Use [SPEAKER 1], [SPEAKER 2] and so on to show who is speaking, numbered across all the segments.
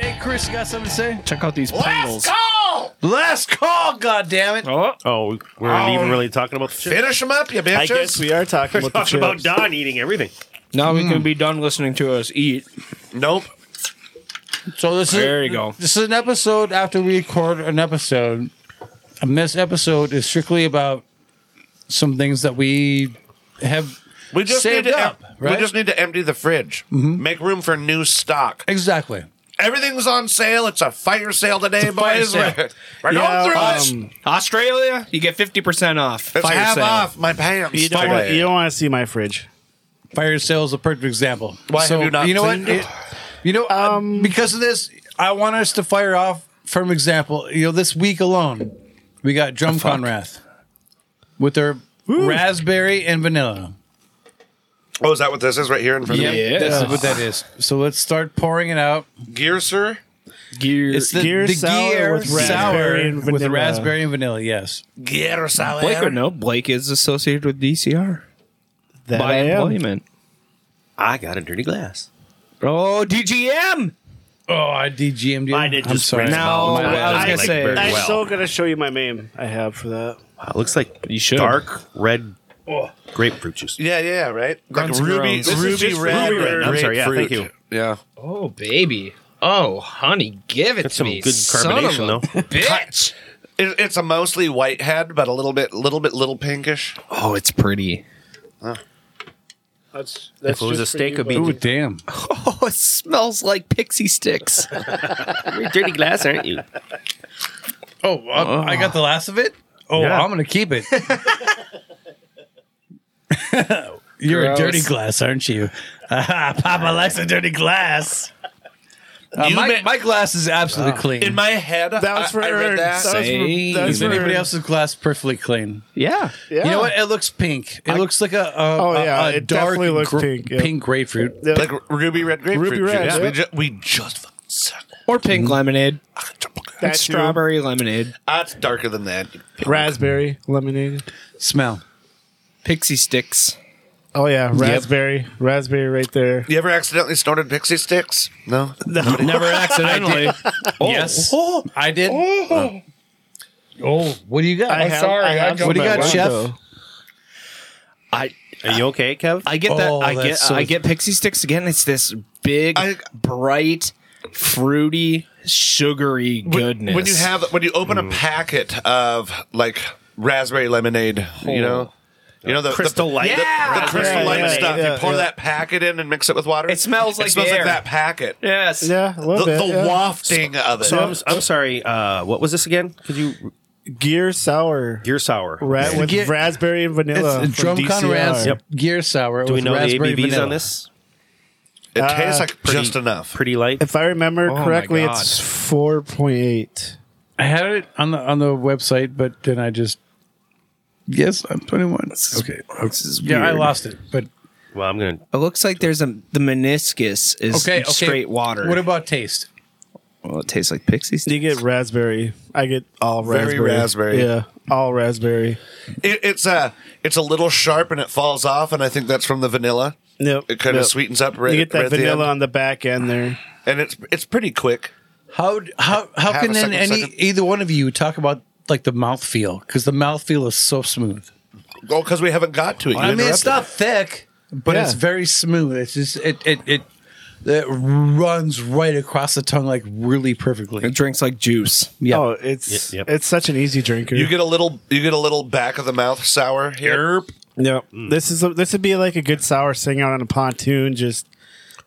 [SPEAKER 1] got something to say?
[SPEAKER 2] Check out these Pringles.
[SPEAKER 1] call. Last call. God damn it!
[SPEAKER 2] Oh,
[SPEAKER 3] Oh, we're not even really talking about the shit.
[SPEAKER 1] Finish them up, you bitches.
[SPEAKER 3] I guess we are talking
[SPEAKER 4] We're
[SPEAKER 3] about the
[SPEAKER 4] talking about
[SPEAKER 3] chips.
[SPEAKER 4] Don eating everything.
[SPEAKER 2] now we can be done listening to us eat.
[SPEAKER 1] Nope. So this is
[SPEAKER 2] There you go.
[SPEAKER 1] This is an episode after we record an episode. And this episode is strictly about some things that we have.
[SPEAKER 5] We just
[SPEAKER 1] Saved
[SPEAKER 5] need to
[SPEAKER 1] up,
[SPEAKER 5] em-
[SPEAKER 1] right?
[SPEAKER 5] we just need to empty the fridge, make room for new stock.
[SPEAKER 1] Exactly.
[SPEAKER 5] Everything's on sale. It's a fire sale today,
[SPEAKER 1] fire
[SPEAKER 5] boys.
[SPEAKER 1] sale.
[SPEAKER 5] We're, we're
[SPEAKER 3] Yeah,
[SPEAKER 5] going through this.
[SPEAKER 3] um,
[SPEAKER 2] Australia, you get 50% off.
[SPEAKER 5] It's
[SPEAKER 2] Fire
[SPEAKER 5] half
[SPEAKER 2] sale.
[SPEAKER 5] off my pants.
[SPEAKER 3] you don't, want,
[SPEAKER 5] today.
[SPEAKER 3] you don't want to see my fridge.
[SPEAKER 1] Fire sale is a perfect example.
[SPEAKER 5] Why have you not
[SPEAKER 1] know what?
[SPEAKER 5] cleaned it?
[SPEAKER 1] It- you know, um, because of this, I want us to fire off from example. You know, this week alone, we
[SPEAKER 3] Oh,
[SPEAKER 1] got Drum Conrath with their raspberry and vanilla.
[SPEAKER 5] oh, is that what this is right here in front of me?
[SPEAKER 2] Yeah.
[SPEAKER 1] This is what that is. So let's start pouring it out.
[SPEAKER 5] Gear, sir.
[SPEAKER 2] Gear.
[SPEAKER 3] It's the gear sour with raspberry and
[SPEAKER 1] with
[SPEAKER 3] vanilla.
[SPEAKER 1] raspberry and vanilla. Yes,
[SPEAKER 5] Gear, sir.
[SPEAKER 2] Blake would know. Blake is associated with DCR
[SPEAKER 3] That
[SPEAKER 2] by
[SPEAKER 3] I am.
[SPEAKER 2] employment.
[SPEAKER 4] I got a dirty glass.
[SPEAKER 2] Oh, DGM.
[SPEAKER 1] Oh, I DGM'd you.
[SPEAKER 3] I did
[SPEAKER 1] I'm
[SPEAKER 3] just
[SPEAKER 1] sorry.
[SPEAKER 3] rinse
[SPEAKER 2] No, I was
[SPEAKER 3] my- I
[SPEAKER 2] gonna
[SPEAKER 3] like
[SPEAKER 2] say
[SPEAKER 4] burgers.
[SPEAKER 3] I'm
[SPEAKER 4] Well.
[SPEAKER 3] still gonna show you my meme I have for that.
[SPEAKER 4] Wow, it looks like
[SPEAKER 2] You should.
[SPEAKER 4] dark red grapefruit juice.
[SPEAKER 5] Yeah, yeah, right.
[SPEAKER 2] Grunts
[SPEAKER 5] Like
[SPEAKER 2] and
[SPEAKER 5] ruby,
[SPEAKER 2] groans.
[SPEAKER 5] this is
[SPEAKER 2] Ruby
[SPEAKER 5] just
[SPEAKER 3] red
[SPEAKER 5] ruby
[SPEAKER 3] red. I'm sorry, yeah,
[SPEAKER 5] grapefruit.
[SPEAKER 3] thank
[SPEAKER 5] Yeah.
[SPEAKER 6] Oh baby. Oh honey, give it
[SPEAKER 4] That's
[SPEAKER 6] to
[SPEAKER 4] some
[SPEAKER 6] me.
[SPEAKER 4] good
[SPEAKER 6] Son of
[SPEAKER 4] carbonation,
[SPEAKER 6] a
[SPEAKER 4] though.
[SPEAKER 6] Bitch.
[SPEAKER 5] It, it's a mostly white head, but a little bit, little bit, little pinkish.
[SPEAKER 6] oh, it's pretty.
[SPEAKER 3] That's that's
[SPEAKER 4] If it was
[SPEAKER 3] just for
[SPEAKER 4] a steak,
[SPEAKER 3] you,
[SPEAKER 4] it'd be-
[SPEAKER 3] buddy.
[SPEAKER 1] Ooh, damn!
[SPEAKER 6] Oh, it smells like pixie sticks.
[SPEAKER 4] You're a dirty glass, aren't you?
[SPEAKER 1] Oh, I, I got the last of it. Oh,
[SPEAKER 4] Yeah.
[SPEAKER 1] I'm gonna keep it. You're a dirty glass, aren't you? Papa likes a dirty glass. Uh,
[SPEAKER 5] You
[SPEAKER 1] my,
[SPEAKER 5] ma-
[SPEAKER 1] my glass is absolutely clean.
[SPEAKER 5] In my head,
[SPEAKER 3] That was for
[SPEAKER 5] I, I read
[SPEAKER 3] Ern.
[SPEAKER 5] that.
[SPEAKER 3] That was
[SPEAKER 2] Same.
[SPEAKER 3] for, that was
[SPEAKER 1] is
[SPEAKER 3] for
[SPEAKER 1] anybody
[SPEAKER 3] Ern.
[SPEAKER 1] else's glass perfectly clean?
[SPEAKER 2] Yeah.
[SPEAKER 3] Yeah.
[SPEAKER 1] You know what? It looks pink. It looks like a, a
[SPEAKER 3] Oh,
[SPEAKER 1] a-
[SPEAKER 3] yeah,
[SPEAKER 1] a
[SPEAKER 3] it
[SPEAKER 1] dark
[SPEAKER 3] definitely looks
[SPEAKER 1] gr-
[SPEAKER 3] pink, yeah.
[SPEAKER 1] pink grapefruit.
[SPEAKER 3] Yeah.
[SPEAKER 5] like ruby red grapefruit.
[SPEAKER 3] Ruby red,
[SPEAKER 5] juice.
[SPEAKER 3] yeah.
[SPEAKER 5] We, ju- we just fucking said it.
[SPEAKER 2] Or pink lemonade.
[SPEAKER 3] That too.
[SPEAKER 2] Strawberry lemonade.
[SPEAKER 5] Ah, it's darker than that.
[SPEAKER 3] raspberry lemonade.
[SPEAKER 1] Smell.
[SPEAKER 2] Pixie sticks.
[SPEAKER 3] Oh yeah, raspberry, raspberry right there.
[SPEAKER 5] You ever accidentally snorted pixie sticks? No.
[SPEAKER 2] Never accidentally.
[SPEAKER 1] Yes, I did. Oh. uh, what do you got?
[SPEAKER 3] have- I have
[SPEAKER 1] What do you
[SPEAKER 3] some
[SPEAKER 1] got,
[SPEAKER 3] at
[SPEAKER 1] Chef?
[SPEAKER 3] work,
[SPEAKER 4] I are you okay, Kev?
[SPEAKER 2] I get that.
[SPEAKER 1] Oh,
[SPEAKER 2] I get.
[SPEAKER 1] that's so-
[SPEAKER 2] I get pixie sticks again. It's this big,
[SPEAKER 5] I-
[SPEAKER 2] bright, fruity, sugary goodness.
[SPEAKER 5] When you have when you open a packet of like raspberry lemonade, you know, you know the
[SPEAKER 4] Crystal
[SPEAKER 5] the,
[SPEAKER 4] Light.
[SPEAKER 5] the,
[SPEAKER 2] Yeah!
[SPEAKER 5] the crystal
[SPEAKER 3] Yeah,
[SPEAKER 5] light
[SPEAKER 3] yeah,
[SPEAKER 5] stuff.
[SPEAKER 3] yeah,
[SPEAKER 5] you pour
[SPEAKER 3] yeah.
[SPEAKER 5] that packet in and mix it with water.
[SPEAKER 2] It smells like
[SPEAKER 5] it smells
[SPEAKER 2] the
[SPEAKER 5] like
[SPEAKER 2] air.
[SPEAKER 5] that packet.
[SPEAKER 2] yes.
[SPEAKER 3] though. Yeah, a
[SPEAKER 5] The,
[SPEAKER 3] little bit.
[SPEAKER 5] the
[SPEAKER 3] yeah.
[SPEAKER 5] wafting of it.
[SPEAKER 4] So I'm, I'm sorry. Uh, what was this again? Could you
[SPEAKER 3] gear sour,
[SPEAKER 4] gear sour?
[SPEAKER 3] Ra- with
[SPEAKER 1] Gear-
[SPEAKER 3] raspberry and vanilla.
[SPEAKER 1] It's
[SPEAKER 3] from
[SPEAKER 1] Drum Con
[SPEAKER 3] DCR.
[SPEAKER 1] Raz
[SPEAKER 4] Yep.
[SPEAKER 1] Gear Sour.
[SPEAKER 4] Do we
[SPEAKER 1] with
[SPEAKER 4] know the
[SPEAKER 1] raspberry
[SPEAKER 4] ABVs
[SPEAKER 1] vanilla.
[SPEAKER 4] on this?
[SPEAKER 5] it tastes
[SPEAKER 3] uh,
[SPEAKER 5] like just enough.
[SPEAKER 4] Pretty light.
[SPEAKER 3] If I remember
[SPEAKER 5] Oh
[SPEAKER 2] my
[SPEAKER 3] correctly,
[SPEAKER 2] God.
[SPEAKER 3] it's four point eight.
[SPEAKER 1] I had it on the on the website, but then I just yes, I'm 21. Okay,
[SPEAKER 2] This is
[SPEAKER 1] yeah, I
[SPEAKER 2] weird.
[SPEAKER 1] lost it, but
[SPEAKER 4] Well, I'm gonna.
[SPEAKER 2] It looks like there's a the meniscus is
[SPEAKER 1] okay, okay.
[SPEAKER 2] straight water.
[SPEAKER 1] What about taste?
[SPEAKER 2] well, it tastes like pixie
[SPEAKER 3] You
[SPEAKER 2] sticks.
[SPEAKER 3] get raspberry. I get all
[SPEAKER 5] Very
[SPEAKER 3] raspberry.
[SPEAKER 5] raspberry.
[SPEAKER 3] Yeah, all raspberry.
[SPEAKER 5] It, it's a it's a little sharp and it falls off, and I think that's from the vanilla.
[SPEAKER 3] Yep.
[SPEAKER 5] It kind of
[SPEAKER 3] yep.
[SPEAKER 5] sweetens up right,
[SPEAKER 3] You get that
[SPEAKER 5] right at the
[SPEAKER 3] vanilla
[SPEAKER 5] end.
[SPEAKER 3] on the back end there.
[SPEAKER 5] and it's it's pretty quick.
[SPEAKER 1] How how how
[SPEAKER 5] Have
[SPEAKER 1] can
[SPEAKER 5] a
[SPEAKER 1] then
[SPEAKER 5] second,
[SPEAKER 1] any
[SPEAKER 5] second.
[SPEAKER 1] either one of you talk about like the mouthfeel because the mouthfeel is so smooth.
[SPEAKER 5] Oh, because we haven't got to it. You
[SPEAKER 1] I mean,
[SPEAKER 5] interrupted.
[SPEAKER 1] it's not thick, but
[SPEAKER 3] Yeah.
[SPEAKER 1] it's very smooth. It's just it it it. It runs right across the tongue like really perfectly.
[SPEAKER 2] It drinks like juice.
[SPEAKER 1] Yeah.
[SPEAKER 3] Oh, it's
[SPEAKER 4] Yep, yep.
[SPEAKER 3] it's such an easy drinker.
[SPEAKER 5] You get a little you get a little back of the mouth sour here.
[SPEAKER 3] Yep. This is a, this would be like a good sour sing out on a pontoon, just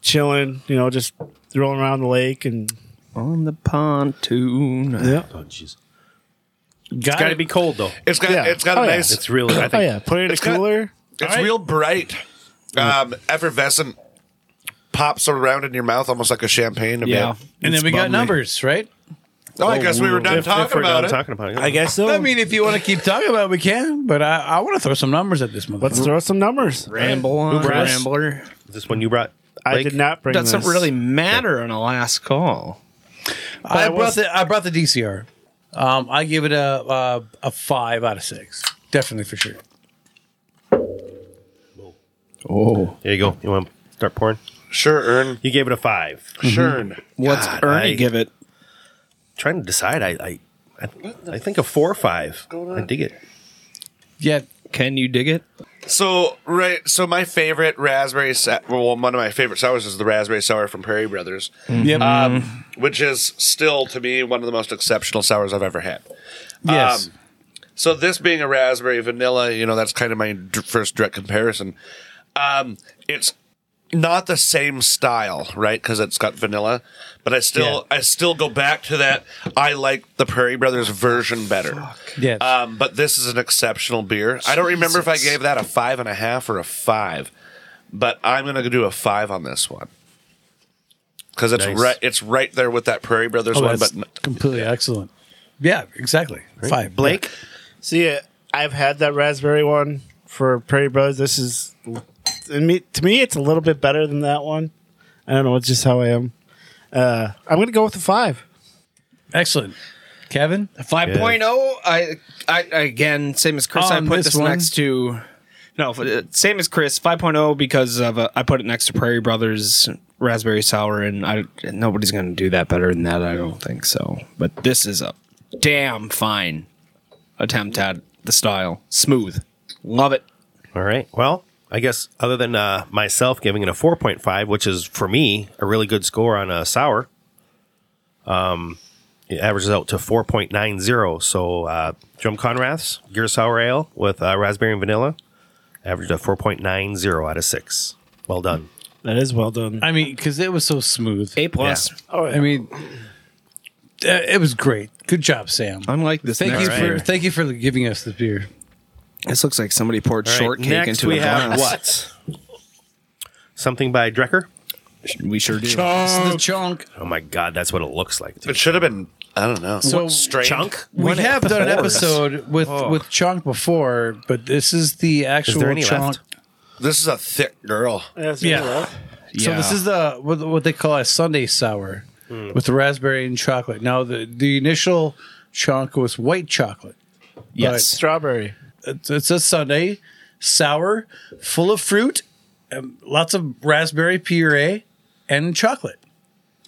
[SPEAKER 3] chilling. You know, just rolling around the lake and
[SPEAKER 2] On the pontoon.
[SPEAKER 3] yeah,
[SPEAKER 4] Oh, jeez.
[SPEAKER 1] got
[SPEAKER 4] Gotta be cold though.
[SPEAKER 5] It's got
[SPEAKER 3] Yeah.
[SPEAKER 5] it's got
[SPEAKER 3] Oh,
[SPEAKER 5] a
[SPEAKER 3] yeah.
[SPEAKER 5] nice
[SPEAKER 4] It's really. I think
[SPEAKER 3] oh yeah. Put it in a
[SPEAKER 5] It's got-
[SPEAKER 3] cooler.
[SPEAKER 5] it's real bright,
[SPEAKER 3] Mm.
[SPEAKER 5] um, effervescent, pops around in your mouth almost like a champagne. A
[SPEAKER 2] Yeah.
[SPEAKER 5] bit.
[SPEAKER 1] And then
[SPEAKER 2] It's
[SPEAKER 1] we got
[SPEAKER 2] bubbly.
[SPEAKER 1] numbers, right?
[SPEAKER 5] Oh, I guess we were done
[SPEAKER 4] if,
[SPEAKER 5] talking
[SPEAKER 4] if we're
[SPEAKER 5] about
[SPEAKER 4] done
[SPEAKER 5] it.
[SPEAKER 4] talking about it.
[SPEAKER 3] I guess so.
[SPEAKER 1] I mean, if you want to keep talking about, it, we can. But I, I want to throw some numbers at this motherfucker.
[SPEAKER 3] let's throw some numbers.
[SPEAKER 2] Ramble on.
[SPEAKER 3] Uber S.
[SPEAKER 2] Rambler.
[SPEAKER 4] Is this one you brought.
[SPEAKER 3] I
[SPEAKER 4] Blake?
[SPEAKER 3] did not bring.
[SPEAKER 2] Doesn't
[SPEAKER 3] this.
[SPEAKER 2] really matter on a last call.
[SPEAKER 1] I
[SPEAKER 3] I
[SPEAKER 1] brought
[SPEAKER 3] was-
[SPEAKER 1] the I brought the DCR. Um, I give it a, a a five out of six, definitely for sure.
[SPEAKER 2] Oh.
[SPEAKER 4] There you go. You want to start pouring?
[SPEAKER 5] Sure, Ern.
[SPEAKER 3] Mm-hmm.
[SPEAKER 4] You gave it a five.
[SPEAKER 5] Sure. Ern.
[SPEAKER 2] What's
[SPEAKER 4] God,
[SPEAKER 2] Ernie
[SPEAKER 4] I-
[SPEAKER 2] give it?
[SPEAKER 4] trying to decide. I I, I, I think a four or five. I dig it.
[SPEAKER 1] Yeah.
[SPEAKER 2] Can you dig it?
[SPEAKER 5] So right, so my favorite raspberry sa- well, one of my favorite sours is the raspberry sour from Prairie Brothers,
[SPEAKER 1] Yep.
[SPEAKER 5] um, which is still to me one of the most exceptional sours I've ever had.
[SPEAKER 1] yes.
[SPEAKER 5] um, So this being a raspberry vanilla, you know, that's kind of my d- first direct comparison. Um, it's not the same style, right? Because it's got vanilla, but I still, I still go back to that. I like the Prairie Brothers version better.
[SPEAKER 1] yes.
[SPEAKER 5] Um, but this is an exceptional beer. I don't remember if I gave that a five and a half or a five, but I'm gonna do a five on this one because it's
[SPEAKER 4] Nice.
[SPEAKER 5] right, it's right there with that Prairie Brothers
[SPEAKER 1] oh,
[SPEAKER 5] one.
[SPEAKER 1] that's
[SPEAKER 5] But n-
[SPEAKER 1] completely excellent. Yeah, exactly. Five.
[SPEAKER 4] Blake,
[SPEAKER 3] See, yeah, I've had that raspberry one for Prairie Brothers. This is, I mean, to me, it's a little bit better than that one. I don't know. It's just how I am. Uh, I'm going to go with a five.
[SPEAKER 1] Excellent. Kevin?
[SPEAKER 6] 5.0 oh, I, I again same as chris
[SPEAKER 1] On
[SPEAKER 6] i put
[SPEAKER 1] this
[SPEAKER 6] this,
[SPEAKER 1] one?
[SPEAKER 6] next to no f- uh, same as chris 5.0 because of uh, i put it next to prairie brothers raspberry sour and i nobody's gonna do that better than that i don't think so but this is a damn fine attempt at the style smooth love it
[SPEAKER 4] All right. Well, I guess other than uh, myself giving it a 4.5, which is for me a really good score on a sour, um, it averages out to 4.90. So, uh, Drum Conrad's Gear Sour Ale with uh, raspberry and vanilla averaged a 4.90 out of 6. Well done.
[SPEAKER 3] That is well done.
[SPEAKER 1] I mean, because it was so smooth.
[SPEAKER 6] a plus
[SPEAKER 4] Yeah.
[SPEAKER 1] I mean, uh, it was great. Good job, Sam.
[SPEAKER 6] unlike this
[SPEAKER 1] Thank
[SPEAKER 6] next
[SPEAKER 1] you
[SPEAKER 6] beer.
[SPEAKER 1] for thank you for giving us the beer.
[SPEAKER 6] this looks like somebody poured
[SPEAKER 4] All right,
[SPEAKER 6] shortcake
[SPEAKER 4] next
[SPEAKER 6] into
[SPEAKER 4] we
[SPEAKER 6] a
[SPEAKER 4] have
[SPEAKER 6] glass
[SPEAKER 4] what? Something by Drecker?
[SPEAKER 6] we sure do
[SPEAKER 1] This is the chunk.
[SPEAKER 4] Oh my God, that's what it looks like.
[SPEAKER 5] it should have been, I don't know,
[SPEAKER 1] So-
[SPEAKER 5] straight
[SPEAKER 4] Chunk?
[SPEAKER 1] We
[SPEAKER 4] When it
[SPEAKER 1] have done an
[SPEAKER 4] pours.
[SPEAKER 1] episode Oh. with with chunk before, but this is the actual
[SPEAKER 4] there any
[SPEAKER 1] chunk.
[SPEAKER 4] left?
[SPEAKER 5] This is a thick girl.
[SPEAKER 1] Yeah. So this is the what, what they call a Sunday sour with raspberry and chocolate. Now the the initial chunk was white chocolate.
[SPEAKER 6] yes
[SPEAKER 3] Strawberry.
[SPEAKER 1] It's, it's a Sunday sour, full of fruit, um, lots of raspberry puree, and chocolate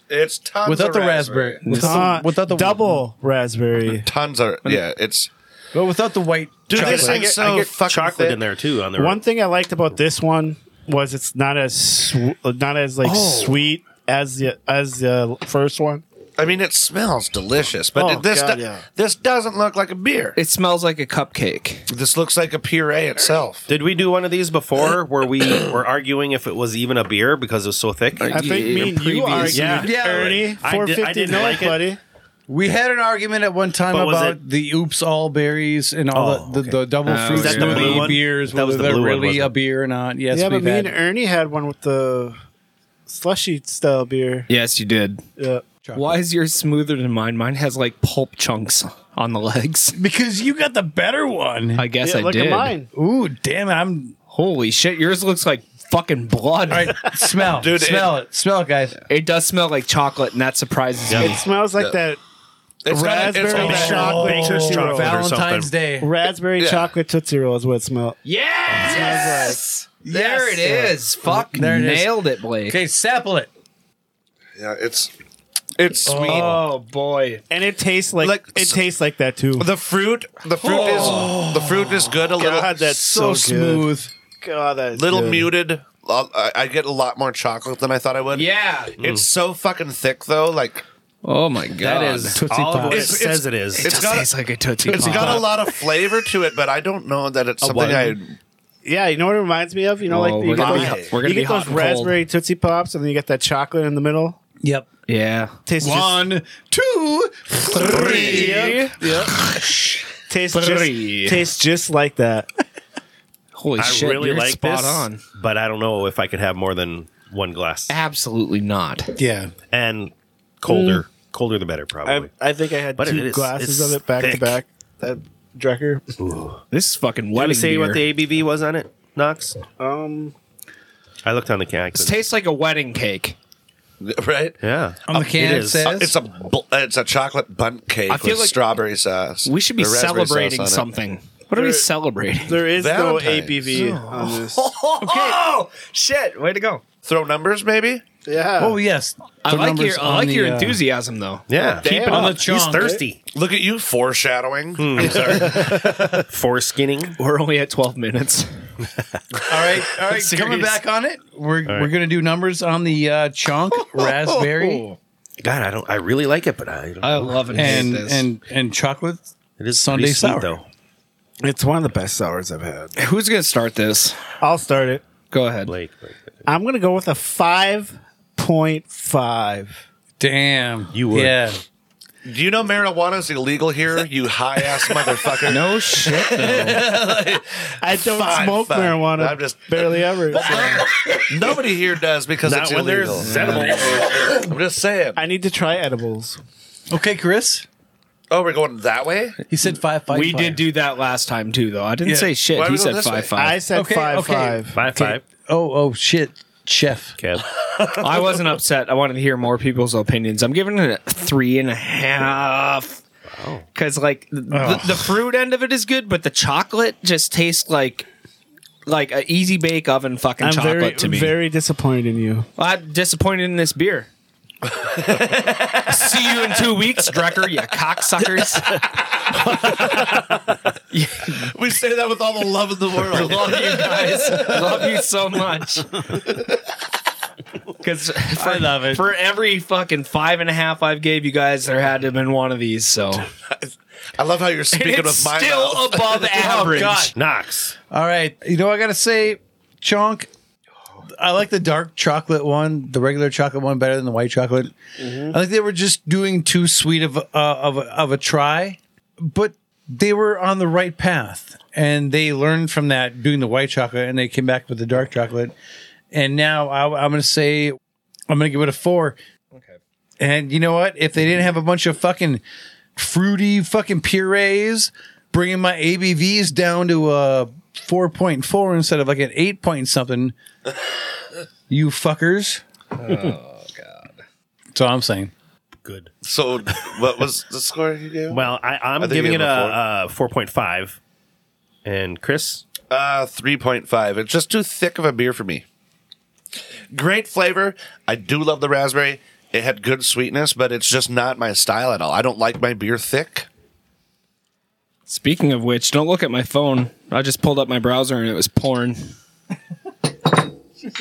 [SPEAKER 5] It's tons
[SPEAKER 1] without
[SPEAKER 5] of
[SPEAKER 1] the raspberry, without, the, without the
[SPEAKER 3] Uh, double raspberry.
[SPEAKER 5] Tons of yeah. It's
[SPEAKER 1] but without the white. chocolate.
[SPEAKER 5] this thing-
[SPEAKER 4] I get,
[SPEAKER 5] So
[SPEAKER 4] I get
[SPEAKER 5] fucking
[SPEAKER 4] chocolate
[SPEAKER 5] thick.
[SPEAKER 4] in there too. On the
[SPEAKER 3] One thing I liked about this one was it's not as sw- not as like sweet as the as the first one.
[SPEAKER 5] I mean it smells delicious, but
[SPEAKER 3] Oh,
[SPEAKER 5] this
[SPEAKER 3] God,
[SPEAKER 5] do-
[SPEAKER 3] yeah.
[SPEAKER 5] this doesn't look like a beer.
[SPEAKER 6] it smells like a cupcake
[SPEAKER 5] this looks like a puree itself.
[SPEAKER 4] Did we do one of these before where we were arguing if it was even a beer because it was so thick?
[SPEAKER 3] I think me and you are
[SPEAKER 6] previous-
[SPEAKER 3] yeah,
[SPEAKER 1] Yeah,
[SPEAKER 3] Ernie
[SPEAKER 4] I
[SPEAKER 3] four
[SPEAKER 4] did- I
[SPEAKER 3] fifty
[SPEAKER 4] didn't
[SPEAKER 3] no,
[SPEAKER 4] like it.
[SPEAKER 3] buddy.
[SPEAKER 1] We had an argument at one time
[SPEAKER 4] But was
[SPEAKER 1] about
[SPEAKER 4] it-
[SPEAKER 1] the oops all berries and all the,
[SPEAKER 4] Oh,
[SPEAKER 1] the,
[SPEAKER 4] okay.
[SPEAKER 1] the double
[SPEAKER 6] Oh,
[SPEAKER 1] fruit
[SPEAKER 6] Is that the
[SPEAKER 1] smoothie
[SPEAKER 4] blue one?
[SPEAKER 1] beers,
[SPEAKER 4] That was
[SPEAKER 1] whether
[SPEAKER 4] the
[SPEAKER 1] they're
[SPEAKER 4] blue one,
[SPEAKER 1] really
[SPEAKER 4] wasn't
[SPEAKER 1] a
[SPEAKER 4] it?
[SPEAKER 1] beer or not. Yes,
[SPEAKER 3] yeah, but
[SPEAKER 1] we've
[SPEAKER 3] me
[SPEAKER 1] had
[SPEAKER 3] and Ernie had one with the slushy style beer.
[SPEAKER 6] Yes, you did.
[SPEAKER 3] Yeah.
[SPEAKER 1] chocolate.
[SPEAKER 6] Why is yours smoother than mine? Mine has like pulp chunks on the legs.
[SPEAKER 1] Because you got the better one.
[SPEAKER 6] I guess
[SPEAKER 3] yeah,
[SPEAKER 6] I
[SPEAKER 3] look
[SPEAKER 6] did.
[SPEAKER 3] at mine.
[SPEAKER 1] Ooh, damn it! I'm
[SPEAKER 6] Holy shit, yours looks like fucking blood.
[SPEAKER 1] all right. Smell,
[SPEAKER 5] Dude,
[SPEAKER 1] smell it, smell it, guys.
[SPEAKER 6] It does smell like chocolate, and that surprises
[SPEAKER 3] It
[SPEAKER 6] me.
[SPEAKER 3] smells like that
[SPEAKER 5] It's not- it's
[SPEAKER 3] Raspberry
[SPEAKER 5] not-
[SPEAKER 3] shot. chocolate
[SPEAKER 4] Baker's
[SPEAKER 3] Tootsie
[SPEAKER 4] chocolate
[SPEAKER 3] Roll.
[SPEAKER 4] or
[SPEAKER 1] Valentine's
[SPEAKER 4] something.
[SPEAKER 1] Day.
[SPEAKER 3] raspberry
[SPEAKER 5] Yeah.
[SPEAKER 3] chocolate tootsie roll is what it smells.
[SPEAKER 6] Yes! There it is. Fuck,
[SPEAKER 1] There it is.
[SPEAKER 6] nailed it, Blake.
[SPEAKER 1] Okay, sample it.
[SPEAKER 5] Yeah, it's it's sweet.
[SPEAKER 6] Oh boy.
[SPEAKER 3] And it tastes like,
[SPEAKER 5] Like-
[SPEAKER 3] it tastes like that too.
[SPEAKER 5] The fruit, the fruit is the fruit is good. A little,
[SPEAKER 3] God, that's so, smooth.
[SPEAKER 1] smooth.
[SPEAKER 3] God, that is
[SPEAKER 5] little
[SPEAKER 3] good.
[SPEAKER 5] muted. Uh, I I get a lot more chocolate than I thought I would.
[SPEAKER 6] Yeah.
[SPEAKER 5] it's so fucking thick though. Like
[SPEAKER 6] Oh my god.
[SPEAKER 4] That is
[SPEAKER 1] Tootsie
[SPEAKER 4] all of
[SPEAKER 1] Pop.
[SPEAKER 4] what it
[SPEAKER 5] It's-
[SPEAKER 4] says it is.
[SPEAKER 5] it's
[SPEAKER 6] It
[SPEAKER 5] got a-
[SPEAKER 6] tastes like a tootsie
[SPEAKER 5] it's
[SPEAKER 6] pop.
[SPEAKER 5] got a lot of flavor to it, but I don't know that it's something
[SPEAKER 4] what?
[SPEAKER 5] I.
[SPEAKER 3] Yeah, you know what it reminds me of? You know,
[SPEAKER 6] Whoa,
[SPEAKER 3] like you
[SPEAKER 6] Oh, we're
[SPEAKER 3] get
[SPEAKER 6] gonna
[SPEAKER 5] be
[SPEAKER 3] those,
[SPEAKER 5] hot-
[SPEAKER 6] we're gonna
[SPEAKER 3] you
[SPEAKER 6] be
[SPEAKER 3] get
[SPEAKER 6] hot
[SPEAKER 3] those
[SPEAKER 6] and cold.
[SPEAKER 3] raspberry tootsie pops, and then you get that chocolate in the middle.
[SPEAKER 1] Yep.
[SPEAKER 6] yeah.
[SPEAKER 3] Tastes
[SPEAKER 1] One, two,
[SPEAKER 3] just,
[SPEAKER 1] three.
[SPEAKER 3] Yep, yep. tastes
[SPEAKER 6] Three.
[SPEAKER 3] just tastes just like that.
[SPEAKER 6] Holy
[SPEAKER 4] I
[SPEAKER 6] shit.
[SPEAKER 4] really
[SPEAKER 6] you're
[SPEAKER 4] like
[SPEAKER 6] spot
[SPEAKER 4] this,
[SPEAKER 6] on. Ah.
[SPEAKER 4] but I don't know if I could have more than one glass
[SPEAKER 6] Absolutely not.
[SPEAKER 1] Yeah.
[SPEAKER 4] and colder, colder the better
[SPEAKER 3] I,
[SPEAKER 4] probably.
[SPEAKER 3] I think I had
[SPEAKER 4] But it
[SPEAKER 3] two
[SPEAKER 4] is-
[SPEAKER 3] glasses
[SPEAKER 4] it's
[SPEAKER 3] of it back
[SPEAKER 4] thick.
[SPEAKER 3] to back. That Drecker.
[SPEAKER 6] This is fucking
[SPEAKER 4] Let me
[SPEAKER 6] wedding
[SPEAKER 4] say
[SPEAKER 6] beer.
[SPEAKER 4] what the ABV was on it, Knox.
[SPEAKER 3] Um,
[SPEAKER 4] I looked on the can. I
[SPEAKER 6] This
[SPEAKER 4] couldn't-
[SPEAKER 6] tastes like a wedding cake.
[SPEAKER 5] Right.
[SPEAKER 4] yeah,
[SPEAKER 1] On the can
[SPEAKER 4] it
[SPEAKER 1] it
[SPEAKER 4] is.
[SPEAKER 1] says
[SPEAKER 5] It's a bl- it's a chocolate bundt cake
[SPEAKER 6] I feel
[SPEAKER 5] with
[SPEAKER 6] like
[SPEAKER 5] strawberry sauce.
[SPEAKER 6] We should be
[SPEAKER 5] or raspberry sauce
[SPEAKER 6] celebrating
[SPEAKER 5] on it.
[SPEAKER 6] something. What are we celebrating?
[SPEAKER 3] there is
[SPEAKER 5] Valentine's.
[SPEAKER 3] no ABV on this.
[SPEAKER 6] Oh shit! Way to go!
[SPEAKER 5] Throw numbers, maybe.
[SPEAKER 3] Yeah.
[SPEAKER 1] Oh yes,
[SPEAKER 6] I
[SPEAKER 1] The
[SPEAKER 6] like
[SPEAKER 1] numbers
[SPEAKER 6] your I
[SPEAKER 1] on
[SPEAKER 6] like
[SPEAKER 1] the,
[SPEAKER 6] your
[SPEAKER 1] uh,
[SPEAKER 6] enthusiasm though.
[SPEAKER 4] Yeah.
[SPEAKER 3] Damn.
[SPEAKER 1] on the
[SPEAKER 4] He's
[SPEAKER 1] chunk.
[SPEAKER 4] thirsty.
[SPEAKER 5] Look at you foreshadowing.
[SPEAKER 4] Foreskinning.
[SPEAKER 6] We're only at 12 minutes.
[SPEAKER 1] All right, all right. Coming
[SPEAKER 6] serious.
[SPEAKER 1] back on it, we're we're gonna do numbers on the uh, chunk
[SPEAKER 6] Oh.
[SPEAKER 1] raspberry
[SPEAKER 4] God, I don't. I really like it, but I. Don't,
[SPEAKER 6] I love and, hate
[SPEAKER 1] and
[SPEAKER 6] this.
[SPEAKER 1] and and chocolate.
[SPEAKER 4] it is
[SPEAKER 1] Sunday
[SPEAKER 4] pretty sweet,
[SPEAKER 1] sour.
[SPEAKER 4] though.
[SPEAKER 3] It's one of the best sours I've had.
[SPEAKER 6] who's gonna start this?
[SPEAKER 3] I'll start it.
[SPEAKER 6] Go ahead.
[SPEAKER 4] Blake, Blake,
[SPEAKER 3] I'm going to go with a 5.5.
[SPEAKER 1] Damn,
[SPEAKER 4] You would.
[SPEAKER 1] Yeah,
[SPEAKER 5] Do you know marijuana is illegal here? You high ass motherfucker.
[SPEAKER 6] No shit. Though.
[SPEAKER 3] I don't
[SPEAKER 5] Five,
[SPEAKER 3] smoke
[SPEAKER 5] five.
[SPEAKER 3] marijuana.
[SPEAKER 5] I'm just-
[SPEAKER 3] barely ever. so
[SPEAKER 5] Nobody here does because
[SPEAKER 4] Not
[SPEAKER 5] it's
[SPEAKER 4] when there's
[SPEAKER 5] illegal.
[SPEAKER 4] edibles.
[SPEAKER 5] I'm just saying.
[SPEAKER 3] I need to try edibles.
[SPEAKER 1] Okay, Chris.
[SPEAKER 5] Oh, we're going that way.
[SPEAKER 1] He said five five.
[SPEAKER 6] we
[SPEAKER 1] five.
[SPEAKER 6] did do that last time too, though. I didn't
[SPEAKER 1] Yeah.
[SPEAKER 6] say shit.
[SPEAKER 5] Why
[SPEAKER 6] he
[SPEAKER 5] we go
[SPEAKER 6] said
[SPEAKER 5] this way?
[SPEAKER 6] five
[SPEAKER 3] I
[SPEAKER 6] five.
[SPEAKER 3] said
[SPEAKER 1] Okay,
[SPEAKER 3] five
[SPEAKER 1] okay.
[SPEAKER 3] five.
[SPEAKER 4] Five five.
[SPEAKER 1] Oh oh shit, chef.
[SPEAKER 4] Kev.
[SPEAKER 6] I, wasn't upset. I wanted to hear more people's opinions. I'm giving it a three and a half.
[SPEAKER 5] Oh.
[SPEAKER 6] Because like th- the, the fruit end of it is good, but the chocolate just tastes like like an easy bake oven fucking
[SPEAKER 3] I'm
[SPEAKER 6] chocolate
[SPEAKER 3] very,
[SPEAKER 6] to me.
[SPEAKER 3] very disappointed in you.
[SPEAKER 6] Well, I'm disappointed in this beer. See you in two weeks, Drecker, you cocksuckers.
[SPEAKER 5] We say that with all the love in the world.
[SPEAKER 6] Love you guys. Love you so much. Because I love it. For every fucking five and a half I've gave you guys, there had to have been one of these. So
[SPEAKER 5] I love how you're speaking
[SPEAKER 6] it's
[SPEAKER 5] with my
[SPEAKER 6] still
[SPEAKER 5] mouth.
[SPEAKER 6] above
[SPEAKER 4] Oh,
[SPEAKER 6] average.
[SPEAKER 1] God.
[SPEAKER 4] Knox.
[SPEAKER 1] All right, you know I gotta say, chunk. I like the dark chocolate one, the regular chocolate one, better than the white chocolate. I think they were just doing too sweet of a, uh, of a, of a try, but they were on the right path, and they learned from that doing the white chocolate, and they came back with the dark chocolate, and now I, I'm gonna say I'm gonna give it a four. And you know what? If they didn't have a bunch of fucking fruity fucking purees, bringing my ABVs down to a 4.4 instead of like an 8 point something, you fuckers. Oh, God. That's all I'm saying.
[SPEAKER 4] Good.
[SPEAKER 5] So, what was the score you gave?
[SPEAKER 4] Well, I, I'm
[SPEAKER 5] think
[SPEAKER 4] giving
[SPEAKER 5] you
[SPEAKER 4] it
[SPEAKER 5] gave him
[SPEAKER 4] a, a four point five. And Chris,
[SPEAKER 5] Uh, 3.5. It's just too thick of a beer for me. Great flavor. I do love the raspberry. It had good sweetness, but it's just not my style at all. I don't like my beer thick.
[SPEAKER 6] Speaking of which, don't look at my phone. I just pulled up my browser and it was porn.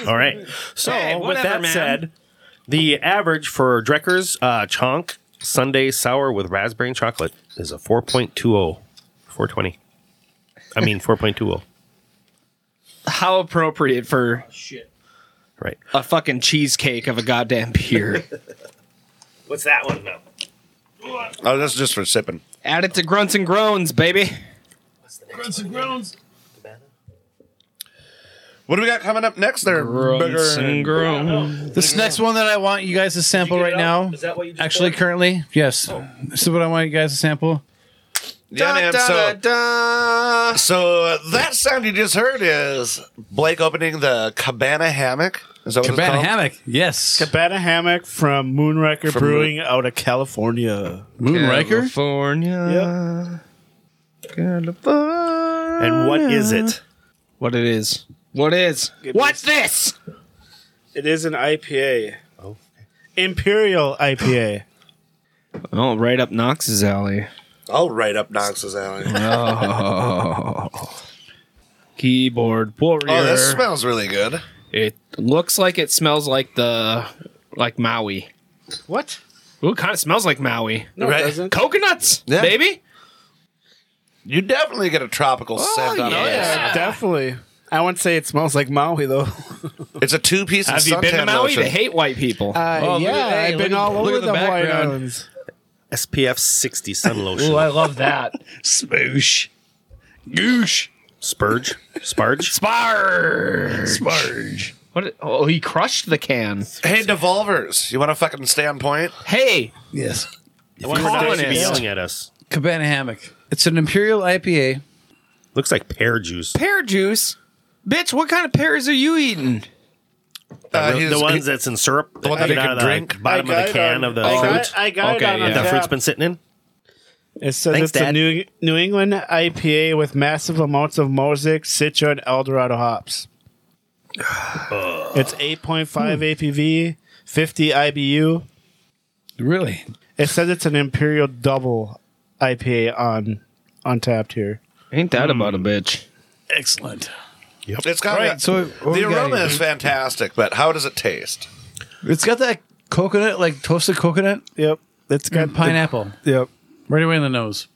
[SPEAKER 4] all right. So
[SPEAKER 6] Hey,
[SPEAKER 4] with
[SPEAKER 6] whatever,
[SPEAKER 4] that
[SPEAKER 6] man.
[SPEAKER 4] said, the average for Drecker's uh, Chonk Sunday Sour with raspberry and chocolate is a 4.20, 420. oh. I mean 4.20.
[SPEAKER 6] How appropriate for
[SPEAKER 4] Right.
[SPEAKER 6] a fucking cheesecake of a goddamn beer.
[SPEAKER 4] What's that one now?
[SPEAKER 5] Oh, that's just for sipping.
[SPEAKER 6] Add it to grunts and groans, baby.
[SPEAKER 5] What do we got coming up next there? Booger?
[SPEAKER 6] groans.
[SPEAKER 1] This next one that I want you guys to sample right now.
[SPEAKER 4] that what you just
[SPEAKER 1] Actually, currently, yes. This is what I want you guys to sample.
[SPEAKER 5] Yeah, man. so, so uh, that sound you just heard is Blake opening the Cabana Hammock. Is that what it's
[SPEAKER 1] Cabana
[SPEAKER 5] called?
[SPEAKER 1] Hammock. Yes.
[SPEAKER 3] Cabana Hammock from Moonraker
[SPEAKER 5] From
[SPEAKER 3] Brewing out of California.
[SPEAKER 1] Moonraker.
[SPEAKER 6] California.
[SPEAKER 4] And what is it?
[SPEAKER 6] What it is. What is. What's this?
[SPEAKER 3] It is an IPA. Oh. Imperial IPA.
[SPEAKER 6] Oh, right up Knox's alley.
[SPEAKER 5] I'll write Oh, up Knox's alley. oh,
[SPEAKER 6] Keyboard warrior.
[SPEAKER 5] Oh, this smells really good.
[SPEAKER 6] it looks like it smells like the like Maui.
[SPEAKER 3] what?
[SPEAKER 6] Ooh, kind of smells like Maui.
[SPEAKER 3] No,
[SPEAKER 5] Right.
[SPEAKER 3] it doesn't.
[SPEAKER 6] Coconuts,
[SPEAKER 5] Yeah.
[SPEAKER 6] baby.
[SPEAKER 5] You definitely get a tropical scent out of this.
[SPEAKER 3] Yeah, Uh, definitely. I wouldn't say it smells like Maui though.
[SPEAKER 5] It's a two piece of
[SPEAKER 6] Have you been to
[SPEAKER 5] suntan
[SPEAKER 6] Maui?
[SPEAKER 5] lotion.
[SPEAKER 6] They hate white people.
[SPEAKER 3] Uh,
[SPEAKER 1] Oh, look at-
[SPEAKER 3] yeah,
[SPEAKER 1] hey,
[SPEAKER 3] I've
[SPEAKER 1] look
[SPEAKER 3] been
[SPEAKER 1] at-
[SPEAKER 3] all
[SPEAKER 1] look
[SPEAKER 3] over
[SPEAKER 1] at
[SPEAKER 3] the,
[SPEAKER 1] the
[SPEAKER 3] Hawaiian
[SPEAKER 1] background.
[SPEAKER 3] Islands.
[SPEAKER 4] SPF 60 sun
[SPEAKER 6] Ooh,
[SPEAKER 4] lotion.
[SPEAKER 6] I love that.
[SPEAKER 1] Spoosh. Goosh.
[SPEAKER 4] Spurge. Sparge.
[SPEAKER 6] Barge.
[SPEAKER 1] Sparge.
[SPEAKER 6] What? it- Oh, he crushed the can.
[SPEAKER 5] Hey, Devolvers, you want to fucking stay on point?
[SPEAKER 6] Hey,
[SPEAKER 1] Yes.
[SPEAKER 4] If you were nice, you'd be
[SPEAKER 6] colonist.
[SPEAKER 4] yelling at us.
[SPEAKER 1] Cabana Hammock. It's an Imperial IPA.
[SPEAKER 4] Looks like pear juice.
[SPEAKER 6] pear juice, bitch. What kind of pears are you eating?
[SPEAKER 5] Uh,
[SPEAKER 4] the,
[SPEAKER 5] he's-
[SPEAKER 4] the ones that's in syrup. The
[SPEAKER 5] one that you can drink.
[SPEAKER 4] Bottom
[SPEAKER 3] I
[SPEAKER 4] of the
[SPEAKER 3] got
[SPEAKER 4] can
[SPEAKER 3] it on-
[SPEAKER 4] of the
[SPEAKER 3] I
[SPEAKER 4] fruit.
[SPEAKER 3] Got, I got
[SPEAKER 6] Okay,
[SPEAKER 3] it on
[SPEAKER 6] yeah.
[SPEAKER 3] a
[SPEAKER 4] that
[SPEAKER 3] tap.
[SPEAKER 4] fruit's been sitting in.
[SPEAKER 3] It says
[SPEAKER 4] Thanks,
[SPEAKER 3] it's
[SPEAKER 4] Dad.
[SPEAKER 3] a New, New England IPA with massive amounts of Mosaic, Citra, and Eldorado hops. it's 8.5 APV, 50 IBU.
[SPEAKER 1] Really?
[SPEAKER 3] It says it's an Imperial Double IPA on untapped here.
[SPEAKER 6] Ain't that about a bitch?
[SPEAKER 1] Excellent.
[SPEAKER 5] It's got that-
[SPEAKER 1] So oh, what we
[SPEAKER 5] the
[SPEAKER 1] got
[SPEAKER 5] aroma
[SPEAKER 1] here?
[SPEAKER 5] is fantastic, but how does it taste?
[SPEAKER 1] It's got that coconut, like toasted coconut
[SPEAKER 3] Yep. It's got
[SPEAKER 1] and Mm, pineapple
[SPEAKER 3] Yep.
[SPEAKER 1] right away in the nose.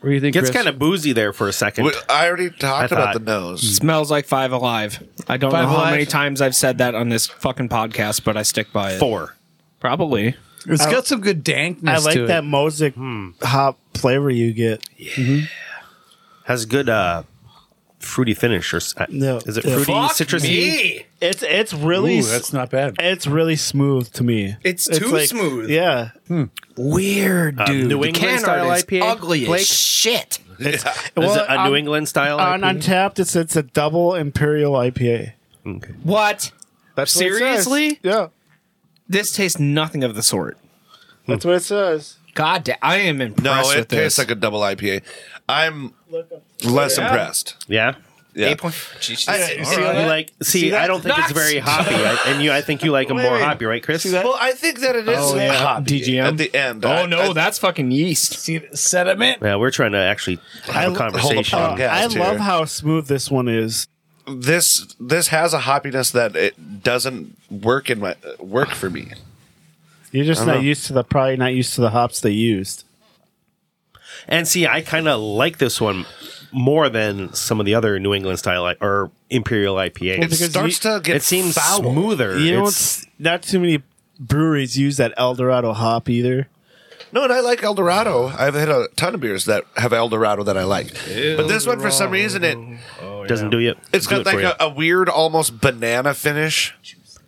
[SPEAKER 1] What do you think?
[SPEAKER 4] Gets
[SPEAKER 1] Chris?
[SPEAKER 4] kind of boozy there for a second.
[SPEAKER 5] We- I already talked
[SPEAKER 4] I
[SPEAKER 5] about
[SPEAKER 4] thought-
[SPEAKER 5] the nose.
[SPEAKER 6] Smells like Five Alive. I don't
[SPEAKER 1] Five
[SPEAKER 6] know how
[SPEAKER 1] Alive?
[SPEAKER 6] many times I've said that on this fucking podcast, but I stick by it.
[SPEAKER 4] Four.
[SPEAKER 6] Probably.
[SPEAKER 1] It's got some good dankness.
[SPEAKER 3] I like
[SPEAKER 1] to
[SPEAKER 3] that
[SPEAKER 1] It.
[SPEAKER 3] Mosaic
[SPEAKER 6] Hmm.
[SPEAKER 3] hop flavor you get.
[SPEAKER 4] Has good uh, fruity finish. Or, s- uh,
[SPEAKER 3] No.
[SPEAKER 4] Is it
[SPEAKER 3] Yeah.
[SPEAKER 4] fruity, citrusy?
[SPEAKER 3] It's it's really
[SPEAKER 1] Ooh,
[SPEAKER 3] s-
[SPEAKER 1] that's not bad.
[SPEAKER 3] it's really smooth to me.
[SPEAKER 6] It's too smooth.
[SPEAKER 3] Yeah.
[SPEAKER 6] Weird, dude.
[SPEAKER 4] New
[SPEAKER 6] The
[SPEAKER 4] England
[SPEAKER 6] can
[SPEAKER 4] style
[SPEAKER 6] art is
[SPEAKER 4] IPA,
[SPEAKER 6] Ugly
[SPEAKER 4] Blake?
[SPEAKER 6] as shit.
[SPEAKER 4] is
[SPEAKER 3] Well,
[SPEAKER 4] it a
[SPEAKER 3] on-
[SPEAKER 4] New England style?
[SPEAKER 3] On
[SPEAKER 4] IPA?
[SPEAKER 3] untapped it's it's a double imperial IPA.
[SPEAKER 4] Okay.
[SPEAKER 6] What?
[SPEAKER 3] That's what it says.
[SPEAKER 6] Seriously?
[SPEAKER 3] Yeah.
[SPEAKER 6] This tastes nothing of the sort.
[SPEAKER 3] That's what it says.
[SPEAKER 6] God damn, I am
[SPEAKER 5] No,
[SPEAKER 6] impressed
[SPEAKER 5] it
[SPEAKER 6] with this.
[SPEAKER 5] tastes like a double IPA. I'm less impressed.
[SPEAKER 4] Yeah.
[SPEAKER 5] Yeah.
[SPEAKER 6] Eight point- Jesus.
[SPEAKER 5] I- you see
[SPEAKER 4] You
[SPEAKER 5] that?
[SPEAKER 4] like, see, I don't think it's very hoppy, right? and you, I think you like them more hoppy, right, Chris?
[SPEAKER 5] Well, I think that it is
[SPEAKER 6] Oh, yeah.
[SPEAKER 5] hoppy
[SPEAKER 6] DGM?
[SPEAKER 5] at the end.
[SPEAKER 6] Oh
[SPEAKER 5] I-
[SPEAKER 6] no,
[SPEAKER 5] I-
[SPEAKER 6] that's fucking yeast.
[SPEAKER 1] See, sediment.
[SPEAKER 4] Yeah, we're trying to actually have a
[SPEAKER 5] hold a
[SPEAKER 4] conversation.
[SPEAKER 5] podcast.
[SPEAKER 3] I
[SPEAKER 5] Yes,
[SPEAKER 3] love
[SPEAKER 5] too.
[SPEAKER 3] how smooth this one is.
[SPEAKER 5] this this has a hoppiness that it doesn't work in my work for me.
[SPEAKER 3] You're just not used to the probably not used to the hops they used.
[SPEAKER 4] And see, I kind of like this one more than some of the other New England style I- or Imperial
[SPEAKER 5] It
[SPEAKER 4] IPAs.
[SPEAKER 3] because
[SPEAKER 5] starts to get
[SPEAKER 4] It seems
[SPEAKER 5] foul.
[SPEAKER 4] smoother.
[SPEAKER 3] You don't
[SPEAKER 4] It's-
[SPEAKER 3] s- not too many breweries use that Eldorado hop either.
[SPEAKER 5] No, and I like El Dorado. I've had a ton of beers that have El Dorado that I like, but this one for some reason it
[SPEAKER 4] doesn't do you.
[SPEAKER 5] it's
[SPEAKER 4] do
[SPEAKER 5] got
[SPEAKER 4] it for
[SPEAKER 5] like
[SPEAKER 4] you.
[SPEAKER 5] a, a weird almost banana finish.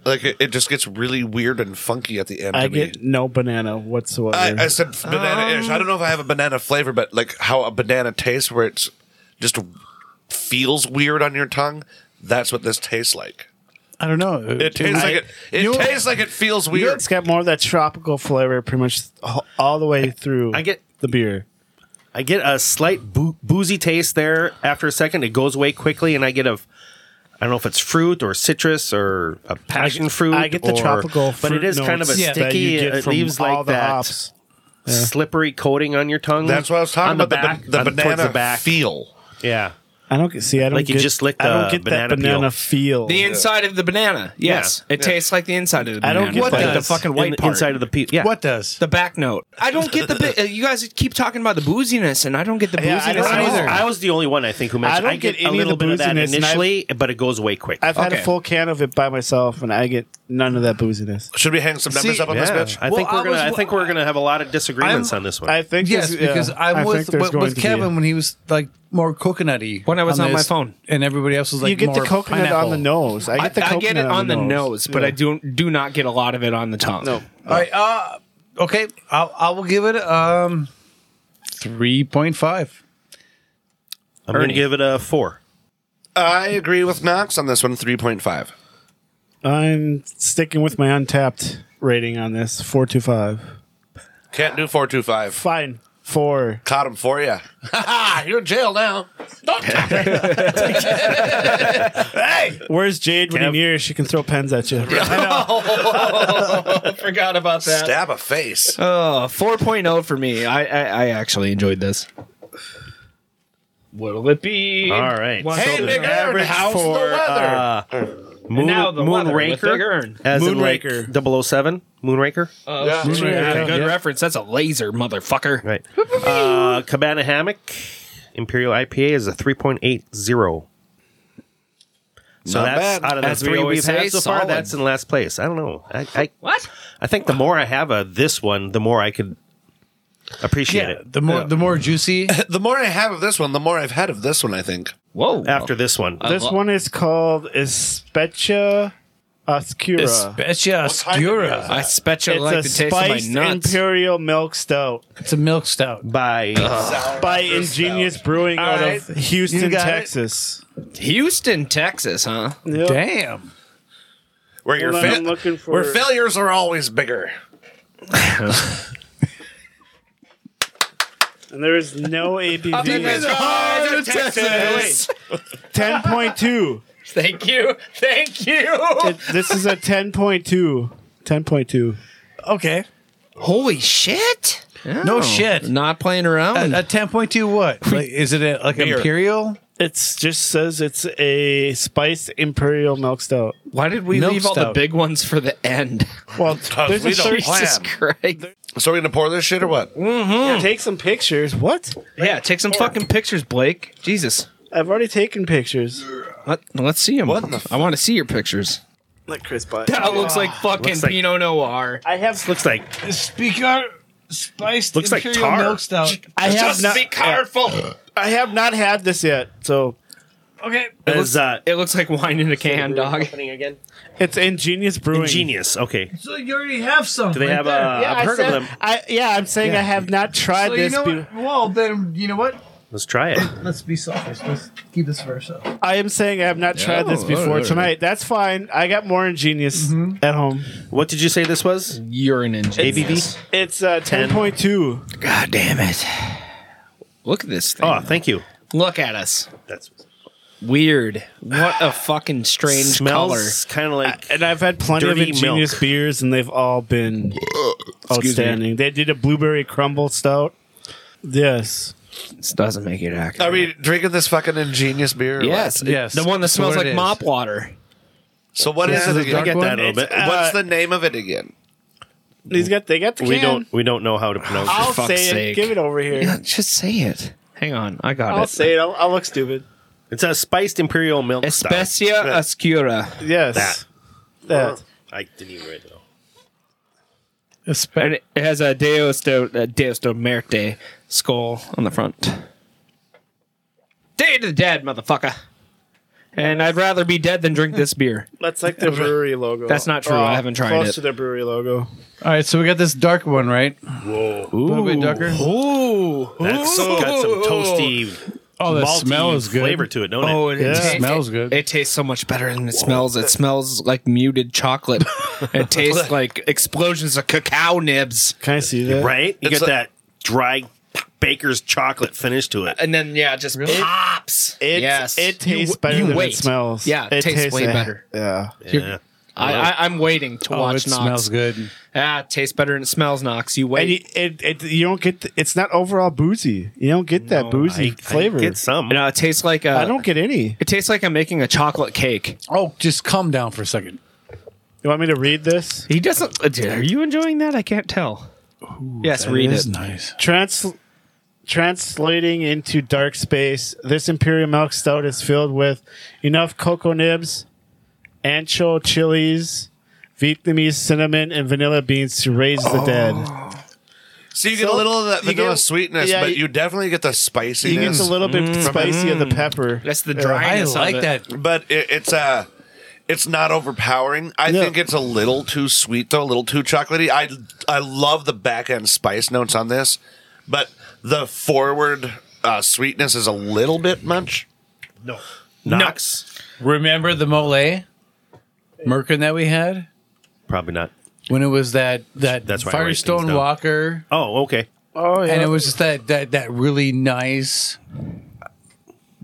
[SPEAKER 5] Like it, it just gets really weird and funky at the end.
[SPEAKER 3] I
[SPEAKER 5] to me.
[SPEAKER 3] get no banana whatsoever.
[SPEAKER 5] I, I said banana-ish.
[SPEAKER 4] Oh.
[SPEAKER 5] I don't know if I have a banana flavor, but like how a banana tastes, where it's just feels weird on your tongue. That's what this tastes like.
[SPEAKER 1] I don't know.
[SPEAKER 5] It tastes like it. It
[SPEAKER 1] you know-
[SPEAKER 5] tastes like it feels weird.
[SPEAKER 3] it's got more of that tropical flavor pretty much all- all the way through
[SPEAKER 4] I get-
[SPEAKER 3] the beer.
[SPEAKER 4] I get a slight boo- boozy taste there after a second. It goes away quickly, and I get a. I don't know if it's fruit or citrus or a passion fruit.
[SPEAKER 3] I get the
[SPEAKER 4] or-
[SPEAKER 3] tropical
[SPEAKER 4] but it
[SPEAKER 3] fruit
[SPEAKER 4] is kind of a
[SPEAKER 3] notes
[SPEAKER 1] Yeah.
[SPEAKER 3] that you
[SPEAKER 4] sticky.
[SPEAKER 3] get
[SPEAKER 4] It
[SPEAKER 3] from
[SPEAKER 4] leaves
[SPEAKER 3] all
[SPEAKER 4] like
[SPEAKER 3] the
[SPEAKER 4] that
[SPEAKER 3] hops.
[SPEAKER 4] slippery coating on your tongue.
[SPEAKER 5] That's what I was talking
[SPEAKER 4] On
[SPEAKER 5] about.
[SPEAKER 4] back,
[SPEAKER 5] the, ba-
[SPEAKER 4] on-
[SPEAKER 5] the
[SPEAKER 4] towards
[SPEAKER 5] banana
[SPEAKER 4] the back.
[SPEAKER 5] feel.
[SPEAKER 4] Yeah,
[SPEAKER 3] I don't get- see. I don't
[SPEAKER 4] Like you
[SPEAKER 3] get,
[SPEAKER 4] just licked
[SPEAKER 3] I don't
[SPEAKER 4] a
[SPEAKER 3] get
[SPEAKER 4] banana
[SPEAKER 3] that banana
[SPEAKER 4] peel.
[SPEAKER 3] feel.
[SPEAKER 6] The inside of the banana. Yes. It tastes like the inside of the
[SPEAKER 3] I
[SPEAKER 6] banana.
[SPEAKER 3] don't get
[SPEAKER 6] What
[SPEAKER 3] that.
[SPEAKER 6] like the
[SPEAKER 3] Does.
[SPEAKER 6] fucking
[SPEAKER 4] In
[SPEAKER 6] white
[SPEAKER 4] the
[SPEAKER 6] part.
[SPEAKER 4] inside of the pe- yeah.
[SPEAKER 1] What does?
[SPEAKER 6] the back note. I don't get the bit. uh, You guys keep talking about the booziness, and I don't get the
[SPEAKER 3] Yeah,
[SPEAKER 6] booziness
[SPEAKER 3] I don't
[SPEAKER 4] I was,
[SPEAKER 3] either.
[SPEAKER 4] I was the only one I think who mentioned. I,
[SPEAKER 3] I don't
[SPEAKER 4] get,
[SPEAKER 3] get any
[SPEAKER 4] a
[SPEAKER 3] of
[SPEAKER 4] little
[SPEAKER 3] the
[SPEAKER 4] bit of that
[SPEAKER 3] booziness, and I've-
[SPEAKER 4] initially, but it goes away quick.
[SPEAKER 3] I've had
[SPEAKER 6] Okay.
[SPEAKER 3] a full can of it by myself, and I get none of that booziness.
[SPEAKER 5] Should we hang some numbers
[SPEAKER 1] See,
[SPEAKER 5] up on
[SPEAKER 4] yeah,
[SPEAKER 5] this bitch?
[SPEAKER 4] I think
[SPEAKER 1] Well,
[SPEAKER 4] we're
[SPEAKER 1] I
[SPEAKER 4] gonna.
[SPEAKER 1] was-
[SPEAKER 4] I think we're gonna have a lot of disagreements
[SPEAKER 1] I'm-
[SPEAKER 4] on this one.
[SPEAKER 3] I think
[SPEAKER 1] Yes,
[SPEAKER 3] this- yeah,
[SPEAKER 1] because I
[SPEAKER 3] I
[SPEAKER 1] was
[SPEAKER 3] think there's
[SPEAKER 1] with,
[SPEAKER 3] going
[SPEAKER 1] with
[SPEAKER 3] to be-
[SPEAKER 1] Kevin when he was like more coconutty.
[SPEAKER 6] When I was on my
[SPEAKER 1] this,
[SPEAKER 6] phone.
[SPEAKER 1] and everybody else was like,
[SPEAKER 3] you get the
[SPEAKER 1] more
[SPEAKER 3] coconut
[SPEAKER 1] pineapple.
[SPEAKER 3] on the nose. I
[SPEAKER 6] I,
[SPEAKER 3] get the
[SPEAKER 6] I
[SPEAKER 3] coconut
[SPEAKER 6] get it on the nose, but
[SPEAKER 3] Yeah.
[SPEAKER 6] I do do not get a lot of it on the tongue.
[SPEAKER 3] No.
[SPEAKER 1] All right, uh, okay, I'll, I will give it um three point five.
[SPEAKER 4] I'm gonna
[SPEAKER 6] Ernie.
[SPEAKER 4] give it a four.
[SPEAKER 5] I agree with Knox on this one. Three point five.
[SPEAKER 3] I'm sticking with my untapped rating on this. Four two five.
[SPEAKER 5] Can't do four two five.
[SPEAKER 3] Fine. Four.
[SPEAKER 5] Caught him for you. You're in jail now.
[SPEAKER 3] Where's Jade when you near? her? She can throw pens at you.
[SPEAKER 6] I forgot about that.
[SPEAKER 5] Stab a face.
[SPEAKER 4] Uh,
[SPEAKER 6] Oh, 4.0 for me. I, I I actually enjoyed this. What'll it be?
[SPEAKER 4] All right.
[SPEAKER 6] One
[SPEAKER 4] so
[SPEAKER 6] soda.
[SPEAKER 4] the average for uh, Moon,
[SPEAKER 6] now the weather with Big
[SPEAKER 4] Moonraker,
[SPEAKER 6] Earn.
[SPEAKER 4] as Moonraker,
[SPEAKER 3] Moonraker.
[SPEAKER 4] in like 007, Moonraker,
[SPEAKER 6] Oh,
[SPEAKER 5] Yeah.
[SPEAKER 6] shit.
[SPEAKER 3] Yeah.
[SPEAKER 6] Good
[SPEAKER 1] Yeah.
[SPEAKER 6] reference. That's a laser, motherfucker.
[SPEAKER 4] right? uh, Cabana Hammock Imperial IPA is a three point eight zero. So
[SPEAKER 5] Not
[SPEAKER 4] that's
[SPEAKER 5] bad.
[SPEAKER 4] out of the
[SPEAKER 6] As we
[SPEAKER 4] three
[SPEAKER 6] always
[SPEAKER 4] we've had
[SPEAKER 6] say,
[SPEAKER 4] so far,
[SPEAKER 6] solid.
[SPEAKER 4] that's in last place. I don't know. I, I
[SPEAKER 6] What?
[SPEAKER 4] I think the more I have of this one, the more I could appreciate
[SPEAKER 1] Yeah,
[SPEAKER 4] it.
[SPEAKER 1] the more the more juicy.
[SPEAKER 5] The more I have of this one, the more I've had of this one. I think.
[SPEAKER 6] Whoa.
[SPEAKER 4] After this one,
[SPEAKER 3] this one is called Especia Oscura.
[SPEAKER 1] Especia
[SPEAKER 5] beer is
[SPEAKER 1] Oscura.
[SPEAKER 6] I bet you
[SPEAKER 3] it's
[SPEAKER 6] like the
[SPEAKER 3] a
[SPEAKER 6] taste of my
[SPEAKER 3] spiced
[SPEAKER 6] nuts.
[SPEAKER 3] imperial milk stout
[SPEAKER 1] It's a milk stout.
[SPEAKER 4] by
[SPEAKER 3] by Ingenious Brewing out
[SPEAKER 1] right.
[SPEAKER 3] of Houston,
[SPEAKER 1] got it.
[SPEAKER 3] Texas.
[SPEAKER 6] Houston, Texas, huh?
[SPEAKER 3] Yep.
[SPEAKER 1] Damn.
[SPEAKER 5] Where your
[SPEAKER 3] Hold on, I'm
[SPEAKER 5] fa-
[SPEAKER 3] looking for-
[SPEAKER 5] where failures are always bigger.
[SPEAKER 3] And there is no ABV. Ten point two.
[SPEAKER 6] Thank you. Thank you.
[SPEAKER 3] This is a ten point two. Ten point two.
[SPEAKER 1] Okay.
[SPEAKER 6] Holy shit! Oh. Uh,
[SPEAKER 1] No shit.
[SPEAKER 6] Not playing around.
[SPEAKER 1] A, a 10.2 what? Like, is it a, like imperial?
[SPEAKER 3] It just says it's a spiced imperial milk stout.
[SPEAKER 6] Why did we
[SPEAKER 1] Milk
[SPEAKER 6] leave all the
[SPEAKER 1] stout.
[SPEAKER 6] big ones for the end?
[SPEAKER 3] Well,
[SPEAKER 5] Because
[SPEAKER 3] there's
[SPEAKER 5] we
[SPEAKER 3] a
[SPEAKER 5] don't
[SPEAKER 3] shirt-
[SPEAKER 5] plan.
[SPEAKER 6] Jesus Christ!
[SPEAKER 5] So we're gonna pour this shit or what?
[SPEAKER 3] Take some pictures. What?
[SPEAKER 6] Yeah, take some fucking pictures, Blake. Jesus.
[SPEAKER 3] I've already taken pictures.
[SPEAKER 6] Let, let's see them.
[SPEAKER 5] What in the f-
[SPEAKER 6] I want to see your pictures.
[SPEAKER 3] Like Chris Butt.
[SPEAKER 6] That looks like fucking
[SPEAKER 4] like-
[SPEAKER 6] Pinot Noir.
[SPEAKER 3] I have
[SPEAKER 4] Looks like
[SPEAKER 1] Speaker spiced
[SPEAKER 4] Looks like tar.
[SPEAKER 1] stout.
[SPEAKER 3] I have not
[SPEAKER 6] careful.
[SPEAKER 3] I have not had this yet. So
[SPEAKER 1] Okay.
[SPEAKER 6] It looks,
[SPEAKER 4] is uh,
[SPEAKER 6] it looks like wine in a can, dog.
[SPEAKER 2] again.
[SPEAKER 3] it's ingenious brewing.
[SPEAKER 4] ingenious. Okay,
[SPEAKER 1] So you already have some.
[SPEAKER 4] do they have? Uh,
[SPEAKER 3] Yeah,
[SPEAKER 4] I've
[SPEAKER 3] I
[SPEAKER 4] heard
[SPEAKER 3] said-
[SPEAKER 4] of them.
[SPEAKER 3] I, yeah, I'm saying I have not tried
[SPEAKER 1] So you
[SPEAKER 3] this.
[SPEAKER 1] know
[SPEAKER 3] be-
[SPEAKER 1] what? Well, then you know what?
[SPEAKER 4] Let's try it.
[SPEAKER 1] Let's be selfish. Let's keep this for ourselves.
[SPEAKER 3] I am saying I have not tried this
[SPEAKER 6] oh,
[SPEAKER 3] before
[SPEAKER 6] alright.
[SPEAKER 3] tonight. That's fine. I got more ingenious at home.
[SPEAKER 4] What did you say this was?
[SPEAKER 6] You're an engineer.
[SPEAKER 4] ABV.
[SPEAKER 3] It's uh, ten point two.
[SPEAKER 6] God damn it. Look at this thing.
[SPEAKER 4] Oh, thank you.
[SPEAKER 6] Look at us.
[SPEAKER 4] That's
[SPEAKER 6] Weird. What a fucking strange
[SPEAKER 4] smells kind of like
[SPEAKER 3] And I've had plenty of
[SPEAKER 4] Dirty
[SPEAKER 3] ingenious
[SPEAKER 4] milk.
[SPEAKER 3] beers, and they've all been outstanding. They did a blueberry crumble stout. Yes,
[SPEAKER 6] color. This doesn't make it accurate.
[SPEAKER 5] Are we drinking this fucking ingenious beer? or
[SPEAKER 6] yes, it-
[SPEAKER 1] Yes.
[SPEAKER 6] The one that
[SPEAKER 1] So
[SPEAKER 6] smells
[SPEAKER 1] what it
[SPEAKER 6] like
[SPEAKER 1] is.
[SPEAKER 6] mop water.
[SPEAKER 5] what? So what is
[SPEAKER 4] Yeah,
[SPEAKER 5] it again?
[SPEAKER 4] I get that a little bit.
[SPEAKER 5] It's- What's the name of it again?
[SPEAKER 3] he's got. They got the
[SPEAKER 4] we
[SPEAKER 3] can.
[SPEAKER 4] don't we don't know how to pronounce it.
[SPEAKER 3] I'll
[SPEAKER 6] fuck's
[SPEAKER 3] say
[SPEAKER 6] sake.
[SPEAKER 3] it. Give it over here.
[SPEAKER 6] Yeah, just say it. Hang on, I got
[SPEAKER 3] I'll
[SPEAKER 6] it.
[SPEAKER 3] say it. I'll, I'll look stupid.
[SPEAKER 4] It's a spiced imperial milk stout.
[SPEAKER 6] Especia oscura.
[SPEAKER 3] Yes.
[SPEAKER 4] That.
[SPEAKER 3] That.
[SPEAKER 4] I didn't even write it down.
[SPEAKER 6] And it has a Deus do, uh, Deus do Merte skull on the front. Day to the dead, motherfucker. And I'd rather be dead than drink this beer.
[SPEAKER 3] That's like the brewery logo.
[SPEAKER 6] That's not true. I haven't tried
[SPEAKER 3] close
[SPEAKER 6] it.
[SPEAKER 3] to their brewery logo.
[SPEAKER 1] All right, so we got this dark one, right? Whoa. A little bit darker.
[SPEAKER 6] Ooh.
[SPEAKER 4] That's got some toasty,
[SPEAKER 1] Oh, the
[SPEAKER 4] malty
[SPEAKER 1] smell is good.
[SPEAKER 4] flavor to it, don't
[SPEAKER 6] Oh,
[SPEAKER 4] it?
[SPEAKER 6] it,
[SPEAKER 3] Yeah.
[SPEAKER 6] it-
[SPEAKER 1] Smells
[SPEAKER 6] it-
[SPEAKER 1] good.
[SPEAKER 6] It tastes so much better than it smells. It smells like muted chocolate. it tastes like explosions of cacao nibs.
[SPEAKER 3] Can I see that?
[SPEAKER 4] Right? You
[SPEAKER 5] It's
[SPEAKER 4] get
[SPEAKER 5] like-
[SPEAKER 4] that dry baker's chocolate finish to it.
[SPEAKER 6] And then, yeah, just pops.
[SPEAKER 3] It,
[SPEAKER 6] yes.
[SPEAKER 3] it
[SPEAKER 6] You-
[SPEAKER 3] tastes better
[SPEAKER 6] you
[SPEAKER 3] than
[SPEAKER 6] wait.
[SPEAKER 3] it smells.
[SPEAKER 6] Yeah, it, tastes, way
[SPEAKER 3] like-
[SPEAKER 6] better.
[SPEAKER 3] Yeah.
[SPEAKER 4] Yeah.
[SPEAKER 6] I, I, I'm waiting to
[SPEAKER 1] Oh, it
[SPEAKER 6] watch Knox.
[SPEAKER 1] smells good.
[SPEAKER 6] Ah, it tastes better and it smells Knox. You
[SPEAKER 3] And you,
[SPEAKER 6] wait.
[SPEAKER 3] it, it, you don't get the, it's not overall boozy. You don't get that boozy flavor. I,
[SPEAKER 4] Get some.
[SPEAKER 6] You know, it tastes like a.
[SPEAKER 3] don't get any.
[SPEAKER 6] It tastes like I'm making a chocolate cake.
[SPEAKER 1] Oh, just calm down for a second.
[SPEAKER 3] You want me to read this?
[SPEAKER 6] He doesn't. uh, Are you enjoying that? I can't tell. yes, read
[SPEAKER 1] That
[SPEAKER 6] it.
[SPEAKER 1] is nice.
[SPEAKER 3] Trans, translating into dark space, this imperial milk stout is filled with enough cocoa nibs, ancho chilies, Vietnamese cinnamon, and vanilla beans to raise the dead.
[SPEAKER 5] So you get
[SPEAKER 3] So
[SPEAKER 5] a little of that
[SPEAKER 3] you
[SPEAKER 5] vanilla
[SPEAKER 3] get-
[SPEAKER 5] sweetness,
[SPEAKER 3] yeah,
[SPEAKER 5] but
[SPEAKER 3] you-
[SPEAKER 5] you definitely get the spiciness.
[SPEAKER 3] You get a little bit spicy of the pepper.
[SPEAKER 6] That's the
[SPEAKER 1] I
[SPEAKER 6] dryness.
[SPEAKER 1] like
[SPEAKER 6] of it.
[SPEAKER 1] that.
[SPEAKER 5] but it, it's uh it's not overpowering. I
[SPEAKER 3] No.
[SPEAKER 5] think it's a little too sweet though, a little too chocolatey. I I love the back end spice notes on this, but the forward uh, sweetness is a little bit much.
[SPEAKER 4] Knox?
[SPEAKER 1] Remember the mole merkin that we had
[SPEAKER 4] Probably not.
[SPEAKER 1] when it was that that
[SPEAKER 4] That's why I write things
[SPEAKER 1] Firestone
[SPEAKER 4] down.
[SPEAKER 1] Walker,
[SPEAKER 4] Oh, okay.
[SPEAKER 3] Oh yeah.
[SPEAKER 1] and it was just that that that really nice,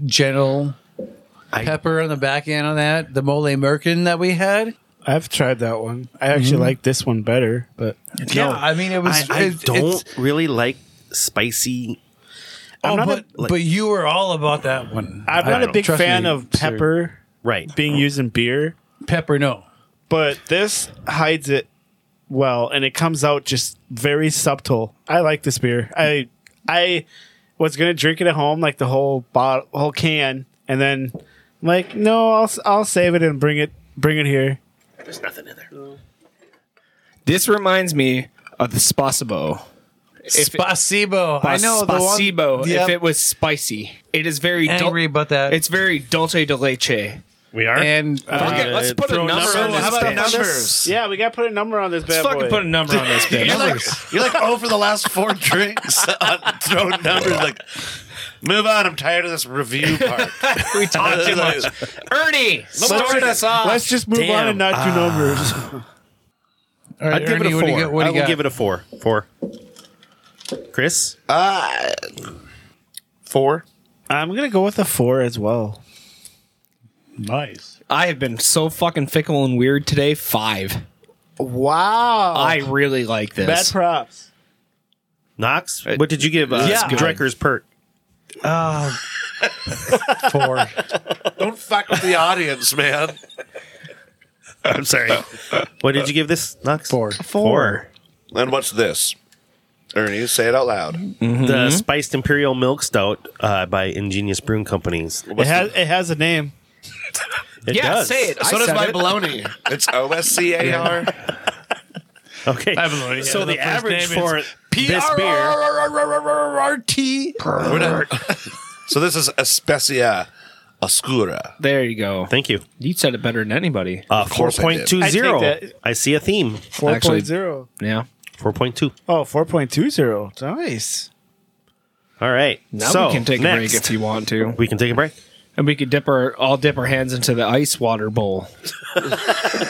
[SPEAKER 1] gentle pepper on the back end on that the mole merkin that we had.
[SPEAKER 3] I've tried that one. I actually like this one better, but
[SPEAKER 1] Yeah, I mean it was.
[SPEAKER 4] I, I
[SPEAKER 1] it-
[SPEAKER 4] don't
[SPEAKER 1] it's-
[SPEAKER 4] really like spicy.
[SPEAKER 1] Oh,
[SPEAKER 3] not a-
[SPEAKER 1] but but you were all about that one.
[SPEAKER 3] I'm not
[SPEAKER 4] don't
[SPEAKER 3] a big
[SPEAKER 1] trust
[SPEAKER 3] fan
[SPEAKER 1] me,
[SPEAKER 3] of
[SPEAKER 1] sir.
[SPEAKER 3] pepper
[SPEAKER 4] Right.
[SPEAKER 3] being used in beer.
[SPEAKER 1] Pepper, no.
[SPEAKER 3] but this hides it well and it comes out just very subtle i like this beer i i was gonna drink it at home like the whole bottle whole can and then I'm like no i'll s- i'll save it and bring it bring it here
[SPEAKER 6] This reminds me of the Spasibo. If it-
[SPEAKER 1] Spasibo. I know the one.
[SPEAKER 6] Spasibo.
[SPEAKER 1] Yep.
[SPEAKER 6] If it was spicy, it is very dul-
[SPEAKER 1] angry about that.
[SPEAKER 6] It's very dulce de leche.
[SPEAKER 4] We are?
[SPEAKER 1] and uh,
[SPEAKER 6] Fuck it, let's put a
[SPEAKER 4] throw
[SPEAKER 6] number
[SPEAKER 4] numbers
[SPEAKER 6] on
[SPEAKER 4] in
[SPEAKER 6] this.
[SPEAKER 4] How about
[SPEAKER 6] bitch.
[SPEAKER 5] numbers?
[SPEAKER 3] yeah we gotta put a number on this bad
[SPEAKER 6] Let's fucking
[SPEAKER 3] boy
[SPEAKER 6] put a number on this
[SPEAKER 5] You're
[SPEAKER 6] bitch.
[SPEAKER 5] like, you're like oh for the last four drinks, on throwing numbers like. Move on. I'm tired of this review part.
[SPEAKER 6] we talked too much. Ernie, start us off.
[SPEAKER 3] let's just move on and not do numbers
[SPEAKER 1] all right,
[SPEAKER 4] I'd give it
[SPEAKER 1] Ernie,
[SPEAKER 4] a four.
[SPEAKER 1] what do you got- what do
[SPEAKER 4] I
[SPEAKER 1] you
[SPEAKER 4] will
[SPEAKER 1] got?
[SPEAKER 4] give it a four. Four. Chris?
[SPEAKER 5] Uh, Four.
[SPEAKER 3] i'm gonna go with a four as well
[SPEAKER 1] nice.
[SPEAKER 6] I have been so fucking fickle and weird today. Five.
[SPEAKER 3] Wow.
[SPEAKER 6] I really like this.
[SPEAKER 3] Bad props.
[SPEAKER 4] Knox, what did you give uh,
[SPEAKER 6] Yeah.
[SPEAKER 4] Drecker's Perk?
[SPEAKER 1] Four.
[SPEAKER 5] Don't fuck with the audience, man.
[SPEAKER 4] I'm sorry. what did you give this, Knox?
[SPEAKER 1] Four.
[SPEAKER 4] Four.
[SPEAKER 5] And what's this? Ernie, say it out loud.
[SPEAKER 4] The
[SPEAKER 1] Mm-hmm.
[SPEAKER 4] Spiced Imperial Milk Stout uh, by Ingenious Brewing Companies.
[SPEAKER 3] It has, it has a name.
[SPEAKER 4] It
[SPEAKER 6] yeah,
[SPEAKER 4] does.
[SPEAKER 6] say it.
[SPEAKER 5] So
[SPEAKER 6] I
[SPEAKER 5] does
[SPEAKER 6] said
[SPEAKER 5] my
[SPEAKER 6] it.
[SPEAKER 5] baloney. It's O S C A R.
[SPEAKER 4] Okay.
[SPEAKER 7] already
[SPEAKER 4] So
[SPEAKER 7] had
[SPEAKER 4] the
[SPEAKER 7] the first
[SPEAKER 4] average
[SPEAKER 7] name
[SPEAKER 4] for this beer.
[SPEAKER 1] P-R-R-R-R-R-T.
[SPEAKER 5] We're not- So this is Especia Oscura.
[SPEAKER 6] There you go.
[SPEAKER 4] Thank you.
[SPEAKER 6] You said it better than anybody.
[SPEAKER 4] Uh,
[SPEAKER 5] course I did.
[SPEAKER 4] 4.20.
[SPEAKER 3] I
[SPEAKER 4] I,
[SPEAKER 3] take
[SPEAKER 4] see a theme.
[SPEAKER 3] 4.0.
[SPEAKER 6] Yeah.
[SPEAKER 4] 4.2.
[SPEAKER 3] Oh, 4.20. Nice.
[SPEAKER 4] All right.
[SPEAKER 6] Now
[SPEAKER 4] so
[SPEAKER 6] we can take a break
[SPEAKER 4] next,
[SPEAKER 6] if you want to,
[SPEAKER 4] We can take a break.
[SPEAKER 6] and we could dip our all dip our hands into the ice water bowl, and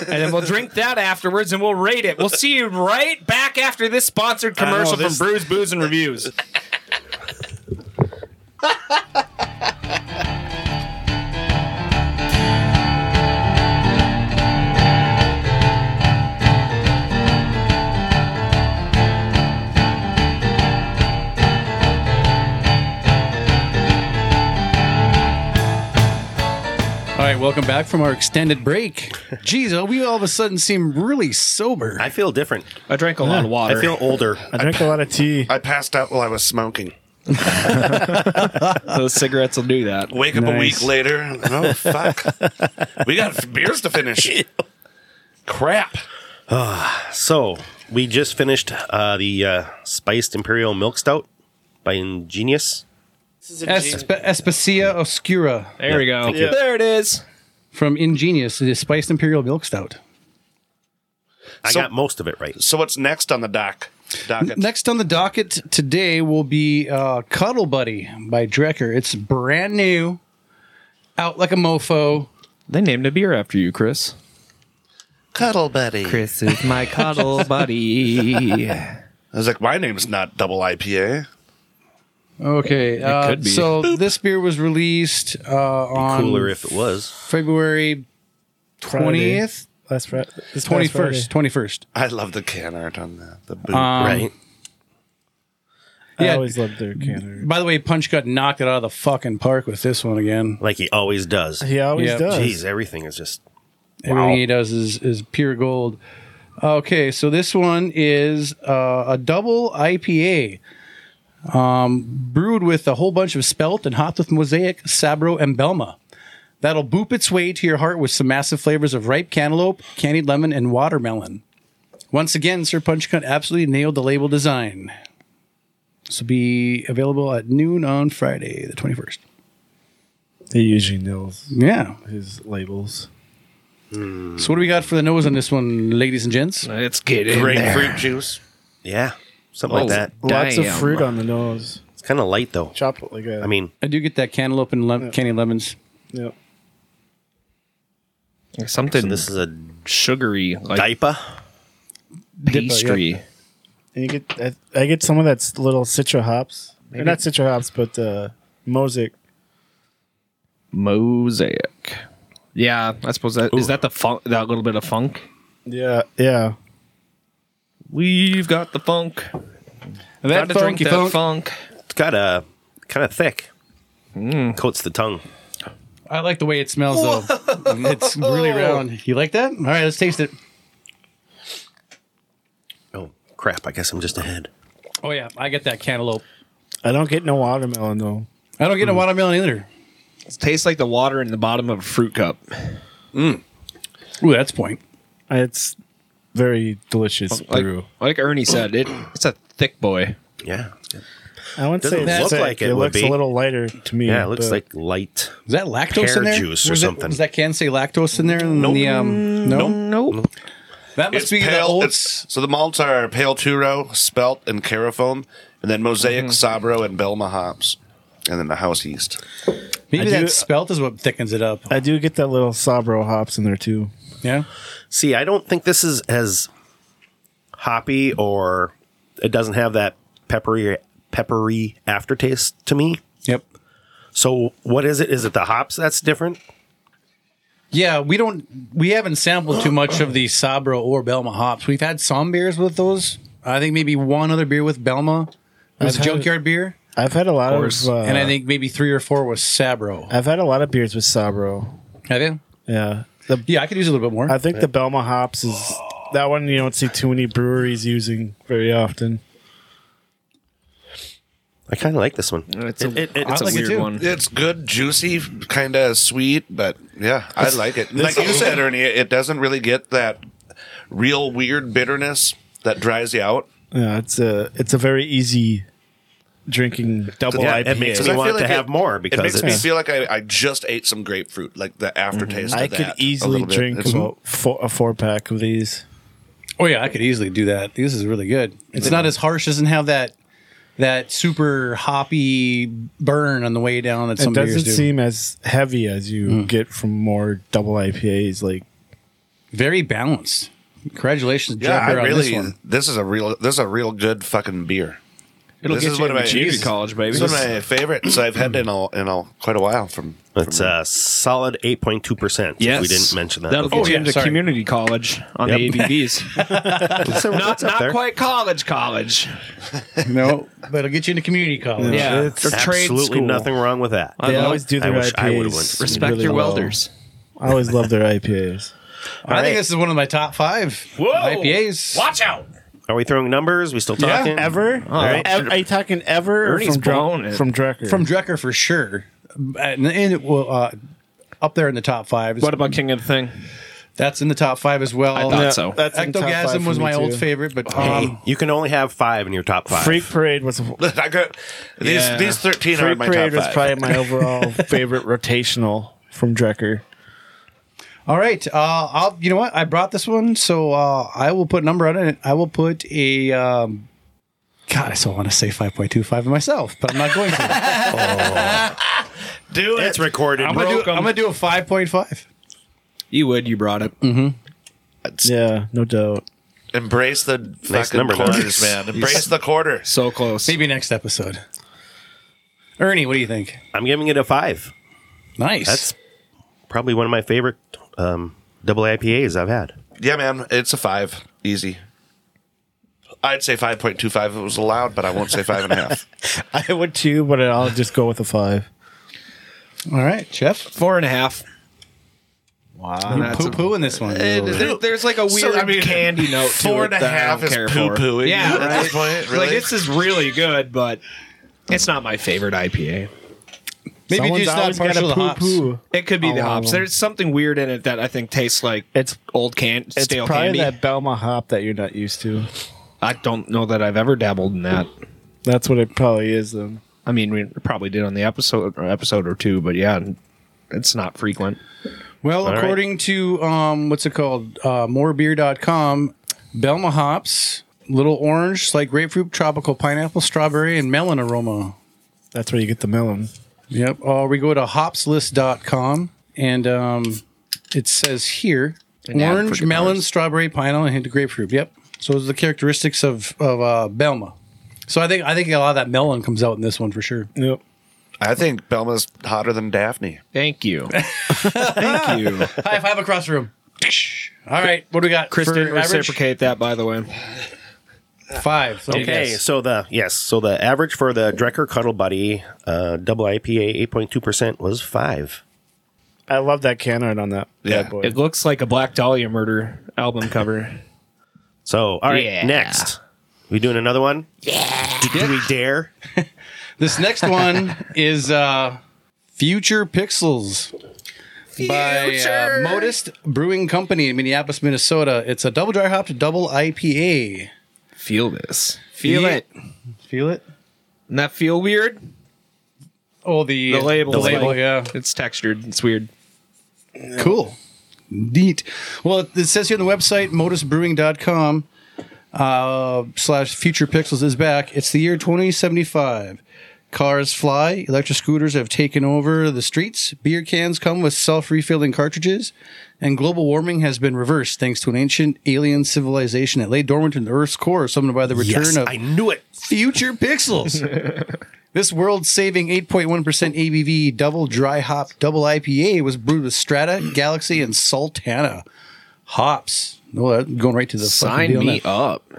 [SPEAKER 6] then we'll drink that afterwards, and we'll rate it. We'll see you right back after this sponsored commercial
[SPEAKER 4] this-
[SPEAKER 6] from Brews, Booze, and Reviews.
[SPEAKER 1] All right, welcome back from our extended break. Jeez, oh, we all of a sudden seem really sober.
[SPEAKER 4] I feel different.
[SPEAKER 6] I drank a lot of water.
[SPEAKER 4] I feel older.
[SPEAKER 3] I drink a lot of tea.
[SPEAKER 5] I passed out while I was smoking.
[SPEAKER 6] Those cigarettes will do that.
[SPEAKER 5] Wake up a week later. Oh fuck. we got beers to finish. Crap.
[SPEAKER 4] So we just finished uh, the uh, Spiced Imperial Milk Stout by Ingenious.
[SPEAKER 1] Espe- Especia Oscura
[SPEAKER 6] There we go.
[SPEAKER 4] you.
[SPEAKER 6] There it is.
[SPEAKER 1] from Ingenious, the Spiced Imperial Milk Stout.
[SPEAKER 4] I
[SPEAKER 5] So-
[SPEAKER 4] got most of it right.
[SPEAKER 5] So what's next on the dock? Docket.
[SPEAKER 1] Next on the docket today will be uh, Cuddle Buddy by Drecker. It's brand new, out like a mofo.
[SPEAKER 6] They named a beer after you, Chris.
[SPEAKER 5] Cuddle buddy.
[SPEAKER 6] Chris is my cuddle buddy.
[SPEAKER 5] I was like, my name's not double IPA.
[SPEAKER 1] Okay, uh,
[SPEAKER 6] could be.
[SPEAKER 1] so this beer was released uh, on
[SPEAKER 4] Cooler if it was.
[SPEAKER 1] February twentieth,
[SPEAKER 3] Last Friday.
[SPEAKER 1] twenty first, twenty first.
[SPEAKER 5] I love the can art on that. The boot.
[SPEAKER 4] right.
[SPEAKER 3] I
[SPEAKER 1] Yeah.
[SPEAKER 3] always loved their canner.
[SPEAKER 1] By the way, Punch got knocked it out of the fucking park with this one again.
[SPEAKER 4] Like he always does.
[SPEAKER 3] He always
[SPEAKER 1] Yeah.
[SPEAKER 3] does.
[SPEAKER 4] Jeez, everything is just.
[SPEAKER 1] Everything he does is is pure gold. Okay, so this one is uh, a double IPA, um, brewed with a whole bunch of spelt and hopped with mosaic, sabro, and belma. That'll boop its way to your heart with some massive flavors of ripe cantaloupe, candied lemon, and watermelon. Once again, Sir Punch Cunt absolutely nailed the label design. This will be available at noon on Friday, the twenty first.
[SPEAKER 3] He usually nails
[SPEAKER 1] Yeah.
[SPEAKER 3] his labels.
[SPEAKER 1] So what do we got for the nose on this one, ladies and gents?
[SPEAKER 6] Let's get in
[SPEAKER 5] Grapefruit juice.
[SPEAKER 4] Yeah. Something
[SPEAKER 6] Oh.
[SPEAKER 4] like that.
[SPEAKER 3] Lots of
[SPEAKER 6] Damn.
[SPEAKER 3] fruit on the nose.
[SPEAKER 4] It's kind of light though.
[SPEAKER 3] Chocolate, like a.
[SPEAKER 4] I mean,
[SPEAKER 1] I do get that cantaloupe and lem- candy lemons.
[SPEAKER 3] Yep.
[SPEAKER 6] there. Something
[SPEAKER 4] so this is a
[SPEAKER 6] sugary, like
[SPEAKER 4] diaper.
[SPEAKER 6] pastry.
[SPEAKER 3] And you get, I, I get some of that s- little citra hops. Or not citra hops, but uh, mosaic.
[SPEAKER 6] Mosaic. Yeah, I suppose that is that the funk that little bit of funk.
[SPEAKER 3] Yeah, yeah.
[SPEAKER 6] We've got the funk. Got to drink
[SPEAKER 1] funky
[SPEAKER 6] that
[SPEAKER 1] funk.
[SPEAKER 6] funk.
[SPEAKER 4] It's got a kind of thick. Coats the tongue.
[SPEAKER 1] I like the way it smells though. it's really round. You like that? All right, let's taste it.
[SPEAKER 4] Oh crap! I guess I'm just ahead.
[SPEAKER 1] Oh yeah, I get that cantaloupe.
[SPEAKER 3] I don't get no watermelon, though.
[SPEAKER 1] I don't get a watermelon either.
[SPEAKER 6] It tastes like the water in the bottom of a fruit cup.
[SPEAKER 1] Ooh, that's point.
[SPEAKER 3] It's very delicious
[SPEAKER 6] Like,
[SPEAKER 3] brew.
[SPEAKER 6] like Ernie said, it it's a thick boy.
[SPEAKER 4] Yeah, it's good.
[SPEAKER 3] I wouldn't say
[SPEAKER 4] Doesn't
[SPEAKER 3] it's
[SPEAKER 4] look
[SPEAKER 3] thick.
[SPEAKER 4] like it
[SPEAKER 3] It
[SPEAKER 4] would
[SPEAKER 3] looks
[SPEAKER 4] be.
[SPEAKER 3] a little lighter to me.
[SPEAKER 4] yeah. It looks
[SPEAKER 3] but-
[SPEAKER 4] like light.
[SPEAKER 1] Is that lactose
[SPEAKER 4] Pear
[SPEAKER 1] in there?
[SPEAKER 4] juice or
[SPEAKER 1] Was it-
[SPEAKER 4] something.
[SPEAKER 1] Does that can say lactose in there? And the, um, no,
[SPEAKER 6] Nope.
[SPEAKER 1] that must
[SPEAKER 5] It's
[SPEAKER 1] be the
[SPEAKER 5] pale.
[SPEAKER 1] old.
[SPEAKER 5] It's, so the malts are pale Turo, spelt, and Carafoam, and then Mosaic, Sabro, and Belma hops, and then the house yeast.
[SPEAKER 1] maybe
[SPEAKER 3] I
[SPEAKER 1] that
[SPEAKER 3] do-
[SPEAKER 1] spelt is what thickens it up.
[SPEAKER 3] I do get that little Sabro hops in there, too.
[SPEAKER 1] yeah.
[SPEAKER 4] See, I don't think this is as hoppy or it doesn't have that peppery peppery aftertaste to me.
[SPEAKER 1] Yep.
[SPEAKER 4] So what is it? Is it the hops that's different?
[SPEAKER 1] Yeah, we don't. We haven't sampled too much of the Sabra or Belma hops. We've had some beers with those. I think maybe one other beer with Belma, uh,
[SPEAKER 3] had-
[SPEAKER 1] junkyard beer,
[SPEAKER 3] I've had a lot of, uh,
[SPEAKER 1] and I think maybe three or four with Sabro.
[SPEAKER 3] I've had a lot of beers with Sabro.
[SPEAKER 1] Have you?
[SPEAKER 3] Yeah, the,
[SPEAKER 1] Yeah, I could use a little bit more.
[SPEAKER 3] I think the Belma hops is that one you don't see too many breweries using very often.
[SPEAKER 4] I kind of like this one.
[SPEAKER 6] It's a,
[SPEAKER 4] It- it-
[SPEAKER 6] it's a
[SPEAKER 1] like it
[SPEAKER 6] weird
[SPEAKER 1] too.
[SPEAKER 6] one.
[SPEAKER 5] It's good, juicy, kind of sweet, but yeah, I like it. Like you said, Ernie, it doesn't really get that real weird bitterness that dries you out.
[SPEAKER 3] Yeah, it's a it's a very easy drinking double
[SPEAKER 4] Yeah,
[SPEAKER 3] IPA.
[SPEAKER 4] it makes
[SPEAKER 5] Because
[SPEAKER 4] me
[SPEAKER 5] I
[SPEAKER 4] want
[SPEAKER 5] feel
[SPEAKER 4] to
[SPEAKER 5] like
[SPEAKER 4] have
[SPEAKER 5] it-
[SPEAKER 4] more
[SPEAKER 5] It
[SPEAKER 4] because
[SPEAKER 5] makes me
[SPEAKER 4] it's,
[SPEAKER 5] feel like I, I just ate some grapefruit, like the aftertaste.
[SPEAKER 3] Mm-hmm. I
[SPEAKER 5] of
[SPEAKER 3] could
[SPEAKER 5] that a
[SPEAKER 3] easily
[SPEAKER 5] little bit.
[SPEAKER 3] drink
[SPEAKER 5] It's-
[SPEAKER 3] about four, a four pack of these.
[SPEAKER 1] oh yeah, I could easily do that. This is really good. It's not as harsh. Doesn't have that that super hoppy burn on the way down that some
[SPEAKER 3] It doesn't
[SPEAKER 1] beers do.
[SPEAKER 3] seem as heavy as you get from more double IPAs. Like
[SPEAKER 1] Very balanced. Congratulations,
[SPEAKER 5] Yeah, I
[SPEAKER 1] Jumper, on this
[SPEAKER 5] really. This,
[SPEAKER 1] one.
[SPEAKER 5] is a real. This is a real good fucking beer.
[SPEAKER 6] It'll
[SPEAKER 5] this
[SPEAKER 6] get
[SPEAKER 5] is
[SPEAKER 6] you
[SPEAKER 5] one
[SPEAKER 6] in
[SPEAKER 5] of my-
[SPEAKER 6] community
[SPEAKER 5] this-
[SPEAKER 6] college, baby.
[SPEAKER 5] It's one of my favorites I've had in all in all quite a while. From, from
[SPEAKER 4] it's a solid 8.2%.
[SPEAKER 6] Yes.
[SPEAKER 4] We didn't mention that.
[SPEAKER 6] That'll
[SPEAKER 4] before.
[SPEAKER 6] get you
[SPEAKER 1] yeah,
[SPEAKER 6] into
[SPEAKER 1] sorry.
[SPEAKER 6] community college on
[SPEAKER 4] Yep.
[SPEAKER 6] the ABVs.
[SPEAKER 4] So
[SPEAKER 6] not
[SPEAKER 4] it's up
[SPEAKER 6] not
[SPEAKER 4] there.
[SPEAKER 6] quite college, college.
[SPEAKER 1] No, but it'll get you into community college.
[SPEAKER 6] Yeah.
[SPEAKER 3] it's
[SPEAKER 6] Or trade
[SPEAKER 4] Absolutely
[SPEAKER 6] school.
[SPEAKER 4] nothing wrong with that.
[SPEAKER 3] they
[SPEAKER 6] love-
[SPEAKER 3] always do
[SPEAKER 4] I
[SPEAKER 3] their
[SPEAKER 4] wish I would've
[SPEAKER 3] IPAs.
[SPEAKER 4] went
[SPEAKER 6] Respect
[SPEAKER 3] really
[SPEAKER 6] your
[SPEAKER 3] well.
[SPEAKER 6] welders.
[SPEAKER 3] I always love their IPAs.
[SPEAKER 1] I think this is one of my top five IPAs.
[SPEAKER 6] Watch out.
[SPEAKER 4] Are we throwing numbers? We still
[SPEAKER 1] Yeah,
[SPEAKER 4] talking?
[SPEAKER 3] Ever?
[SPEAKER 4] right.
[SPEAKER 3] Ev- are you talking ever? or
[SPEAKER 6] Ernie's
[SPEAKER 3] from,
[SPEAKER 6] blown
[SPEAKER 3] Dre-
[SPEAKER 6] it.
[SPEAKER 3] from Drecker.
[SPEAKER 1] From Drecker for sure, and, and it will, uh, up there in the top five. is-
[SPEAKER 6] What about King of the Thing?
[SPEAKER 1] that's in the top five as well?
[SPEAKER 6] I thought
[SPEAKER 1] Yeah.
[SPEAKER 6] so.
[SPEAKER 3] That's in the top five
[SPEAKER 1] Ectogasm
[SPEAKER 3] for
[SPEAKER 1] was
[SPEAKER 3] me,
[SPEAKER 1] my old
[SPEAKER 3] too.
[SPEAKER 1] favorite, but
[SPEAKER 4] Hey,
[SPEAKER 1] um,
[SPEAKER 4] you can only have five in your top five.
[SPEAKER 3] Freak Parade was
[SPEAKER 5] I got these.
[SPEAKER 6] Yeah.
[SPEAKER 5] These thirteen are
[SPEAKER 3] Freak
[SPEAKER 5] my top
[SPEAKER 3] Parade was
[SPEAKER 5] five.
[SPEAKER 3] probably my overall favorite rotational from Drecker.
[SPEAKER 1] all right. Uh, I'll you know what I brought this one, so uh, I will put a number on it. I will put a. Um, God, I so want to say five point two five myself, but I'm not going to.
[SPEAKER 5] Do
[SPEAKER 4] It's recorded.
[SPEAKER 1] I'm gonna do.
[SPEAKER 6] Broke 'em.
[SPEAKER 1] I'm gonna do a five point five.
[SPEAKER 6] You would. You brought it.
[SPEAKER 3] Yeah, no doubt.
[SPEAKER 5] Embrace the fucking
[SPEAKER 4] number, though.
[SPEAKER 5] quarters, man. Embrace the quarter.
[SPEAKER 6] So close.
[SPEAKER 1] Maybe next episode. Ernie, what do you think?
[SPEAKER 4] I'm giving it a five.
[SPEAKER 1] Nice.
[SPEAKER 4] That's probably one of my favorite um, double IPAs I've had.
[SPEAKER 5] Yeah, man, it's a five, easy. I'd say five point two five if it was allowed, but I won't say five and a half.
[SPEAKER 3] I would too, but I'll just go with a five.
[SPEAKER 1] all right, Jeff.
[SPEAKER 6] Four and a half.
[SPEAKER 3] Wow.
[SPEAKER 1] Poo poo in this one.
[SPEAKER 5] Eh,
[SPEAKER 6] There- there's like a weird
[SPEAKER 5] So, I mean,
[SPEAKER 6] candy note. To
[SPEAKER 5] Four
[SPEAKER 6] it
[SPEAKER 5] and a
[SPEAKER 6] that I
[SPEAKER 5] half
[SPEAKER 6] don't
[SPEAKER 5] is
[SPEAKER 6] care
[SPEAKER 5] poo
[SPEAKER 6] for.
[SPEAKER 5] pooing.
[SPEAKER 6] Yeah,
[SPEAKER 5] at
[SPEAKER 6] right?
[SPEAKER 5] this point, really.
[SPEAKER 6] Like this is really good, but it's not my favorite IPA.
[SPEAKER 1] Maybe just not partial to hops.
[SPEAKER 6] It could
[SPEAKER 5] Oh,
[SPEAKER 6] be the
[SPEAKER 3] I'll have
[SPEAKER 6] hops.
[SPEAKER 3] them.
[SPEAKER 6] There's something weird in it that I think tastes like
[SPEAKER 3] It's
[SPEAKER 6] old can
[SPEAKER 3] it's
[SPEAKER 6] stale candy.
[SPEAKER 3] probably that Belma hop that you're not used to.
[SPEAKER 6] I don't know that I've ever dabbled in that.
[SPEAKER 3] That's what it probably is. Then
[SPEAKER 6] I mean, we probably did on the episode or episode or two, but yeah, it's not frequent.
[SPEAKER 1] Well,
[SPEAKER 4] right.
[SPEAKER 1] according to um, what's it called? Uh, morebeer.com, Belma hops, little orange, like grapefruit, tropical pineapple, strawberry, and melon aroma.
[SPEAKER 3] that's where you get the melon.
[SPEAKER 1] Yep. Uh, we go to hopslist.com and um, it says here
[SPEAKER 6] ad for
[SPEAKER 1] orange,
[SPEAKER 6] Devers.
[SPEAKER 1] melon, strawberry, pineapple, and hint of grapefruit. Yep. So those are the characteristics of, of uh, Belma. So I think I think a lot of that melon comes out in this one for sure.
[SPEAKER 3] Yep.
[SPEAKER 5] I think Belma's hotter than Daphne.
[SPEAKER 6] Thank you. Thank you.
[SPEAKER 1] High five across the room. All right, what do we got?
[SPEAKER 6] Chris
[SPEAKER 1] for
[SPEAKER 6] didn't
[SPEAKER 1] average?
[SPEAKER 6] reciprocate that, by the way.
[SPEAKER 1] Five.
[SPEAKER 4] Okay,
[SPEAKER 1] Yes.
[SPEAKER 4] so the yes, so the average for the Drecker Cuddle Buddy uh, double IPA eight point two percent was five.
[SPEAKER 3] I love that can art on that
[SPEAKER 5] Yeah.
[SPEAKER 3] bad boy.
[SPEAKER 6] It looks like a Black Dahlia murder album cover.
[SPEAKER 4] So all right,
[SPEAKER 6] Yeah.
[SPEAKER 4] next we doing another one. Yeah, do, do we dare?
[SPEAKER 1] This next one is uh, Future Pixels by uh, Modest Brewing Company in Minneapolis, Minnesota. It's a double dry hopped double IPA.
[SPEAKER 6] Feel this. Feel
[SPEAKER 1] Yeah.
[SPEAKER 6] it.
[SPEAKER 1] Feel it?
[SPEAKER 6] Doesn't that feel weird?
[SPEAKER 1] Oh, the,
[SPEAKER 6] The label.
[SPEAKER 1] The label,
[SPEAKER 6] like,
[SPEAKER 1] yeah.
[SPEAKER 6] It's textured. It's weird.
[SPEAKER 1] Cool. Neat. Well, it it says here on the website, modusbrewing.com uh, slash future pixels is back. It's the year 2075. Cars fly, electric scooters have taken over the streets, beer cans come with self refilling cartridges, and global warming has been reversed thanks to an ancient alien civilization that lay dormant in the Earth's core, summoned by the return
[SPEAKER 4] Yes,
[SPEAKER 1] of
[SPEAKER 4] I knew it.
[SPEAKER 1] future pixels. This world-saving 8.1% ABV double dry hop double IPA was brewed with Strata, Galaxy, and Sultana hops. No, that going right to the fucking
[SPEAKER 6] Sign
[SPEAKER 1] deal
[SPEAKER 6] me
[SPEAKER 1] now.
[SPEAKER 6] up.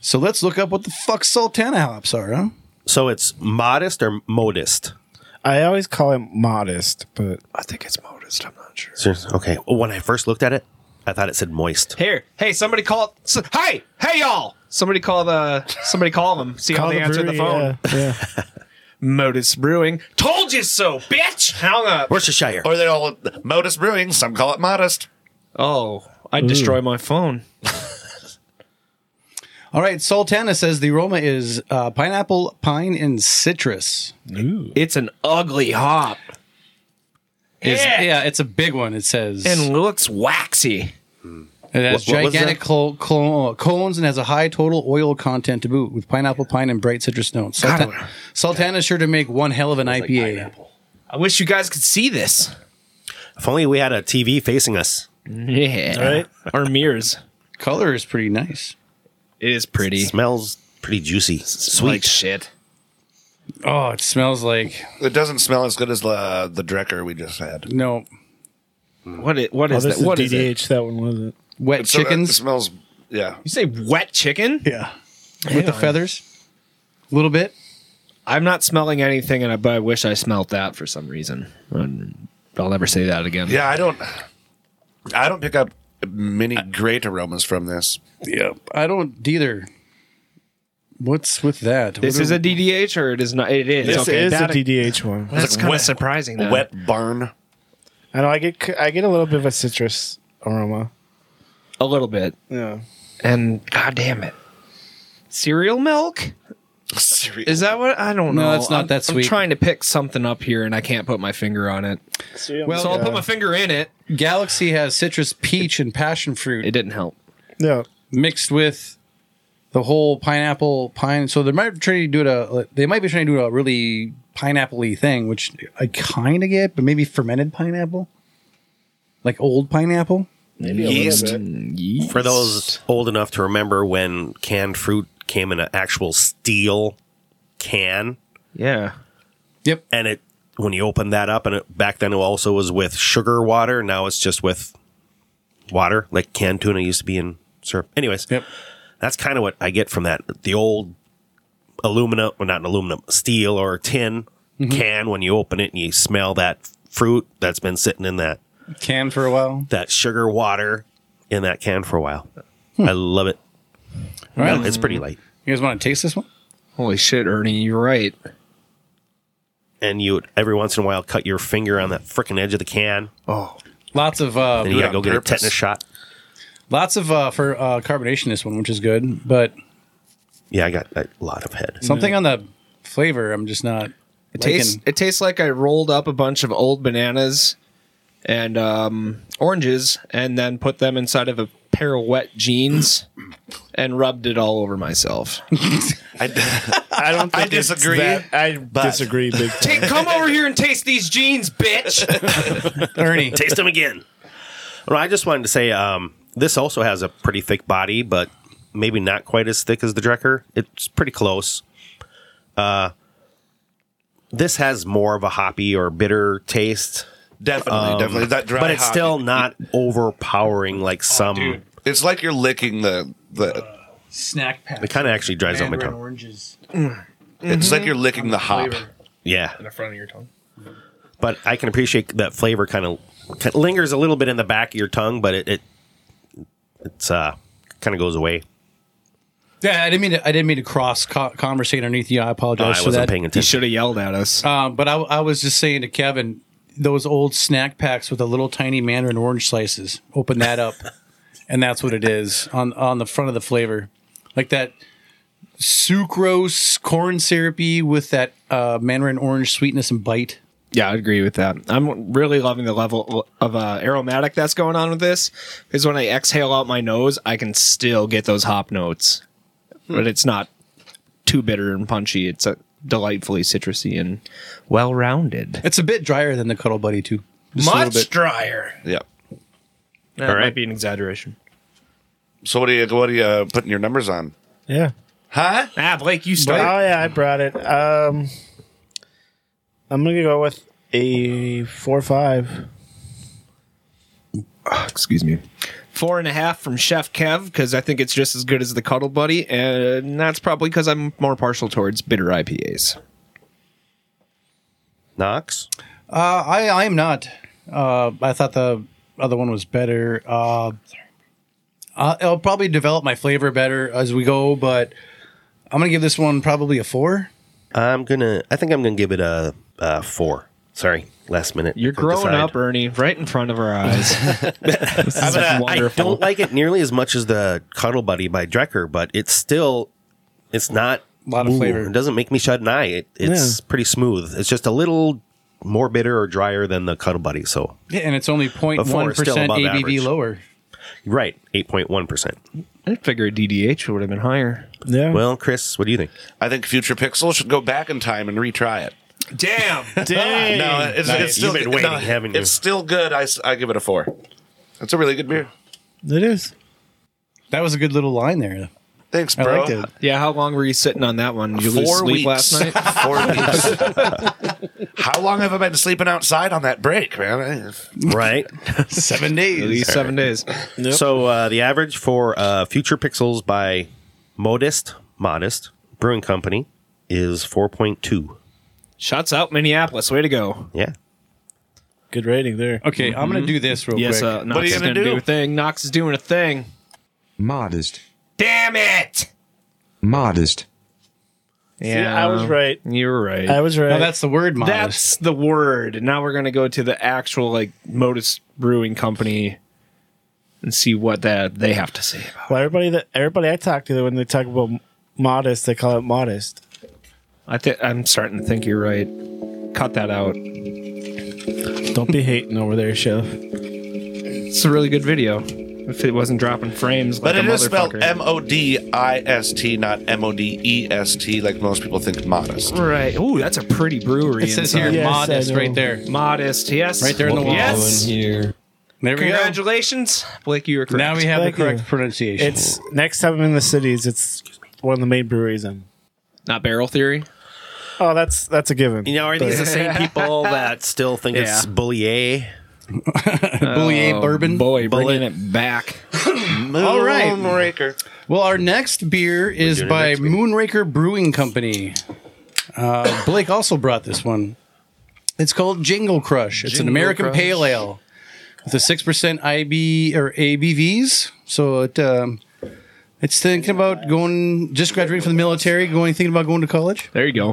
[SPEAKER 1] So let's look up what the fuck Sultana hops are, huh?
[SPEAKER 4] So it's modest or modest?
[SPEAKER 3] I always call it modest, but
[SPEAKER 6] I think it's modest. I'm not sure.
[SPEAKER 4] Seriously? Okay. Well, when I first looked at it, I thought it said moist.
[SPEAKER 6] Here, hey, somebody call. s hey, hey, y'all! Somebody call the. Somebody call them. See
[SPEAKER 3] call
[SPEAKER 6] how they answer the phone.
[SPEAKER 3] brewery, yeah,
[SPEAKER 6] Modus Brewing. Told you so, bitch. Hung up.
[SPEAKER 4] Worcestershire.
[SPEAKER 5] Or they all modest brewing. Some call it modest.
[SPEAKER 6] Oh, I destroy my phone.
[SPEAKER 1] All right, Sultana says the aroma is uh, pineapple, pine, and citrus.
[SPEAKER 6] It's an ugly hop
[SPEAKER 1] Is-
[SPEAKER 6] Yeah.
[SPEAKER 1] yeah, it's a big one. It says
[SPEAKER 6] and looks waxy.
[SPEAKER 1] It has
[SPEAKER 4] What- what was
[SPEAKER 1] gigantic
[SPEAKER 4] that?
[SPEAKER 1] clo- clo- cones and has a high total oil content to boot with pineapple, pine, and bright citrus notes. Sultan- Sultana's sure to make one hell of an IPA.
[SPEAKER 6] I wish you guys could see this.
[SPEAKER 4] If only we had a TV facing us.
[SPEAKER 6] Yeah. Right? Our mirrors.
[SPEAKER 1] Color is pretty nice.
[SPEAKER 6] It is pretty.
[SPEAKER 4] Smells pretty juicy. Sweet.
[SPEAKER 6] Like shit.
[SPEAKER 1] Oh, it smells like
[SPEAKER 5] It doesn't smell as good as the the Drecker we just had.
[SPEAKER 1] no
[SPEAKER 6] What is, what
[SPEAKER 3] oh,
[SPEAKER 6] is
[SPEAKER 3] this
[SPEAKER 6] that? What is
[SPEAKER 3] is
[SPEAKER 6] it?
[SPEAKER 3] DDH. That one wasn't.
[SPEAKER 1] wet
[SPEAKER 5] So that-
[SPEAKER 1] chickens
[SPEAKER 5] It smells. Yeah.
[SPEAKER 6] You say wet chicken?
[SPEAKER 1] Yeah. with the feathers. A little bit.
[SPEAKER 6] I'm not smelling anything, and I, but I wish I smelled that for some reason. And I'll never say that again.
[SPEAKER 5] Yeah. I don't. I don't pick up many great aromas from this.
[SPEAKER 1] Yeah, I don't either. What's with that?
[SPEAKER 6] This
[SPEAKER 1] What
[SPEAKER 6] is
[SPEAKER 1] are-
[SPEAKER 6] a DDH, or it is not? It is.
[SPEAKER 3] This
[SPEAKER 6] okay,
[SPEAKER 3] is
[SPEAKER 6] that,
[SPEAKER 3] a DDH one.
[SPEAKER 6] That's
[SPEAKER 5] like
[SPEAKER 6] kind of
[SPEAKER 5] wet-
[SPEAKER 6] surprising. Then.
[SPEAKER 5] Wet barn.
[SPEAKER 3] I know. I get c- I get a little bit of a citrus aroma.
[SPEAKER 6] a little bit,
[SPEAKER 3] Yeah.
[SPEAKER 6] and god damn it, cereal milk.
[SPEAKER 5] Serious.
[SPEAKER 6] Is that what I don't
[SPEAKER 1] No,
[SPEAKER 6] know?
[SPEAKER 1] it's not
[SPEAKER 6] I'm,
[SPEAKER 1] that sweet.
[SPEAKER 6] I'm trying to pick something up here, and I can't put my finger on it.
[SPEAKER 1] Well,
[SPEAKER 6] So I'll
[SPEAKER 1] yeah.
[SPEAKER 6] put my finger in it.
[SPEAKER 1] Galaxy has citrus, peach, and passion fruit.
[SPEAKER 6] It didn't help.
[SPEAKER 3] Yeah.
[SPEAKER 1] mixed with the whole pineapple pine. So they might try to do it a they might be trying to do a really pineappley thing, which I kind of get, but maybe fermented pineapple, like old pineapple.
[SPEAKER 6] Yeast.
[SPEAKER 4] For those old enough to remember when canned fruit came in an actual steel can,
[SPEAKER 6] Yeah.
[SPEAKER 1] Yep.
[SPEAKER 4] and it when you open that up, and it, back then it also was with sugar water. Now it's just with water, like canned tuna used to be in syrup. Anyways,
[SPEAKER 1] Yep.
[SPEAKER 4] that's kind of what I get from that. The old aluminum, or not aluminum, steel or tin can. When you open it and you smell that fruit that's been sitting in that
[SPEAKER 1] Canned for a while.
[SPEAKER 4] that sugar water in that can for a while. I love it.
[SPEAKER 1] All right.
[SPEAKER 4] It's pretty light.
[SPEAKER 1] You guys want to taste this one?
[SPEAKER 6] Holy shit, Ernie, you're right.
[SPEAKER 4] And you would every once in a while cut your finger on that frickin' edge of the can.
[SPEAKER 1] Lots of uh,
[SPEAKER 4] Then you
[SPEAKER 5] it
[SPEAKER 4] gotta
[SPEAKER 5] on
[SPEAKER 4] go get a
[SPEAKER 5] purpose.
[SPEAKER 4] tetanus shot.
[SPEAKER 1] lots of uh, for uh, carbonation. This one, which is good, but
[SPEAKER 4] Yeah, I got a lot of head.
[SPEAKER 1] something on the flavor, I'm just not.
[SPEAKER 6] It tastes, it tastes like I rolled up a bunch of old bananas and um, oranges and then put them inside of a pair of wet jeans and rubbed it all over myself.
[SPEAKER 3] I don't. Think
[SPEAKER 5] I disagree,
[SPEAKER 3] it's that- I
[SPEAKER 5] but-
[SPEAKER 3] disagree. Big time.
[SPEAKER 6] Hey, come over here and taste these jeans, bitch.
[SPEAKER 1] Ernie.
[SPEAKER 4] Taste them again. Well, I just wanted to say um, this also has a pretty thick body, but maybe not quite as thick as the Drecker. It's pretty close. Uh, this has more of a hoppy or bitter taste,
[SPEAKER 5] Definitely, definitely. That dry Oh,
[SPEAKER 4] but it's
[SPEAKER 5] hop-
[SPEAKER 4] still not overpowering like some.
[SPEAKER 5] It's like you're licking the the.
[SPEAKER 1] Snack pack.
[SPEAKER 4] It kind of actually dries out my tongue.
[SPEAKER 1] oranges.
[SPEAKER 5] It's like you're licking the hop.
[SPEAKER 4] Yeah,
[SPEAKER 6] front of your tongue.
[SPEAKER 4] but I can appreciate that flavor kind of lingers a little bit in the back of your tongue, but it, it it's uh kind of goes away.
[SPEAKER 1] Yeah, I didn't mean to. I didn't mean to cross co- conversate underneath you. I apologize
[SPEAKER 6] Oh,
[SPEAKER 4] I
[SPEAKER 1] for
[SPEAKER 4] wasn't
[SPEAKER 1] that.
[SPEAKER 4] paying
[SPEAKER 6] He
[SPEAKER 4] attention.
[SPEAKER 6] should have yelled at us.
[SPEAKER 1] Um, but I, I was just saying to Kevin, those old snack packs with the little tiny mandarin orange slices. Open that up, and that's what it is on on the front of the flavor, like that sucrose corn syrupy with that uh, mandarin orange sweetness and bite.
[SPEAKER 6] Yeah, I agree with that. I'm really loving the level of uh, aromatic that's going on with this. Because when I exhale out my nose, I can still get those hop notes, but it's not too bitter and punchy. It's uh delightfully citrusy and well rounded.
[SPEAKER 1] It's a bit drier than the Cuddle Buddy too. Just a little bit.
[SPEAKER 6] drier.
[SPEAKER 5] Yep.
[SPEAKER 6] That might be an exaggeration.
[SPEAKER 5] So what do you what are you uh, putting your numbers on?
[SPEAKER 3] Yeah.
[SPEAKER 5] Huh?
[SPEAKER 6] Ah, Blake, you
[SPEAKER 3] Oh
[SPEAKER 6] start.
[SPEAKER 3] yeah, I brought it. Um, I'm gonna go with a four five.
[SPEAKER 6] Excuse me. Four and a half from Chef Kev because I think it's just as good as the Cuddle Buddy, and that's probably because I'm more partial towards bitter IPAs.
[SPEAKER 4] Knox?
[SPEAKER 1] Uh, I I am not. Uh, I thought the other one was better. Uh, uh, it'll probably develop my flavor better as we go, but I'm gonna give this one probably a four.
[SPEAKER 4] I'm gonna. I think I'm gonna give it a, a four. Sorry, last minute.
[SPEAKER 6] You're
[SPEAKER 4] Put
[SPEAKER 6] growing
[SPEAKER 4] aside.
[SPEAKER 6] up, Ernie, right in front of our eyes. this is
[SPEAKER 4] I
[SPEAKER 6] wonderful.
[SPEAKER 4] don't like it nearly as much as the Cuddle Buddy by Drecker, but it's still, it's not
[SPEAKER 1] A lot of flavor.
[SPEAKER 4] It doesn't make me shut an eye. It, it's pretty smooth. It's just a little more bitter or drier than the Cuddle Buddy. So
[SPEAKER 1] Yeah, and it's only 0.1
[SPEAKER 4] four is still
[SPEAKER 1] percent
[SPEAKER 4] above
[SPEAKER 1] ABV
[SPEAKER 4] average.
[SPEAKER 1] lower.
[SPEAKER 4] right, eight point one percent.
[SPEAKER 6] I figure DDH would have been higher.
[SPEAKER 3] Yeah.
[SPEAKER 4] Well, Chris, what do you think?
[SPEAKER 5] I think Future Pixel should go back in time and retry it.
[SPEAKER 6] Damn.
[SPEAKER 3] Dang.
[SPEAKER 5] No, it's,
[SPEAKER 4] Nice.
[SPEAKER 5] it's still
[SPEAKER 4] You've been waiting,
[SPEAKER 5] no,
[SPEAKER 4] haven't you?
[SPEAKER 5] It's still good. I, s- I give it a four. It's a really good beer.
[SPEAKER 3] It is.
[SPEAKER 1] That was a good little line there.
[SPEAKER 5] Thanks,
[SPEAKER 1] I
[SPEAKER 5] bro.
[SPEAKER 1] liked it.
[SPEAKER 6] yeah, how long were you sitting on that one? Did you lose sleep last night?
[SPEAKER 5] Four weeks. How long have I been sleeping outside on that break, man?
[SPEAKER 4] Right.
[SPEAKER 1] Seven
[SPEAKER 6] At
[SPEAKER 1] days.
[SPEAKER 6] least seven days.
[SPEAKER 4] So uh, the average for uh, Future Pixels by Modest Modest Brewing Company is four point two.
[SPEAKER 6] Shots out Minneapolis. Way to go.
[SPEAKER 4] Yeah.
[SPEAKER 3] Good rating there.
[SPEAKER 1] Okay, I'm gonna do this real
[SPEAKER 6] Yes,
[SPEAKER 1] quick.
[SPEAKER 6] uh, Knox
[SPEAKER 5] are you
[SPEAKER 6] is
[SPEAKER 5] gonna
[SPEAKER 6] going to do?
[SPEAKER 5] do?
[SPEAKER 6] a thing. Knox is doing a thing.
[SPEAKER 7] Modest.
[SPEAKER 6] Damn it.
[SPEAKER 7] Modest.
[SPEAKER 6] Yeah,
[SPEAKER 3] I was right.
[SPEAKER 6] You were right.
[SPEAKER 3] I was right.
[SPEAKER 1] no, that's the word modest.
[SPEAKER 6] That's the word. And Now we're going to go to the actual like Modus Brewing Company and see what that they have to say about. it.
[SPEAKER 3] well, everybody that everybody I talk to when they talk about modest, they call it modest.
[SPEAKER 6] I think I'm starting to think you're right. Cut that out.
[SPEAKER 3] Don't be hating over there, chef.
[SPEAKER 6] It's a really good video. If it wasn't dropping frames,
[SPEAKER 5] But
[SPEAKER 6] like
[SPEAKER 5] it
[SPEAKER 6] a
[SPEAKER 5] is spelled
[SPEAKER 6] motherfucker.
[SPEAKER 5] M O D I S T, not M O D E S T, like most people think modest.
[SPEAKER 6] Right. Ooh, that's a pretty brewery.
[SPEAKER 1] It says
[SPEAKER 6] inside.
[SPEAKER 1] here
[SPEAKER 3] Yes, I
[SPEAKER 1] modest
[SPEAKER 3] know.
[SPEAKER 1] right there.
[SPEAKER 6] Modest. Yes.
[SPEAKER 1] Right there in the wall.
[SPEAKER 6] Yes.
[SPEAKER 7] Here.
[SPEAKER 1] There we go.
[SPEAKER 6] Congratulations, Blake. You were correct.
[SPEAKER 1] Now we have
[SPEAKER 3] Thank
[SPEAKER 1] the correct
[SPEAKER 3] you.
[SPEAKER 1] pronunciation.
[SPEAKER 3] It's next time I'm in the cities. It's one of the main breweries. I'm.
[SPEAKER 6] not barrel theory.
[SPEAKER 3] Oh, that's that's a given.
[SPEAKER 4] You know, are these the same people that still think it's
[SPEAKER 6] Yeah.
[SPEAKER 4] Bullier?
[SPEAKER 1] Boulier bourbon.
[SPEAKER 6] Boy,
[SPEAKER 4] Bullet.
[SPEAKER 6] bringing it back.
[SPEAKER 1] All right.
[SPEAKER 5] Moonraker.
[SPEAKER 1] Well, our next beer is
[SPEAKER 4] doing
[SPEAKER 1] by
[SPEAKER 4] next beer.
[SPEAKER 1] Moonraker Brewing Company. Uh, Blake also brought this one. It's called Jingle Crush. It's an
[SPEAKER 6] Jingle
[SPEAKER 1] American
[SPEAKER 6] Crush.
[SPEAKER 1] pale ale with a six percent IB or ABVs. So it um, it's thinking about going, just graduating from the military, going thinking about going to college,
[SPEAKER 6] There you go.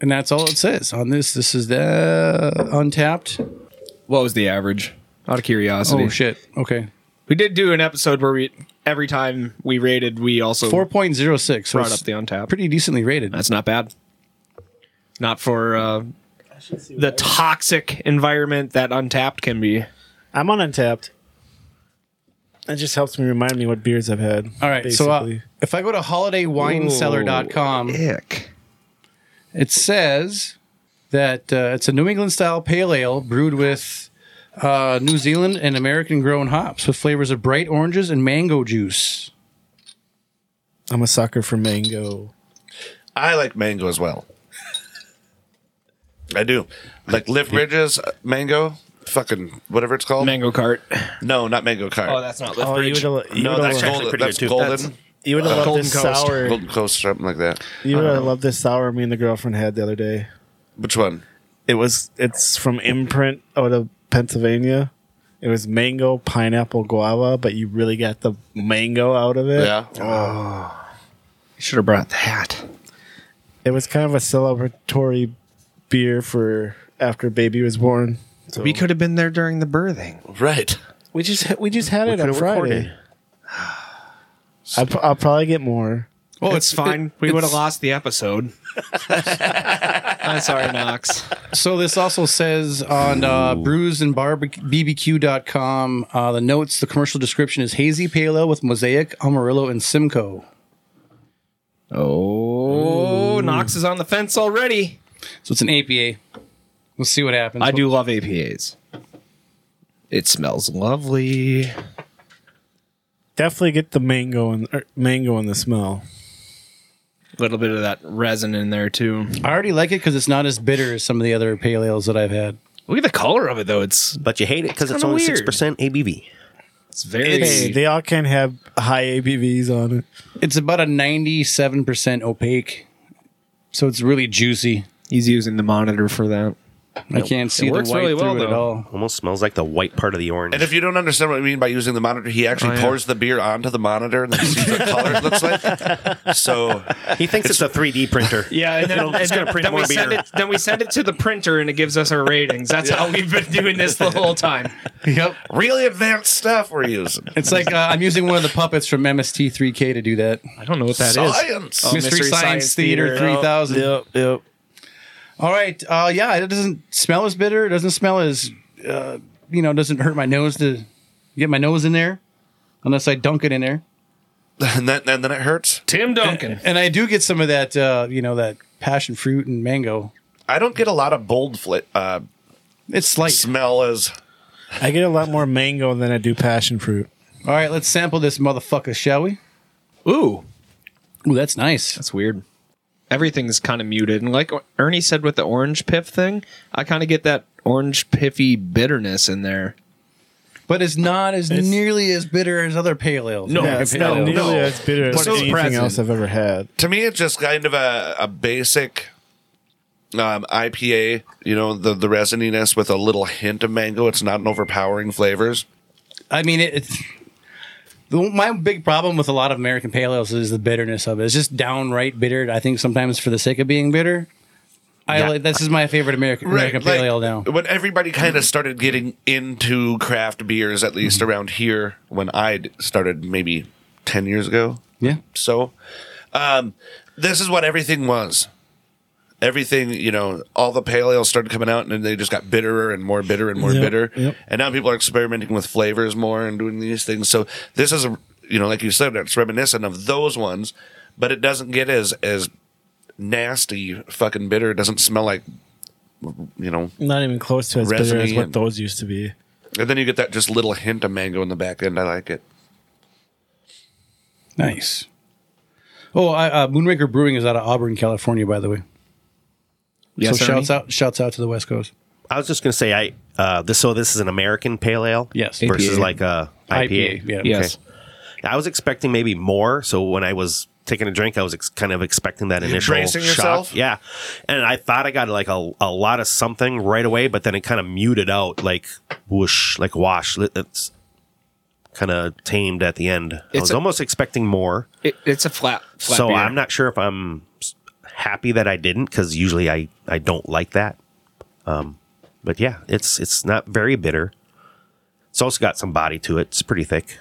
[SPEAKER 1] and that's all it says on this. This is the untapped.
[SPEAKER 6] What was the average? Out of curiosity.
[SPEAKER 1] Oh shit! Okay,
[SPEAKER 6] We did do an episode where we every time we rated, we also
[SPEAKER 1] four point zero six. So
[SPEAKER 6] brought
[SPEAKER 1] it's
[SPEAKER 6] up the untap.
[SPEAKER 1] pretty decently rated.
[SPEAKER 6] That's not bad. Not for uh, the toxic environment that untapped can be.
[SPEAKER 3] I'm on Untapped. It just helps me remind me what beers I've had.
[SPEAKER 1] All right, so uh,
[SPEAKER 3] basically.
[SPEAKER 1] if I go to holidaywinecellar.com,
[SPEAKER 6] Ick.
[SPEAKER 1] it says that uh, it's a New England style pale ale brewed with uh, New Zealand and American grown hops with flavors of bright oranges and mango juice.
[SPEAKER 3] I'm a sucker for mango.
[SPEAKER 5] I like mango as well. I do. Like Lift Bridges, uh, mango, fucking whatever it's called.
[SPEAKER 6] Mango cart.
[SPEAKER 5] no, not mango cart.
[SPEAKER 6] Oh, that's not lift
[SPEAKER 3] Oh, you
[SPEAKER 6] bridge.
[SPEAKER 3] would have
[SPEAKER 5] no, that's,
[SPEAKER 4] actually
[SPEAKER 5] golden.
[SPEAKER 4] pretty
[SPEAKER 5] That's
[SPEAKER 4] good, too.
[SPEAKER 5] golden.
[SPEAKER 4] That's-
[SPEAKER 3] you would have loved
[SPEAKER 6] Golden
[SPEAKER 3] this
[SPEAKER 6] Coast.
[SPEAKER 3] sour.
[SPEAKER 5] golden Coast, something like that.
[SPEAKER 3] You would have loved this sour me and the girlfriend had the other day.
[SPEAKER 5] Which one?
[SPEAKER 3] It was it's from Imprint out of Pennsylvania. It was mango, pineapple, guava, but you really got the mango out of it.
[SPEAKER 5] Yeah.
[SPEAKER 6] Should have brought that.
[SPEAKER 3] It was kind of a celebratory beer for after baby was born. So
[SPEAKER 6] We could have been there during the birthing.
[SPEAKER 5] Right.
[SPEAKER 3] we just we just had it on
[SPEAKER 4] could've
[SPEAKER 3] Friday.
[SPEAKER 4] recorded.
[SPEAKER 3] I'll, pr- I'll probably get more.
[SPEAKER 1] Well,
[SPEAKER 6] it's fine. we
[SPEAKER 1] it's-
[SPEAKER 6] would have lost the episode. I'm sorry, Knox.
[SPEAKER 1] So this also says on uh, brewsandbbq.com, uh, the notes, the commercial description is hazy pale ale with mosaic, amarillo, and simcoe.
[SPEAKER 6] Oh, Knox is on the fence already.
[SPEAKER 1] So it's an APA. Let's see what happens.
[SPEAKER 6] I do love APAs. It smells lovely.
[SPEAKER 3] Definitely get the mango and er, mango in the smell.
[SPEAKER 6] little bit of that resin in there too.
[SPEAKER 1] I already like it because it's not as bitter as some of the other pale ales that I've had.
[SPEAKER 6] Look at the color of it though. It's
[SPEAKER 4] But you hate it because it's,
[SPEAKER 6] kinda
[SPEAKER 4] only
[SPEAKER 6] weird.
[SPEAKER 4] six percent ABV.
[SPEAKER 6] it's very
[SPEAKER 3] Hey, they all can have high ABVs on it.
[SPEAKER 1] It's about a 97% opaque. So it's really juicy.
[SPEAKER 6] he's using the monitor for that.
[SPEAKER 1] I can't see
[SPEAKER 6] it
[SPEAKER 1] the
[SPEAKER 6] works
[SPEAKER 1] white
[SPEAKER 6] really well,
[SPEAKER 1] through it at
[SPEAKER 6] though.
[SPEAKER 1] all.
[SPEAKER 4] Almost smells like the white part of the orange.
[SPEAKER 5] And if you don't understand what I mean by using the monitor, he actually
[SPEAKER 6] Oh, yeah.
[SPEAKER 5] pours the beer onto the monitor and then sees what color it looks like. So
[SPEAKER 4] he thinks it's, a 3D printer.
[SPEAKER 6] Yeah, and then,
[SPEAKER 4] it's
[SPEAKER 6] and
[SPEAKER 4] gonna print
[SPEAKER 6] then we
[SPEAKER 4] more beer.
[SPEAKER 6] send it. Then we send it to the printer, and it gives us our ratings. That's how we've been doing this the whole time.
[SPEAKER 1] Yep.
[SPEAKER 5] really advanced stuff we're using.
[SPEAKER 1] It's like uh, I'm using one of the puppets from MST3K to do that.
[SPEAKER 6] I don't know what that is.
[SPEAKER 5] Science.
[SPEAKER 6] Oh,
[SPEAKER 1] Mystery, Science, Theater, 3000.
[SPEAKER 3] Yep, yep.
[SPEAKER 1] All right. Uh, yeah, it doesn't smell as bitter. It doesn't smell as, uh, you know, doesn't hurt my nose to get my nose in there unless I dunk it in there.
[SPEAKER 5] And, then, and then it hurts.
[SPEAKER 6] Tim Duncan.
[SPEAKER 1] And I do get some of that, uh, you know, that passion fruit and mango.
[SPEAKER 5] I don't get a lot of bold fl- uh,
[SPEAKER 1] It's slight.
[SPEAKER 5] smell as
[SPEAKER 3] I get a lot more mango than I do passion fruit.
[SPEAKER 1] All right, let's sample this motherfucker, shall we?
[SPEAKER 6] Ooh,
[SPEAKER 1] Ooh, that's nice.
[SPEAKER 6] that's weird. Everything's kind of muted, and like Ernie said with the orange pip thing, I kind of get that orange piffy bitterness in there.
[SPEAKER 1] But it's not as nearly as bitter as other pale ales. No,
[SPEAKER 3] it's not nearly as bitter as
[SPEAKER 6] But it's
[SPEAKER 3] anything
[SPEAKER 6] present.
[SPEAKER 3] else I've ever had.
[SPEAKER 5] to me it's just kind of a, a basic um, IPA, you know, the the resininess with a little hint of mango. It's not an overpowering flavors.
[SPEAKER 1] I mean, it, it's the, my big problem with a lot of American pale ales is the bitterness of it. It's just downright bitter. I think sometimes for the sake of being bitter, I like this is my favorite American American
[SPEAKER 5] like, uh,
[SPEAKER 1] pale ale now.
[SPEAKER 5] When everybody kind of started getting into craft beers, at least around here, when I started maybe 10 years ago,
[SPEAKER 1] Yeah,
[SPEAKER 5] so um, this is what everything was everything you know all the pale ales started coming out and then they just got bitterer and more bitter and more
[SPEAKER 3] Yep,
[SPEAKER 5] bitter
[SPEAKER 3] yep.
[SPEAKER 5] and now people are experimenting with flavors more and doing these things so this is a you know like you said it's reminiscent of those ones but it doesn't get as as nasty fucking bitter it doesn't smell like you know
[SPEAKER 3] Not even close to as bitter as
[SPEAKER 5] Resiny
[SPEAKER 3] what
[SPEAKER 5] and-
[SPEAKER 3] those used to be.
[SPEAKER 5] and then you get that just little hint of mango in the back end i like it
[SPEAKER 1] nice. Oh, I, uh, Moonraker Brewing is out of Auburn, California, by the way.
[SPEAKER 6] Yes,
[SPEAKER 1] so
[SPEAKER 6] Ernie?
[SPEAKER 1] shouts out, shouts out to the West Coast.
[SPEAKER 4] I was just gonna say I uh, this so this is an American pale ale.
[SPEAKER 1] Yes.
[SPEAKER 4] Versus
[SPEAKER 1] APA.
[SPEAKER 4] like a IPA.
[SPEAKER 1] yeah.
[SPEAKER 6] Yes.
[SPEAKER 4] I was expecting maybe more. So when I was taking a drink, I was ex- kind of expecting that initial
[SPEAKER 5] bracing
[SPEAKER 4] shock.
[SPEAKER 5] yourself?
[SPEAKER 4] Yeah, and I thought I got like a, a lot of something right away, but then it kind of muted out, like whoosh, like wash. Li- It's kind of tamed at the end. I
[SPEAKER 6] It's
[SPEAKER 4] was
[SPEAKER 6] a-
[SPEAKER 4] almost expecting more,
[SPEAKER 6] It, it's a flat. flat
[SPEAKER 4] so
[SPEAKER 6] beer.
[SPEAKER 4] I'm not sure if I'm s- happy that I didn't because usually I I don't like that. Um, but yeah, it's it's not very bitter. It's also got some body to it. It's pretty thick.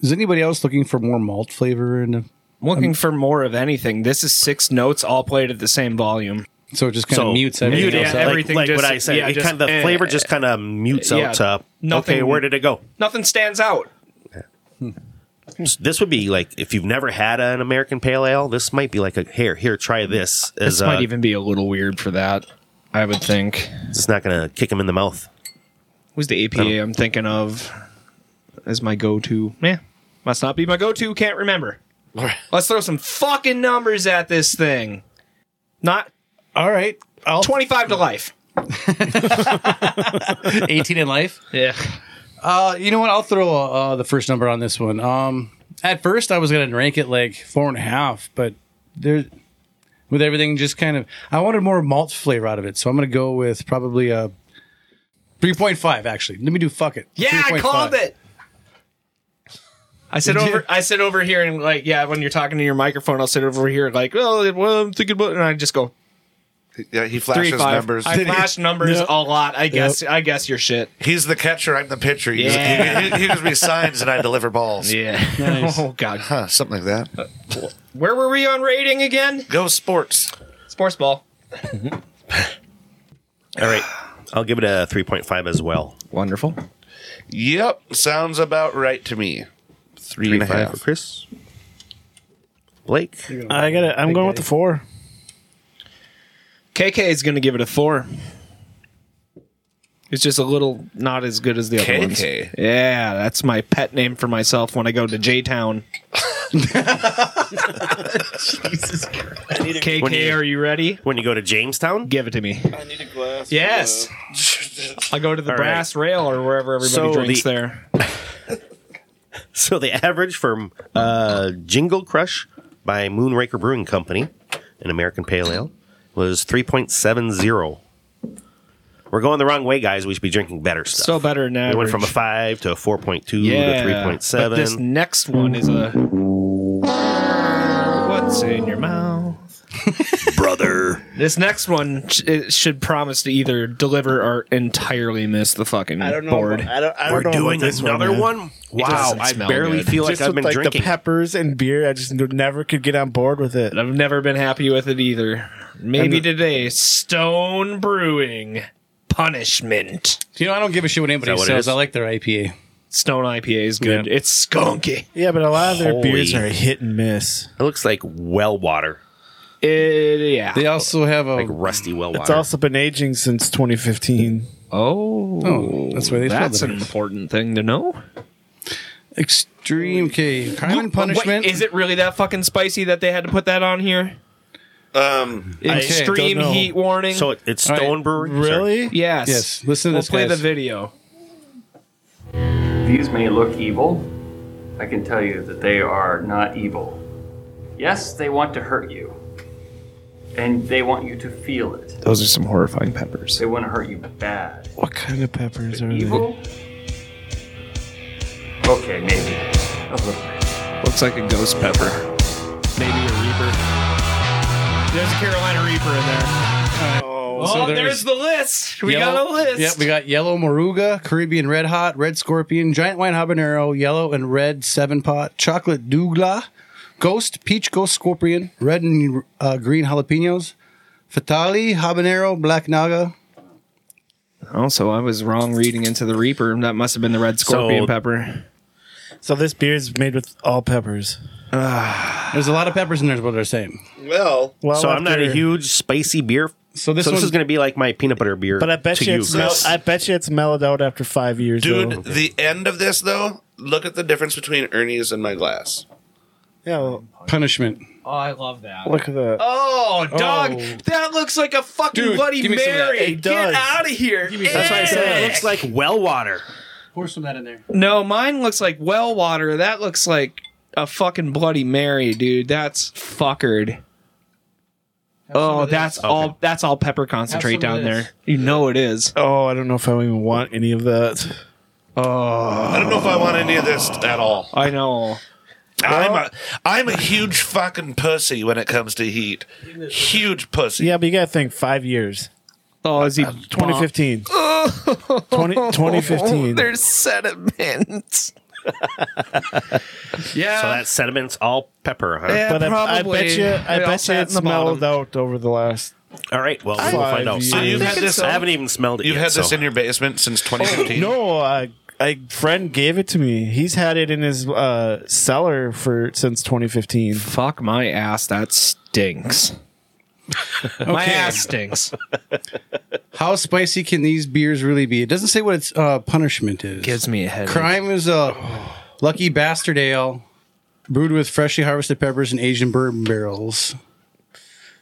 [SPEAKER 1] Is anybody else looking for more malt flavor? And
[SPEAKER 6] I'm looking for more of anything. This is six notes all played at the same volume.
[SPEAKER 1] so it just kind of mutes everything.
[SPEAKER 6] muted,
[SPEAKER 1] else
[SPEAKER 6] yeah,
[SPEAKER 1] out.
[SPEAKER 6] every- everything
[SPEAKER 4] like, like
[SPEAKER 6] just-
[SPEAKER 4] what I said.
[SPEAKER 6] yeah,
[SPEAKER 4] it
[SPEAKER 6] just,
[SPEAKER 4] kind of, the
[SPEAKER 6] eh,
[SPEAKER 4] flavor just kind of mutes
[SPEAKER 6] yeah,
[SPEAKER 4] out to okay,
[SPEAKER 6] nothing-
[SPEAKER 4] where did it go?
[SPEAKER 6] Nothing stands out.
[SPEAKER 4] This would be like if you've never had an American pale ale, this might be like a here, here, try this. As,
[SPEAKER 6] This might
[SPEAKER 4] uh,
[SPEAKER 6] even be a little weird for that. I would think.
[SPEAKER 4] it's not gonna kick him in the mouth.
[SPEAKER 6] Who's the APA I'm thinking of as my go-to? Meh. Must not be my go-to. Can't remember. Let's throw some fucking numbers at this thing. Not
[SPEAKER 1] All right, I'll
[SPEAKER 6] 25 to life.
[SPEAKER 1] 18 in life.
[SPEAKER 6] Yeah.
[SPEAKER 1] Uh, you know what? I'll throw uh, the first number on this one. Um, at first, I was gonna rank it like four and a half, but there, with everything just kind of, I wanted more malt flavor out of it, so I'm gonna go with probably a three point five. Actually, let me do fuck it.
[SPEAKER 6] Yeah, I
[SPEAKER 1] 3.5.
[SPEAKER 6] called it. I sit over. I sit over here and like, yeah. When you're talking to your microphone, I'll sit over here like, well, well I'm thinking about, and I just go
[SPEAKER 5] yeah he
[SPEAKER 6] three
[SPEAKER 5] flashes
[SPEAKER 6] five.
[SPEAKER 5] numbers
[SPEAKER 6] I flash numbers
[SPEAKER 3] Yep.
[SPEAKER 6] a lot. I guess. I guess your shit.
[SPEAKER 5] he's the catcher i'm the pitcher He-
[SPEAKER 6] Yeah.
[SPEAKER 5] he, he gives me signs and i deliver balls
[SPEAKER 6] Yeah. oh God.
[SPEAKER 5] Huh, something like that.
[SPEAKER 6] Where were we on rating again?
[SPEAKER 5] Go sports.
[SPEAKER 6] Sports ball.
[SPEAKER 4] All right, I'll give it a three point five as well.
[SPEAKER 6] Wonderful.
[SPEAKER 5] Yep, sounds about right to me. Three and a half.
[SPEAKER 4] for Chris. Blake,
[SPEAKER 3] I got I'm going with the four.
[SPEAKER 6] KK is going to give it a four. It's just a little not as good as the other ones.
[SPEAKER 5] KK.
[SPEAKER 6] Yeah, that's my pet name for myself when I go to J Town. KK,
[SPEAKER 4] When you-
[SPEAKER 6] are you ready?
[SPEAKER 4] When you go to Jamestown,
[SPEAKER 6] Give it to me.
[SPEAKER 3] I need a glass.
[SPEAKER 6] Yes. I'll go to the
[SPEAKER 4] All right.
[SPEAKER 6] brass rail or wherever everybody
[SPEAKER 4] So
[SPEAKER 6] drinks
[SPEAKER 4] the-
[SPEAKER 6] there.
[SPEAKER 4] So the average from uh, Jingle Crush by Moonraker Brewing Company, an American Pale Ale, was 3.70. We're going the wrong way, guys. We should be drinking better stuff.
[SPEAKER 6] Still better than
[SPEAKER 4] we
[SPEAKER 6] average.
[SPEAKER 4] went from a 5 to a 4.2
[SPEAKER 6] yeah,
[SPEAKER 4] to 3.7.
[SPEAKER 6] But this next one is a. What's in your mouth?
[SPEAKER 4] brother.
[SPEAKER 6] This next one sh- it should promise to either deliver or entirely miss the fucking
[SPEAKER 3] I don't know.
[SPEAKER 6] board.
[SPEAKER 3] I don't. I
[SPEAKER 4] We're
[SPEAKER 3] don't know about
[SPEAKER 4] doing
[SPEAKER 3] this
[SPEAKER 4] another
[SPEAKER 3] man.
[SPEAKER 4] one? Wow,
[SPEAKER 6] doesn't
[SPEAKER 4] I
[SPEAKER 6] smell
[SPEAKER 4] barely
[SPEAKER 6] good.
[SPEAKER 4] feel like
[SPEAKER 3] Just
[SPEAKER 4] I've
[SPEAKER 3] with
[SPEAKER 4] been
[SPEAKER 3] like
[SPEAKER 4] drinking.
[SPEAKER 3] the peppers and beer, I just n- never could get on board with it.
[SPEAKER 6] I've never been happy with it either. Maybe today, Stone Brewing Punishment.
[SPEAKER 1] You know, I don't give a shit what anybody
[SPEAKER 4] what it
[SPEAKER 1] says.
[SPEAKER 4] is?
[SPEAKER 1] I like their IPA.
[SPEAKER 6] Stone IPA is good.
[SPEAKER 1] Yeah.
[SPEAKER 6] It's skunky.
[SPEAKER 3] Yeah, but a lot of their
[SPEAKER 4] Holy.
[SPEAKER 3] beers are hit and miss.
[SPEAKER 4] It looks like well water,
[SPEAKER 6] It, yeah.
[SPEAKER 1] They also have um, a.
[SPEAKER 4] like rusty well water.
[SPEAKER 3] It's also been aging since 2015.
[SPEAKER 6] oh,
[SPEAKER 1] Oh, that's why they spelled
[SPEAKER 6] That's
[SPEAKER 1] it.
[SPEAKER 6] an important thing to know.
[SPEAKER 1] Extreme K. Crime and
[SPEAKER 6] But wait,
[SPEAKER 1] Punishment.
[SPEAKER 6] is it really that fucking spicy that they had to put that on here?
[SPEAKER 5] Um,
[SPEAKER 6] Extreme
[SPEAKER 1] don't know.
[SPEAKER 6] heat warning.
[SPEAKER 4] so it, it's
[SPEAKER 1] All right.
[SPEAKER 4] Stone Brewery.
[SPEAKER 3] Really?
[SPEAKER 6] yes.
[SPEAKER 1] Yes, listen to
[SPEAKER 6] we'll
[SPEAKER 1] this,
[SPEAKER 6] play
[SPEAKER 1] guys.
[SPEAKER 6] the video.
[SPEAKER 8] These may look evil. I can tell you that they are not evil. Yes, they want to hurt you. And they want you to feel it.
[SPEAKER 6] Those are some horrifying peppers.
[SPEAKER 8] They want to hurt you bad.
[SPEAKER 3] What kind of peppers are
[SPEAKER 8] Evil? Okay, maybe. A little bit.
[SPEAKER 6] Looks like a ghost pepper. Maybe a reaper. There's a Carolina reaper in there.
[SPEAKER 1] Oh,
[SPEAKER 6] Oh,
[SPEAKER 1] so
[SPEAKER 6] there's, the list. We
[SPEAKER 1] yellow-
[SPEAKER 6] got a list.
[SPEAKER 1] Yep, we got yellow Moruga, Caribbean Red Hot, Red Scorpion, Giant White Habanero, Yellow and Red Seven Pot, Chocolate Dougla, Ghost, Peach Ghost Scorpion, Red and uh, Green Jalapenos, Fatali, Habanero, Black Naga.
[SPEAKER 6] Also, I was wrong reading into the reaper. That must have been the red scorpion
[SPEAKER 4] So-
[SPEAKER 6] pepper.
[SPEAKER 3] So this beer is made with all peppers.
[SPEAKER 1] There's a lot of peppers in there, is what they're saying.
[SPEAKER 5] well,
[SPEAKER 3] Well,
[SPEAKER 4] So I'm not a
[SPEAKER 3] after-
[SPEAKER 4] huge spicy beer.
[SPEAKER 1] So this
[SPEAKER 4] so this
[SPEAKER 1] one-
[SPEAKER 4] is going to be like my peanut butter beer.
[SPEAKER 3] But I bet
[SPEAKER 4] to
[SPEAKER 3] you, it's mel-
[SPEAKER 4] Chris.
[SPEAKER 3] I bet you it's mellowed out after five years,
[SPEAKER 5] dude,
[SPEAKER 3] though.
[SPEAKER 5] the end of this though. Look at the difference between Ernie's and my glass.
[SPEAKER 3] Yeah, well,
[SPEAKER 1] Punishment.
[SPEAKER 6] Oh, I love that.
[SPEAKER 3] look at that.
[SPEAKER 6] Oh, dog,
[SPEAKER 1] Oh.
[SPEAKER 6] that looks like a fucking
[SPEAKER 1] Dude,
[SPEAKER 6] Bloody
[SPEAKER 1] give me some of that.
[SPEAKER 6] Mary.
[SPEAKER 3] It
[SPEAKER 6] Get
[SPEAKER 3] does.
[SPEAKER 6] out of here.
[SPEAKER 3] That's what I said.
[SPEAKER 4] It looks like well water.
[SPEAKER 1] Pour some that in there.
[SPEAKER 6] No, mine looks like well water. That looks like a fucking Bloody Mary, dude. That's fuckered. Oh, that's all. That's all pepper concentrate
[SPEAKER 1] Have some
[SPEAKER 6] down
[SPEAKER 1] of this.
[SPEAKER 6] there. You know it is.
[SPEAKER 3] Oh, I don't know if I even want any of that.
[SPEAKER 5] I don't know if I want any of this at all.
[SPEAKER 6] I know.
[SPEAKER 5] I'm a I'm a huge fucking pussy when it comes to heat. Huge pussy.
[SPEAKER 3] Yeah, but you got to think five years.
[SPEAKER 6] Oh, is he
[SPEAKER 3] 2015. 20, 2015.
[SPEAKER 6] There's sediment. yeah.
[SPEAKER 4] So that sediment's all pepper, huh?
[SPEAKER 6] Yeah,
[SPEAKER 3] but I, I
[SPEAKER 6] probably.
[SPEAKER 3] bet you, I
[SPEAKER 6] It all
[SPEAKER 3] bet you
[SPEAKER 6] sat in
[SPEAKER 3] it's
[SPEAKER 6] the bottom.
[SPEAKER 3] mellowed out over the last.
[SPEAKER 4] All right. Well, we'll find out.
[SPEAKER 3] So you've
[SPEAKER 4] I
[SPEAKER 5] had
[SPEAKER 4] think
[SPEAKER 5] this-
[SPEAKER 4] I haven't even smelled it.
[SPEAKER 5] You've
[SPEAKER 4] yet,
[SPEAKER 5] had this
[SPEAKER 4] so-
[SPEAKER 5] in your basement since 2015.
[SPEAKER 3] Oh, No, I, a friend gave it to me. He's had it in his uh, cellar for since 2015.
[SPEAKER 6] Fuck my ass. That stinks. My ass stinks.
[SPEAKER 1] How spicy can these beers really be? It doesn't say what its uh, punishment is.
[SPEAKER 6] Gives me a headache.
[SPEAKER 1] Crime is a lucky bastard ale brewed with freshly harvested peppers and Asian bourbon barrels.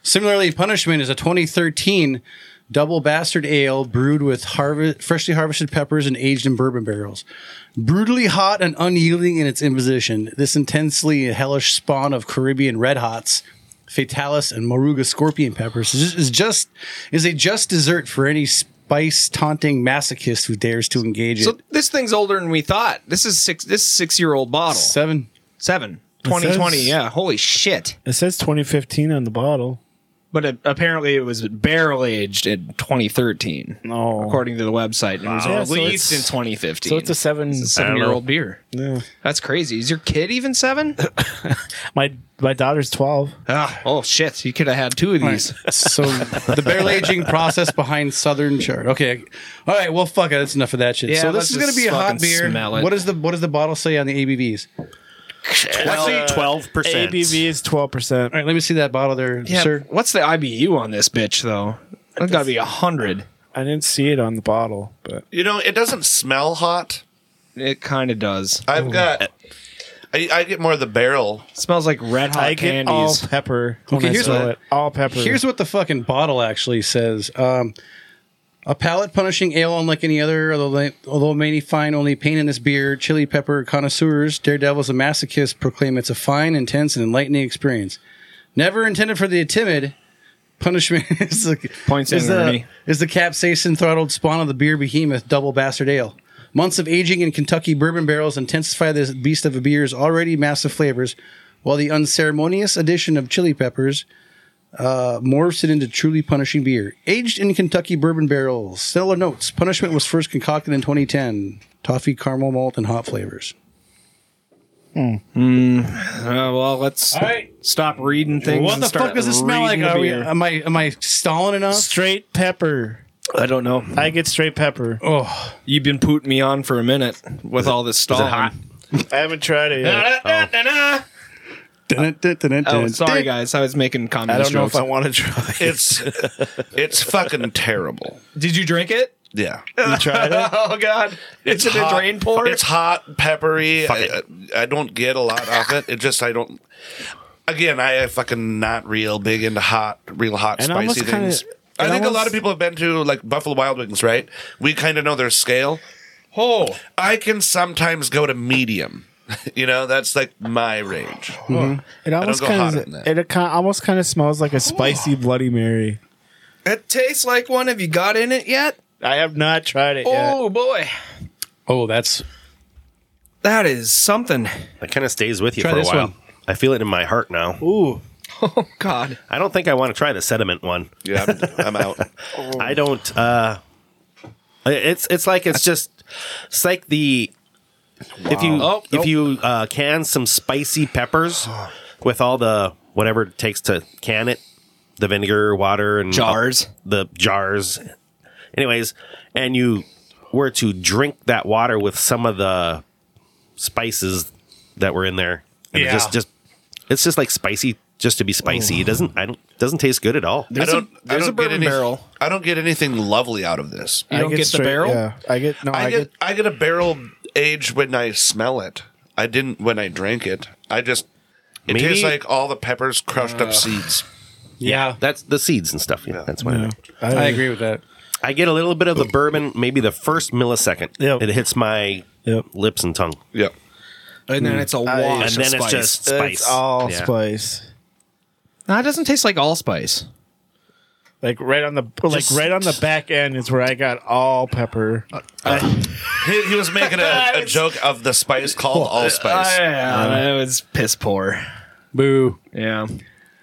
[SPEAKER 1] Similarly, Punishment is a 2013 double bastard ale brewed with harvest, freshly harvested peppers and aged in bourbon barrels. Brutally hot and unyielding in its imposition, this intensely hellish spawn of Caribbean red hots, fatalis, and Moruga scorpion peppers is is just is a just dessert for any spice taunting masochist who dares to engage
[SPEAKER 6] So
[SPEAKER 1] it.
[SPEAKER 6] this thing's older than we thought. This is six. This is six year old bottle.
[SPEAKER 1] Seven.
[SPEAKER 6] Seven. 2020.
[SPEAKER 3] says-
[SPEAKER 6] yeah. Holy shit.
[SPEAKER 3] It says 2015 on the bottle.
[SPEAKER 6] But it, apparently it was barrel aged in 2013,
[SPEAKER 3] Oh,
[SPEAKER 6] according to the website. And it was
[SPEAKER 3] Yeah, so
[SPEAKER 6] released in
[SPEAKER 3] it's-
[SPEAKER 6] 2015.
[SPEAKER 3] so it's a seven.
[SPEAKER 6] seven year old beer.
[SPEAKER 3] yeah.
[SPEAKER 6] That's crazy. Is your kid even seven?
[SPEAKER 3] My my daughter's 12.
[SPEAKER 6] Ah, oh shit! You could have had two of these.
[SPEAKER 1] So the barrel aging process behind Southern Chard. Okay, all right. Well, fuck it. That's enough of that shit.
[SPEAKER 6] Yeah,
[SPEAKER 1] so
[SPEAKER 6] let's
[SPEAKER 1] this is gonna
[SPEAKER 6] just
[SPEAKER 1] be a hot
[SPEAKER 6] fucking
[SPEAKER 1] beer.
[SPEAKER 6] smell it.
[SPEAKER 1] What does the what does the bottle say on the ABVs? All
[SPEAKER 4] twelve percent.
[SPEAKER 3] ABV is 12%.
[SPEAKER 1] right, let me see that bottle there,
[SPEAKER 6] Yeah,
[SPEAKER 1] sir.
[SPEAKER 6] What's the IBU on this bitch though? It's got to be a hundred.
[SPEAKER 3] I didn't see it on the bottle, but
[SPEAKER 5] You know, it doesn't smell hot.
[SPEAKER 6] It kind of does.
[SPEAKER 5] I've got I, I get more of the barrel.
[SPEAKER 6] smells like red hot
[SPEAKER 3] I get all
[SPEAKER 6] candies.
[SPEAKER 3] pepper. when I
[SPEAKER 1] here's
[SPEAKER 3] smell
[SPEAKER 1] what-
[SPEAKER 3] it. all pepper.
[SPEAKER 1] Here's what the fucking bottle actually says. Um, a palate punishing ale unlike any other, although, although many find only pain in this beer, chili pepper connoisseurs, daredevils, and masochists proclaim it's a fine, intense, and enlightening experience. Never intended for the timid, punishment is the,
[SPEAKER 6] Points
[SPEAKER 1] is
[SPEAKER 6] in,
[SPEAKER 1] the,
[SPEAKER 6] Ernie.
[SPEAKER 1] is the capsaicin throttled spawn of the beer behemoth, double bastard ale. Months of aging in Kentucky bourbon barrels intensify this beast of a beer's already massive flavors, while the unceremonious addition of chili peppers uh, morphs it into truly punishing beer. Aged in Kentucky bourbon barrels, stellar notes. Punishment was first concocted in 2010. Toffee, caramel, malt, and hot flavors.
[SPEAKER 6] Uh, well, let's stop reading things.
[SPEAKER 1] What
[SPEAKER 6] and
[SPEAKER 1] the
[SPEAKER 6] start
[SPEAKER 1] fuck does this smell like?
[SPEAKER 6] reading the
[SPEAKER 1] Are we,
[SPEAKER 6] beer.
[SPEAKER 1] am I am I stalling enough?
[SPEAKER 3] straight pepper.
[SPEAKER 6] I don't know.
[SPEAKER 3] I get straight pepper.
[SPEAKER 1] Oh,
[SPEAKER 6] You've been putting me on for a minute with all this stalling.
[SPEAKER 4] hot?
[SPEAKER 3] I haven't tried it yet.
[SPEAKER 1] dun, dun, dun, dun,
[SPEAKER 6] Oh,
[SPEAKER 1] dun.
[SPEAKER 6] sorry guys. I was making
[SPEAKER 3] I
[SPEAKER 6] comments.
[SPEAKER 3] don't know if I want to try. it.
[SPEAKER 5] It's it's fucking terrible.
[SPEAKER 6] Did you drink it?
[SPEAKER 5] Yeah,
[SPEAKER 3] You tried it?
[SPEAKER 6] Oh God! It's, in a
[SPEAKER 5] hot-
[SPEAKER 6] drain pour.
[SPEAKER 5] It's hot, peppery. I, I don't get a lot of it. It just I don't. Again, I am fucking not real big into hot, real hot,
[SPEAKER 3] And almost
[SPEAKER 5] spicy
[SPEAKER 3] kinda-
[SPEAKER 5] things. I
[SPEAKER 3] and
[SPEAKER 5] think a lot
[SPEAKER 3] almost-
[SPEAKER 5] of people have been to like Buffalo Wild Wings, right? We kind of know their scale.
[SPEAKER 6] oh,
[SPEAKER 5] I can sometimes go to medium. you know, that's like my range.
[SPEAKER 3] It almost
[SPEAKER 5] go hot
[SPEAKER 3] kind
[SPEAKER 5] on
[SPEAKER 3] of
[SPEAKER 5] that.
[SPEAKER 3] it kind almost kind of smells like a spicy Bloody Mary.
[SPEAKER 6] it tastes like one. Have you got in it yet?
[SPEAKER 3] I have not tried it yet.
[SPEAKER 6] Oh boy,
[SPEAKER 1] Oh, that's
[SPEAKER 6] that is something.
[SPEAKER 4] That kind of stays with you
[SPEAKER 1] Try
[SPEAKER 4] for a
[SPEAKER 1] this
[SPEAKER 4] while.
[SPEAKER 1] one.
[SPEAKER 4] I feel it in my heart now.
[SPEAKER 3] Ooh,
[SPEAKER 6] Oh God!
[SPEAKER 4] I don't think I want to try the sediment one.
[SPEAKER 5] Yeah, I'm, I'm out.
[SPEAKER 6] Oh.
[SPEAKER 4] I don't. uh It's it's like it's just it's like the if you
[SPEAKER 6] Wow. Oh,
[SPEAKER 4] if
[SPEAKER 6] nope.
[SPEAKER 4] you uh, can some spicy peppers with all the whatever it takes to can it, the vinegar, water, and
[SPEAKER 6] Jars.
[SPEAKER 4] the jars. Anyways, and you were to drink that water with some of the spices that were in there, and it
[SPEAKER 5] Yeah.
[SPEAKER 4] just just it's just like spicy, just to be spicy. It doesn't I don't doesn't taste good at all.
[SPEAKER 5] I don't. I
[SPEAKER 6] there's
[SPEAKER 5] don't
[SPEAKER 6] a bourbon
[SPEAKER 5] get any-
[SPEAKER 6] barrel.
[SPEAKER 5] I don't get anything lovely out of this.
[SPEAKER 6] You don't get, the barrel.
[SPEAKER 3] Yeah, I get no. I,
[SPEAKER 5] I
[SPEAKER 3] get,
[SPEAKER 5] get I get a barrel aged when I smell it. I didn't when I drank it. I just it
[SPEAKER 4] Maybe-
[SPEAKER 5] tastes like all the peppers crushed up seeds.
[SPEAKER 1] yeah.
[SPEAKER 4] That's the seeds and stuff. Yeah, that's what I meant.
[SPEAKER 1] I agree with that.
[SPEAKER 4] I get a little bit of the bourbon, maybe the first millisecond.
[SPEAKER 3] Yep.
[SPEAKER 4] It hits my
[SPEAKER 3] Yep.
[SPEAKER 4] lips and tongue.
[SPEAKER 5] Yeah.
[SPEAKER 6] Mm. And then it's a wash.
[SPEAKER 4] and
[SPEAKER 6] of
[SPEAKER 4] then it's
[SPEAKER 6] spice.
[SPEAKER 4] just spice.
[SPEAKER 3] It's all
[SPEAKER 4] Yeah.
[SPEAKER 3] spice.
[SPEAKER 6] No, it doesn't taste like allspice.
[SPEAKER 3] Like right on the like right on the back end is where I got all pepper.
[SPEAKER 5] He, he was making a, a joke of the spice called allspice.
[SPEAKER 6] Yeah, it was piss poor.
[SPEAKER 1] Boo.
[SPEAKER 6] Yeah,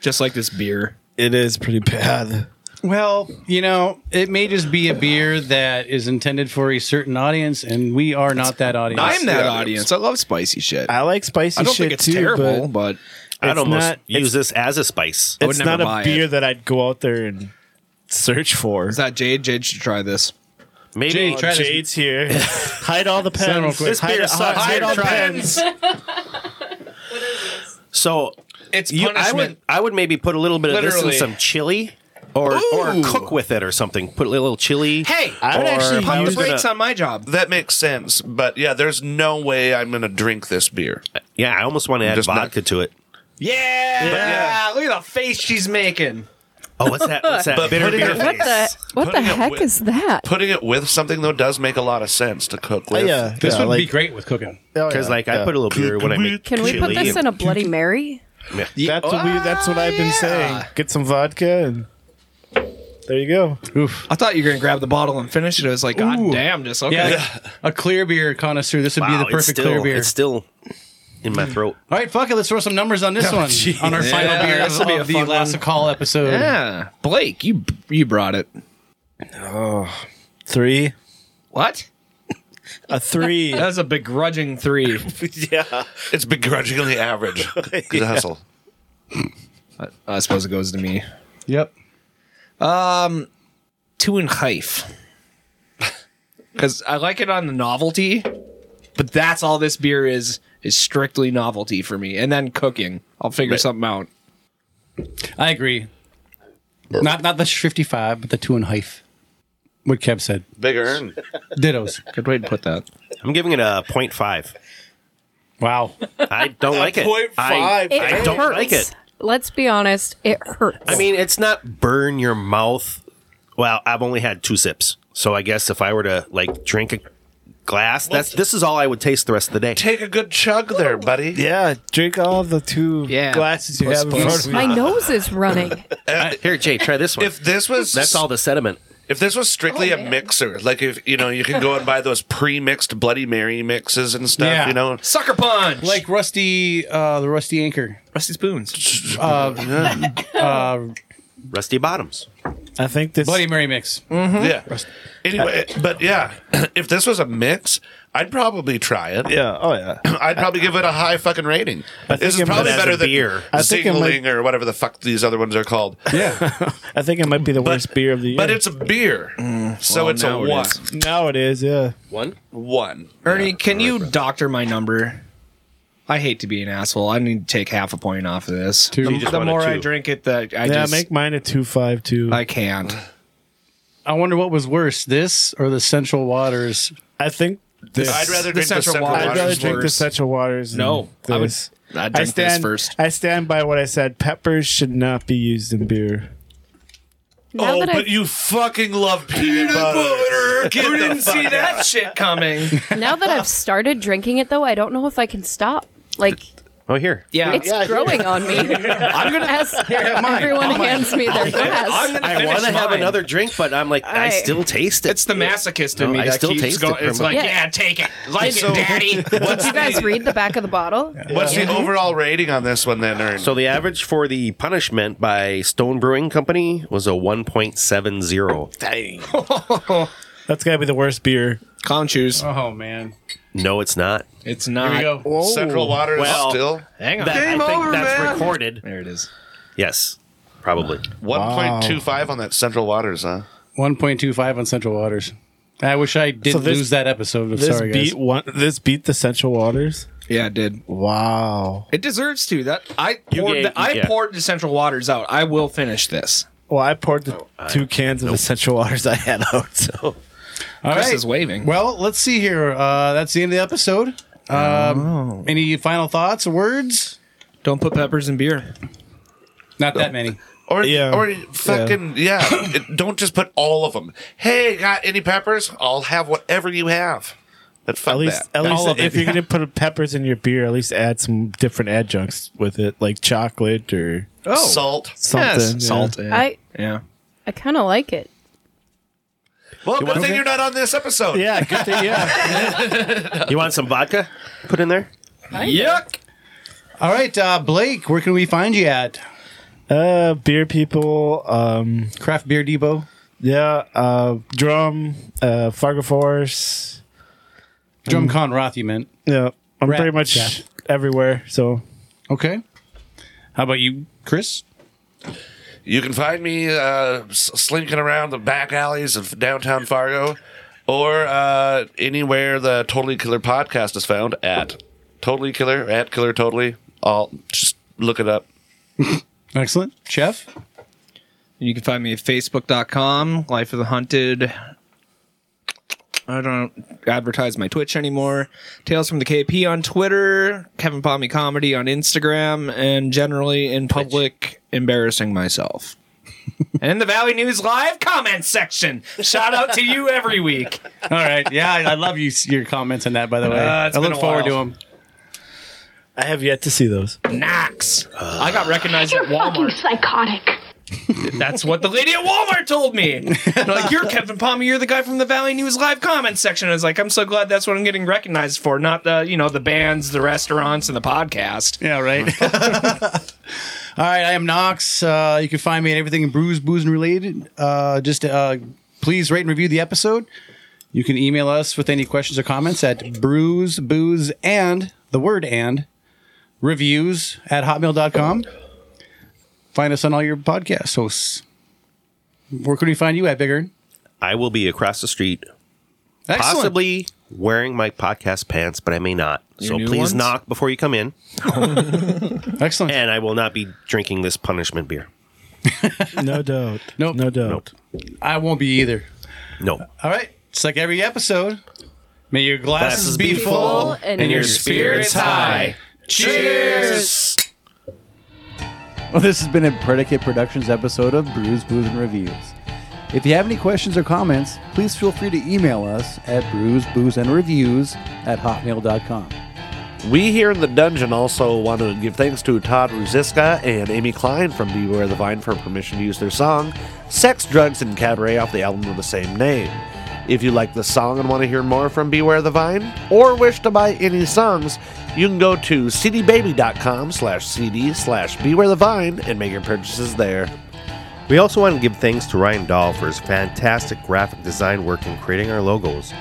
[SPEAKER 6] just like this beer.
[SPEAKER 3] It is pretty bad.
[SPEAKER 1] Well, you know, it may just be a beer that is intended for a certain audience, and we are not that audience.
[SPEAKER 6] I'm that audience. I love spicy shit.
[SPEAKER 3] I like spicy
[SPEAKER 6] I don't
[SPEAKER 3] shit
[SPEAKER 6] think it's
[SPEAKER 3] too,
[SPEAKER 6] terrible,
[SPEAKER 3] but
[SPEAKER 6] but,
[SPEAKER 4] I'd
[SPEAKER 3] it's
[SPEAKER 4] almost
[SPEAKER 3] not-
[SPEAKER 4] use this as a spice.
[SPEAKER 6] would
[SPEAKER 3] it's
[SPEAKER 6] never
[SPEAKER 3] not a
[SPEAKER 6] buy
[SPEAKER 3] beer
[SPEAKER 6] it.
[SPEAKER 3] that I'd go out there and search for.
[SPEAKER 6] is that Jade? Jade should try this.
[SPEAKER 4] Maybe
[SPEAKER 1] Jade, try this.
[SPEAKER 3] Jade's here. hide all the
[SPEAKER 1] Sound real
[SPEAKER 3] pens.
[SPEAKER 1] quick. This
[SPEAKER 3] hide,
[SPEAKER 4] beer
[SPEAKER 3] hide,
[SPEAKER 4] sucks.
[SPEAKER 3] hide all the
[SPEAKER 4] Try it.
[SPEAKER 3] pens.
[SPEAKER 4] so.
[SPEAKER 6] It's
[SPEAKER 4] You, I would I would maybe put a little bit of this
[SPEAKER 6] Literally.
[SPEAKER 4] in some chili, or or
[SPEAKER 6] Ooh.
[SPEAKER 4] cook with it or something. Put a little chili.
[SPEAKER 6] Hey,
[SPEAKER 3] I would
[SPEAKER 4] Or
[SPEAKER 3] actually
[SPEAKER 4] if I
[SPEAKER 6] pump the
[SPEAKER 4] was
[SPEAKER 3] use-
[SPEAKER 6] brakes
[SPEAKER 4] gonna-
[SPEAKER 6] on my job.
[SPEAKER 5] That makes sense, but yeah, there's no way I'm gonna drink this beer.
[SPEAKER 4] Yeah, I almost want to add
[SPEAKER 5] Just not-
[SPEAKER 4] vodka to it.
[SPEAKER 6] Yeah,
[SPEAKER 5] yeah.
[SPEAKER 6] look at the face she's making.
[SPEAKER 4] Oh, what's that? What's that?
[SPEAKER 5] But
[SPEAKER 4] bitter
[SPEAKER 5] putting
[SPEAKER 4] beer
[SPEAKER 5] it-
[SPEAKER 9] What
[SPEAKER 4] face?
[SPEAKER 9] the what the
[SPEAKER 5] Putting it
[SPEAKER 9] heck
[SPEAKER 5] with-
[SPEAKER 9] is that?
[SPEAKER 5] Putting it with something though does make a lot of sense to cook with.
[SPEAKER 3] yeah,
[SPEAKER 1] This
[SPEAKER 3] yeah,
[SPEAKER 1] would
[SPEAKER 3] like,
[SPEAKER 1] be great with cooking.
[SPEAKER 3] oh,
[SPEAKER 4] Because
[SPEAKER 3] yeah.
[SPEAKER 4] like I put a little beer when I make
[SPEAKER 9] Can we put this in a Bloody Mary?
[SPEAKER 3] That's what we. That's what I've been saying. Get some vodka and there you go.
[SPEAKER 6] I thought you were gonna grab the bottle and finish it. I was like, God
[SPEAKER 1] Ooh.
[SPEAKER 6] damn, just okay.
[SPEAKER 1] Yeah, a clear beer connoisseur. This would be the perfect
[SPEAKER 4] it's still,
[SPEAKER 1] clear beer.
[SPEAKER 4] It's still in my throat.
[SPEAKER 1] All right, fuck it. Let's throw some numbers on
[SPEAKER 3] Oh,
[SPEAKER 1] this one on our final
[SPEAKER 6] Yeah,
[SPEAKER 1] beer
[SPEAKER 6] this'll
[SPEAKER 1] of
[SPEAKER 6] be a
[SPEAKER 1] the
[SPEAKER 6] fun
[SPEAKER 1] last
[SPEAKER 6] one.
[SPEAKER 1] call episode.
[SPEAKER 6] Yeah. Blake, you you brought it.
[SPEAKER 3] Three,
[SPEAKER 6] What?
[SPEAKER 3] a three.
[SPEAKER 6] That was a begrudging three.
[SPEAKER 5] It's begrudgingly average. Good hustle.
[SPEAKER 6] I suppose it goes to me.
[SPEAKER 1] Yep.
[SPEAKER 6] Um, Two and half. Because I like it on the novelty, but that's all this beer is is strictly novelty for me. And then cooking, I'll figure something out.
[SPEAKER 1] I agree. Not not the fifty-five, but the two and a half. What Kev said.
[SPEAKER 5] Big earn.
[SPEAKER 1] Dittos.
[SPEAKER 6] Good way to put that.
[SPEAKER 4] I'm giving it a 0.5.
[SPEAKER 1] Wow.
[SPEAKER 4] I don't like it.
[SPEAKER 5] Point
[SPEAKER 4] I,
[SPEAKER 5] five.
[SPEAKER 9] It
[SPEAKER 4] I don't
[SPEAKER 9] hurts.
[SPEAKER 4] like it.
[SPEAKER 9] Let's be honest, it hurts.
[SPEAKER 4] I mean, it's not burn your mouth. Well, I've only had two sips, so I guess if I were to like drink a glass, that's this is all I would taste the rest of the day.
[SPEAKER 5] Take a good chug there, buddy.
[SPEAKER 3] Yeah, drink all the two
[SPEAKER 6] Yeah.
[SPEAKER 3] glasses you
[SPEAKER 6] Plus,
[SPEAKER 3] have in front
[SPEAKER 6] plus.
[SPEAKER 3] of you.
[SPEAKER 9] my nose is running.
[SPEAKER 5] Oh,
[SPEAKER 4] Here, Jay, try this one.
[SPEAKER 5] If this was
[SPEAKER 4] that's all the sediment.
[SPEAKER 5] If this was strictly
[SPEAKER 9] Oh,
[SPEAKER 5] a
[SPEAKER 9] man.
[SPEAKER 5] mixer, like if you know, you can go and buy those pre-mixed Bloody Mary mixes and stuff.
[SPEAKER 1] Yeah.
[SPEAKER 5] You know,
[SPEAKER 6] Sucker punch.
[SPEAKER 1] Like Rusty, uh, the Rusty Anchor.
[SPEAKER 6] rusty spoons.
[SPEAKER 4] Rusty bottoms.
[SPEAKER 3] I think this.
[SPEAKER 1] Bloody Mary mix.
[SPEAKER 5] yeah. Anyway, but yeah, if this was a mix, I'd probably try it.
[SPEAKER 3] yeah. Oh yeah.
[SPEAKER 5] I'd probably give it a high fucking rating. This is
[SPEAKER 3] it might-
[SPEAKER 5] probably
[SPEAKER 4] But as
[SPEAKER 5] better
[SPEAKER 4] a
[SPEAKER 5] than
[SPEAKER 4] beer.
[SPEAKER 5] I
[SPEAKER 3] I think it might-
[SPEAKER 5] Singling or whatever the fuck these other ones are called.
[SPEAKER 1] Yeah.
[SPEAKER 3] I think it might be the worst beer of the year.
[SPEAKER 5] But it's a beer, so it's a
[SPEAKER 6] now it
[SPEAKER 5] one.
[SPEAKER 6] is.
[SPEAKER 3] now it is. Yeah.
[SPEAKER 4] One.
[SPEAKER 5] One.
[SPEAKER 6] Ernie, can you doctor my number? I hate to be an asshole. I need to take half a point off of this.
[SPEAKER 4] You
[SPEAKER 6] The,
[SPEAKER 4] just
[SPEAKER 6] the
[SPEAKER 4] wanted
[SPEAKER 6] more I
[SPEAKER 4] two.
[SPEAKER 6] drink it, the I
[SPEAKER 3] yeah.
[SPEAKER 6] just
[SPEAKER 3] Make mine a two five two.
[SPEAKER 6] I can't.
[SPEAKER 1] I wonder what was worse, this or the Central Waters?
[SPEAKER 3] I think. This,
[SPEAKER 5] I'd rather drink the
[SPEAKER 6] Central
[SPEAKER 5] Central
[SPEAKER 6] Waters
[SPEAKER 3] I'd rather
[SPEAKER 5] Waters.
[SPEAKER 3] drink the
[SPEAKER 6] worse.
[SPEAKER 3] Central Waters. than
[SPEAKER 6] No, I would.
[SPEAKER 3] this.
[SPEAKER 6] I'd
[SPEAKER 3] I
[SPEAKER 6] drink this
[SPEAKER 3] stand.
[SPEAKER 6] first.
[SPEAKER 3] I stand by what I said. Peppers should not be used in beer.
[SPEAKER 9] now
[SPEAKER 5] Oh,
[SPEAKER 9] that
[SPEAKER 5] but
[SPEAKER 9] I
[SPEAKER 5] you fucking love peanut butter.
[SPEAKER 6] Who didn't see that shit coming?
[SPEAKER 9] now that I've started drinking it though, I don't know if I can stop. Like
[SPEAKER 4] Oh, here.
[SPEAKER 6] Yeah,
[SPEAKER 9] it's growing on me. I'm gonna as everyone hands me their
[SPEAKER 6] I'm
[SPEAKER 9] glass.
[SPEAKER 6] gonna
[SPEAKER 4] I want to have another drink, but I'm like, I,
[SPEAKER 9] I-
[SPEAKER 4] still taste it.
[SPEAKER 6] It's the masochist in
[SPEAKER 4] No,
[SPEAKER 6] me
[SPEAKER 4] I
[SPEAKER 6] that
[SPEAKER 4] still
[SPEAKER 6] keeps
[SPEAKER 4] taste it
[SPEAKER 6] going.
[SPEAKER 4] from
[SPEAKER 6] it's like,
[SPEAKER 9] a-
[SPEAKER 6] yeah. take it, like it, daddy.
[SPEAKER 9] Did you guys read the back of the bottle?
[SPEAKER 5] What's the overall rating on this one then, Ern?
[SPEAKER 4] So the average for the punishment by Stone Brewing Company was a 1.70.
[SPEAKER 3] That's gotta be the worst beer.
[SPEAKER 6] Con choose.
[SPEAKER 1] Oh, man.
[SPEAKER 4] No, it's not.
[SPEAKER 6] It's not.
[SPEAKER 1] Here we go.
[SPEAKER 5] Central Waters
[SPEAKER 4] Well-
[SPEAKER 5] still
[SPEAKER 6] Hang on.
[SPEAKER 4] That, I think that's recorded.
[SPEAKER 6] There it is.
[SPEAKER 4] Yes, probably.
[SPEAKER 5] one point two five on that Central Waters, huh?
[SPEAKER 1] 1.25 on Central Waters. I wish I didn't
[SPEAKER 3] So this-
[SPEAKER 1] lose that episode. I'm
[SPEAKER 3] This
[SPEAKER 1] sorry, guys.
[SPEAKER 3] beat one. This beat the Central Waters.
[SPEAKER 6] Yeah, it did.
[SPEAKER 3] Wow.
[SPEAKER 6] It deserves to. That I
[SPEAKER 4] You
[SPEAKER 6] poured.
[SPEAKER 4] gave-
[SPEAKER 6] the, I
[SPEAKER 4] yeah.
[SPEAKER 6] poured the Central Waters out. I will finish this.
[SPEAKER 3] Well, I poured the
[SPEAKER 6] Oh,
[SPEAKER 3] two cans of the Central Waters I had out. So
[SPEAKER 1] All
[SPEAKER 6] Chris
[SPEAKER 1] right.
[SPEAKER 6] is waving.
[SPEAKER 1] Well, let's see here. Uh, that's the end of the episode. Um, Any final thoughts or words?
[SPEAKER 6] Don't put peppers in beer.
[SPEAKER 1] Not that many.
[SPEAKER 5] Or
[SPEAKER 3] Yeah.
[SPEAKER 5] or fucking yeah. It- don't just put all of them. Hey, got any peppers? I'll have whatever you have. That fuck
[SPEAKER 3] at least,
[SPEAKER 5] that.
[SPEAKER 3] at least
[SPEAKER 1] All of
[SPEAKER 3] if
[SPEAKER 1] it.
[SPEAKER 3] you're gonna put peppers in your beer, at least add some different adjuncts with it, like chocolate or
[SPEAKER 1] Oh.
[SPEAKER 5] Salt.
[SPEAKER 3] something. yeah.
[SPEAKER 6] salt. Yeah.
[SPEAKER 9] I
[SPEAKER 6] yeah.
[SPEAKER 9] I kind of like it.
[SPEAKER 5] Well, good thing you're not on this episode.
[SPEAKER 3] Yeah, good thing. Yeah,
[SPEAKER 4] You want some vodka? Put in there.
[SPEAKER 6] Yuck.
[SPEAKER 1] All right, uh, Blake, where can we find you at?
[SPEAKER 3] uh, beer people. Um,
[SPEAKER 1] Craft Beer Depot.
[SPEAKER 3] yeah, uh, drum, uh, Fargo Force.
[SPEAKER 6] Mm.
[SPEAKER 1] DrumCon Roth, you meant.
[SPEAKER 3] Yeah, I'm
[SPEAKER 1] Rat
[SPEAKER 3] pretty much
[SPEAKER 1] Trap.
[SPEAKER 3] everywhere. So
[SPEAKER 1] Okay. How about you, Chris?
[SPEAKER 5] You can find me uh, s- slinking around the back alleys of downtown Fargo, or uh, anywhere the Totally Killer podcast is found at Totally Killer at Killer Totally. I'll just look it up.
[SPEAKER 1] Excellent. Chef?
[SPEAKER 6] You can find me at facebook.com, Life of the Hunted. I don't advertise my Twitch anymore. Tales from the KP on Twitter, Kevin Palmy Comedy on Instagram, and generally in public, embarrassing myself. and in the Valley News Live comment section. Shout out to you every week.
[SPEAKER 1] All right. Yeah, I, I love you, your comments on that, by the way.
[SPEAKER 6] Uh,
[SPEAKER 1] I
[SPEAKER 6] it's been
[SPEAKER 1] look
[SPEAKER 6] a
[SPEAKER 1] forward to
[SPEAKER 6] while.
[SPEAKER 1] them.
[SPEAKER 3] I have yet to see those.
[SPEAKER 6] Knox. I got recognized at Walmart.
[SPEAKER 10] psychotic.
[SPEAKER 6] That's what the lady at Walmart told me. They're like, you're Kevin Palmer, you're the guy from the Valley News Live comment section. I was like, I'm so glad that's what I'm getting recognized for, not the, you know, the bands, the restaurants, and the podcast.
[SPEAKER 1] Yeah, right. All right. I am Knox. Uh, you can find me at everything in brews, booze, and related. Uh, just uh, please rate and review the episode. You can email us with any questions or comments at brews, booze, and the word and reviews at hotmail.com. Find us on all your podcast hosts. Where can we find you at, Bigger?
[SPEAKER 4] I will be across the street,
[SPEAKER 1] Excellent.
[SPEAKER 4] possibly wearing my podcast pants, but I may not. so
[SPEAKER 6] new
[SPEAKER 4] please
[SPEAKER 6] ones?
[SPEAKER 4] knock before you come in,
[SPEAKER 1] Excellent.
[SPEAKER 4] and I will not be drinking this punishment beer.
[SPEAKER 3] No doubt.
[SPEAKER 1] Nope.
[SPEAKER 3] No doubt.
[SPEAKER 1] I won't be either.
[SPEAKER 4] No.
[SPEAKER 1] All right. It's like every episode.
[SPEAKER 9] May your glasses be full and, your spirits high. Cheers!
[SPEAKER 1] Well, this has been a Predicate Productions episode of Brews, Booze, and Reviews. If you have any questions or comments, please feel free to email us at brews, booze, and reviews at hotmail.com.
[SPEAKER 4] We here in the dungeon also want to give thanks to Todd Ruziska and Amy Klein from Beware the Vine for permission to use their song, Sex, Drugs, and Cabaret off the album of the same name. If you like the song and want to hear more from Beware the Vine, or wish to buy any songs, you can go to cdbaby.com slash cd slash beware the vine and make your purchases there.
[SPEAKER 11] We also want to give thanks to Ryan Dahl for his fantastic graphic design work in creating our logos.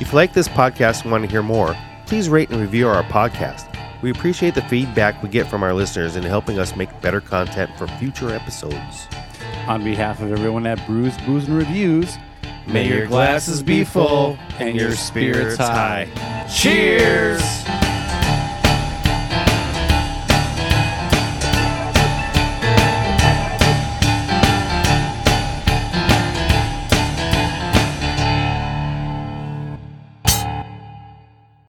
[SPEAKER 11] If you like this podcast and want to hear more, please rate and review our podcast. We appreciate the feedback we get from our listeners in helping us make better content for future episodes.
[SPEAKER 1] On behalf of everyone at Brews, Booze, and Reviews,
[SPEAKER 11] May your
[SPEAKER 1] glasses be full and your spirits high. Cheers!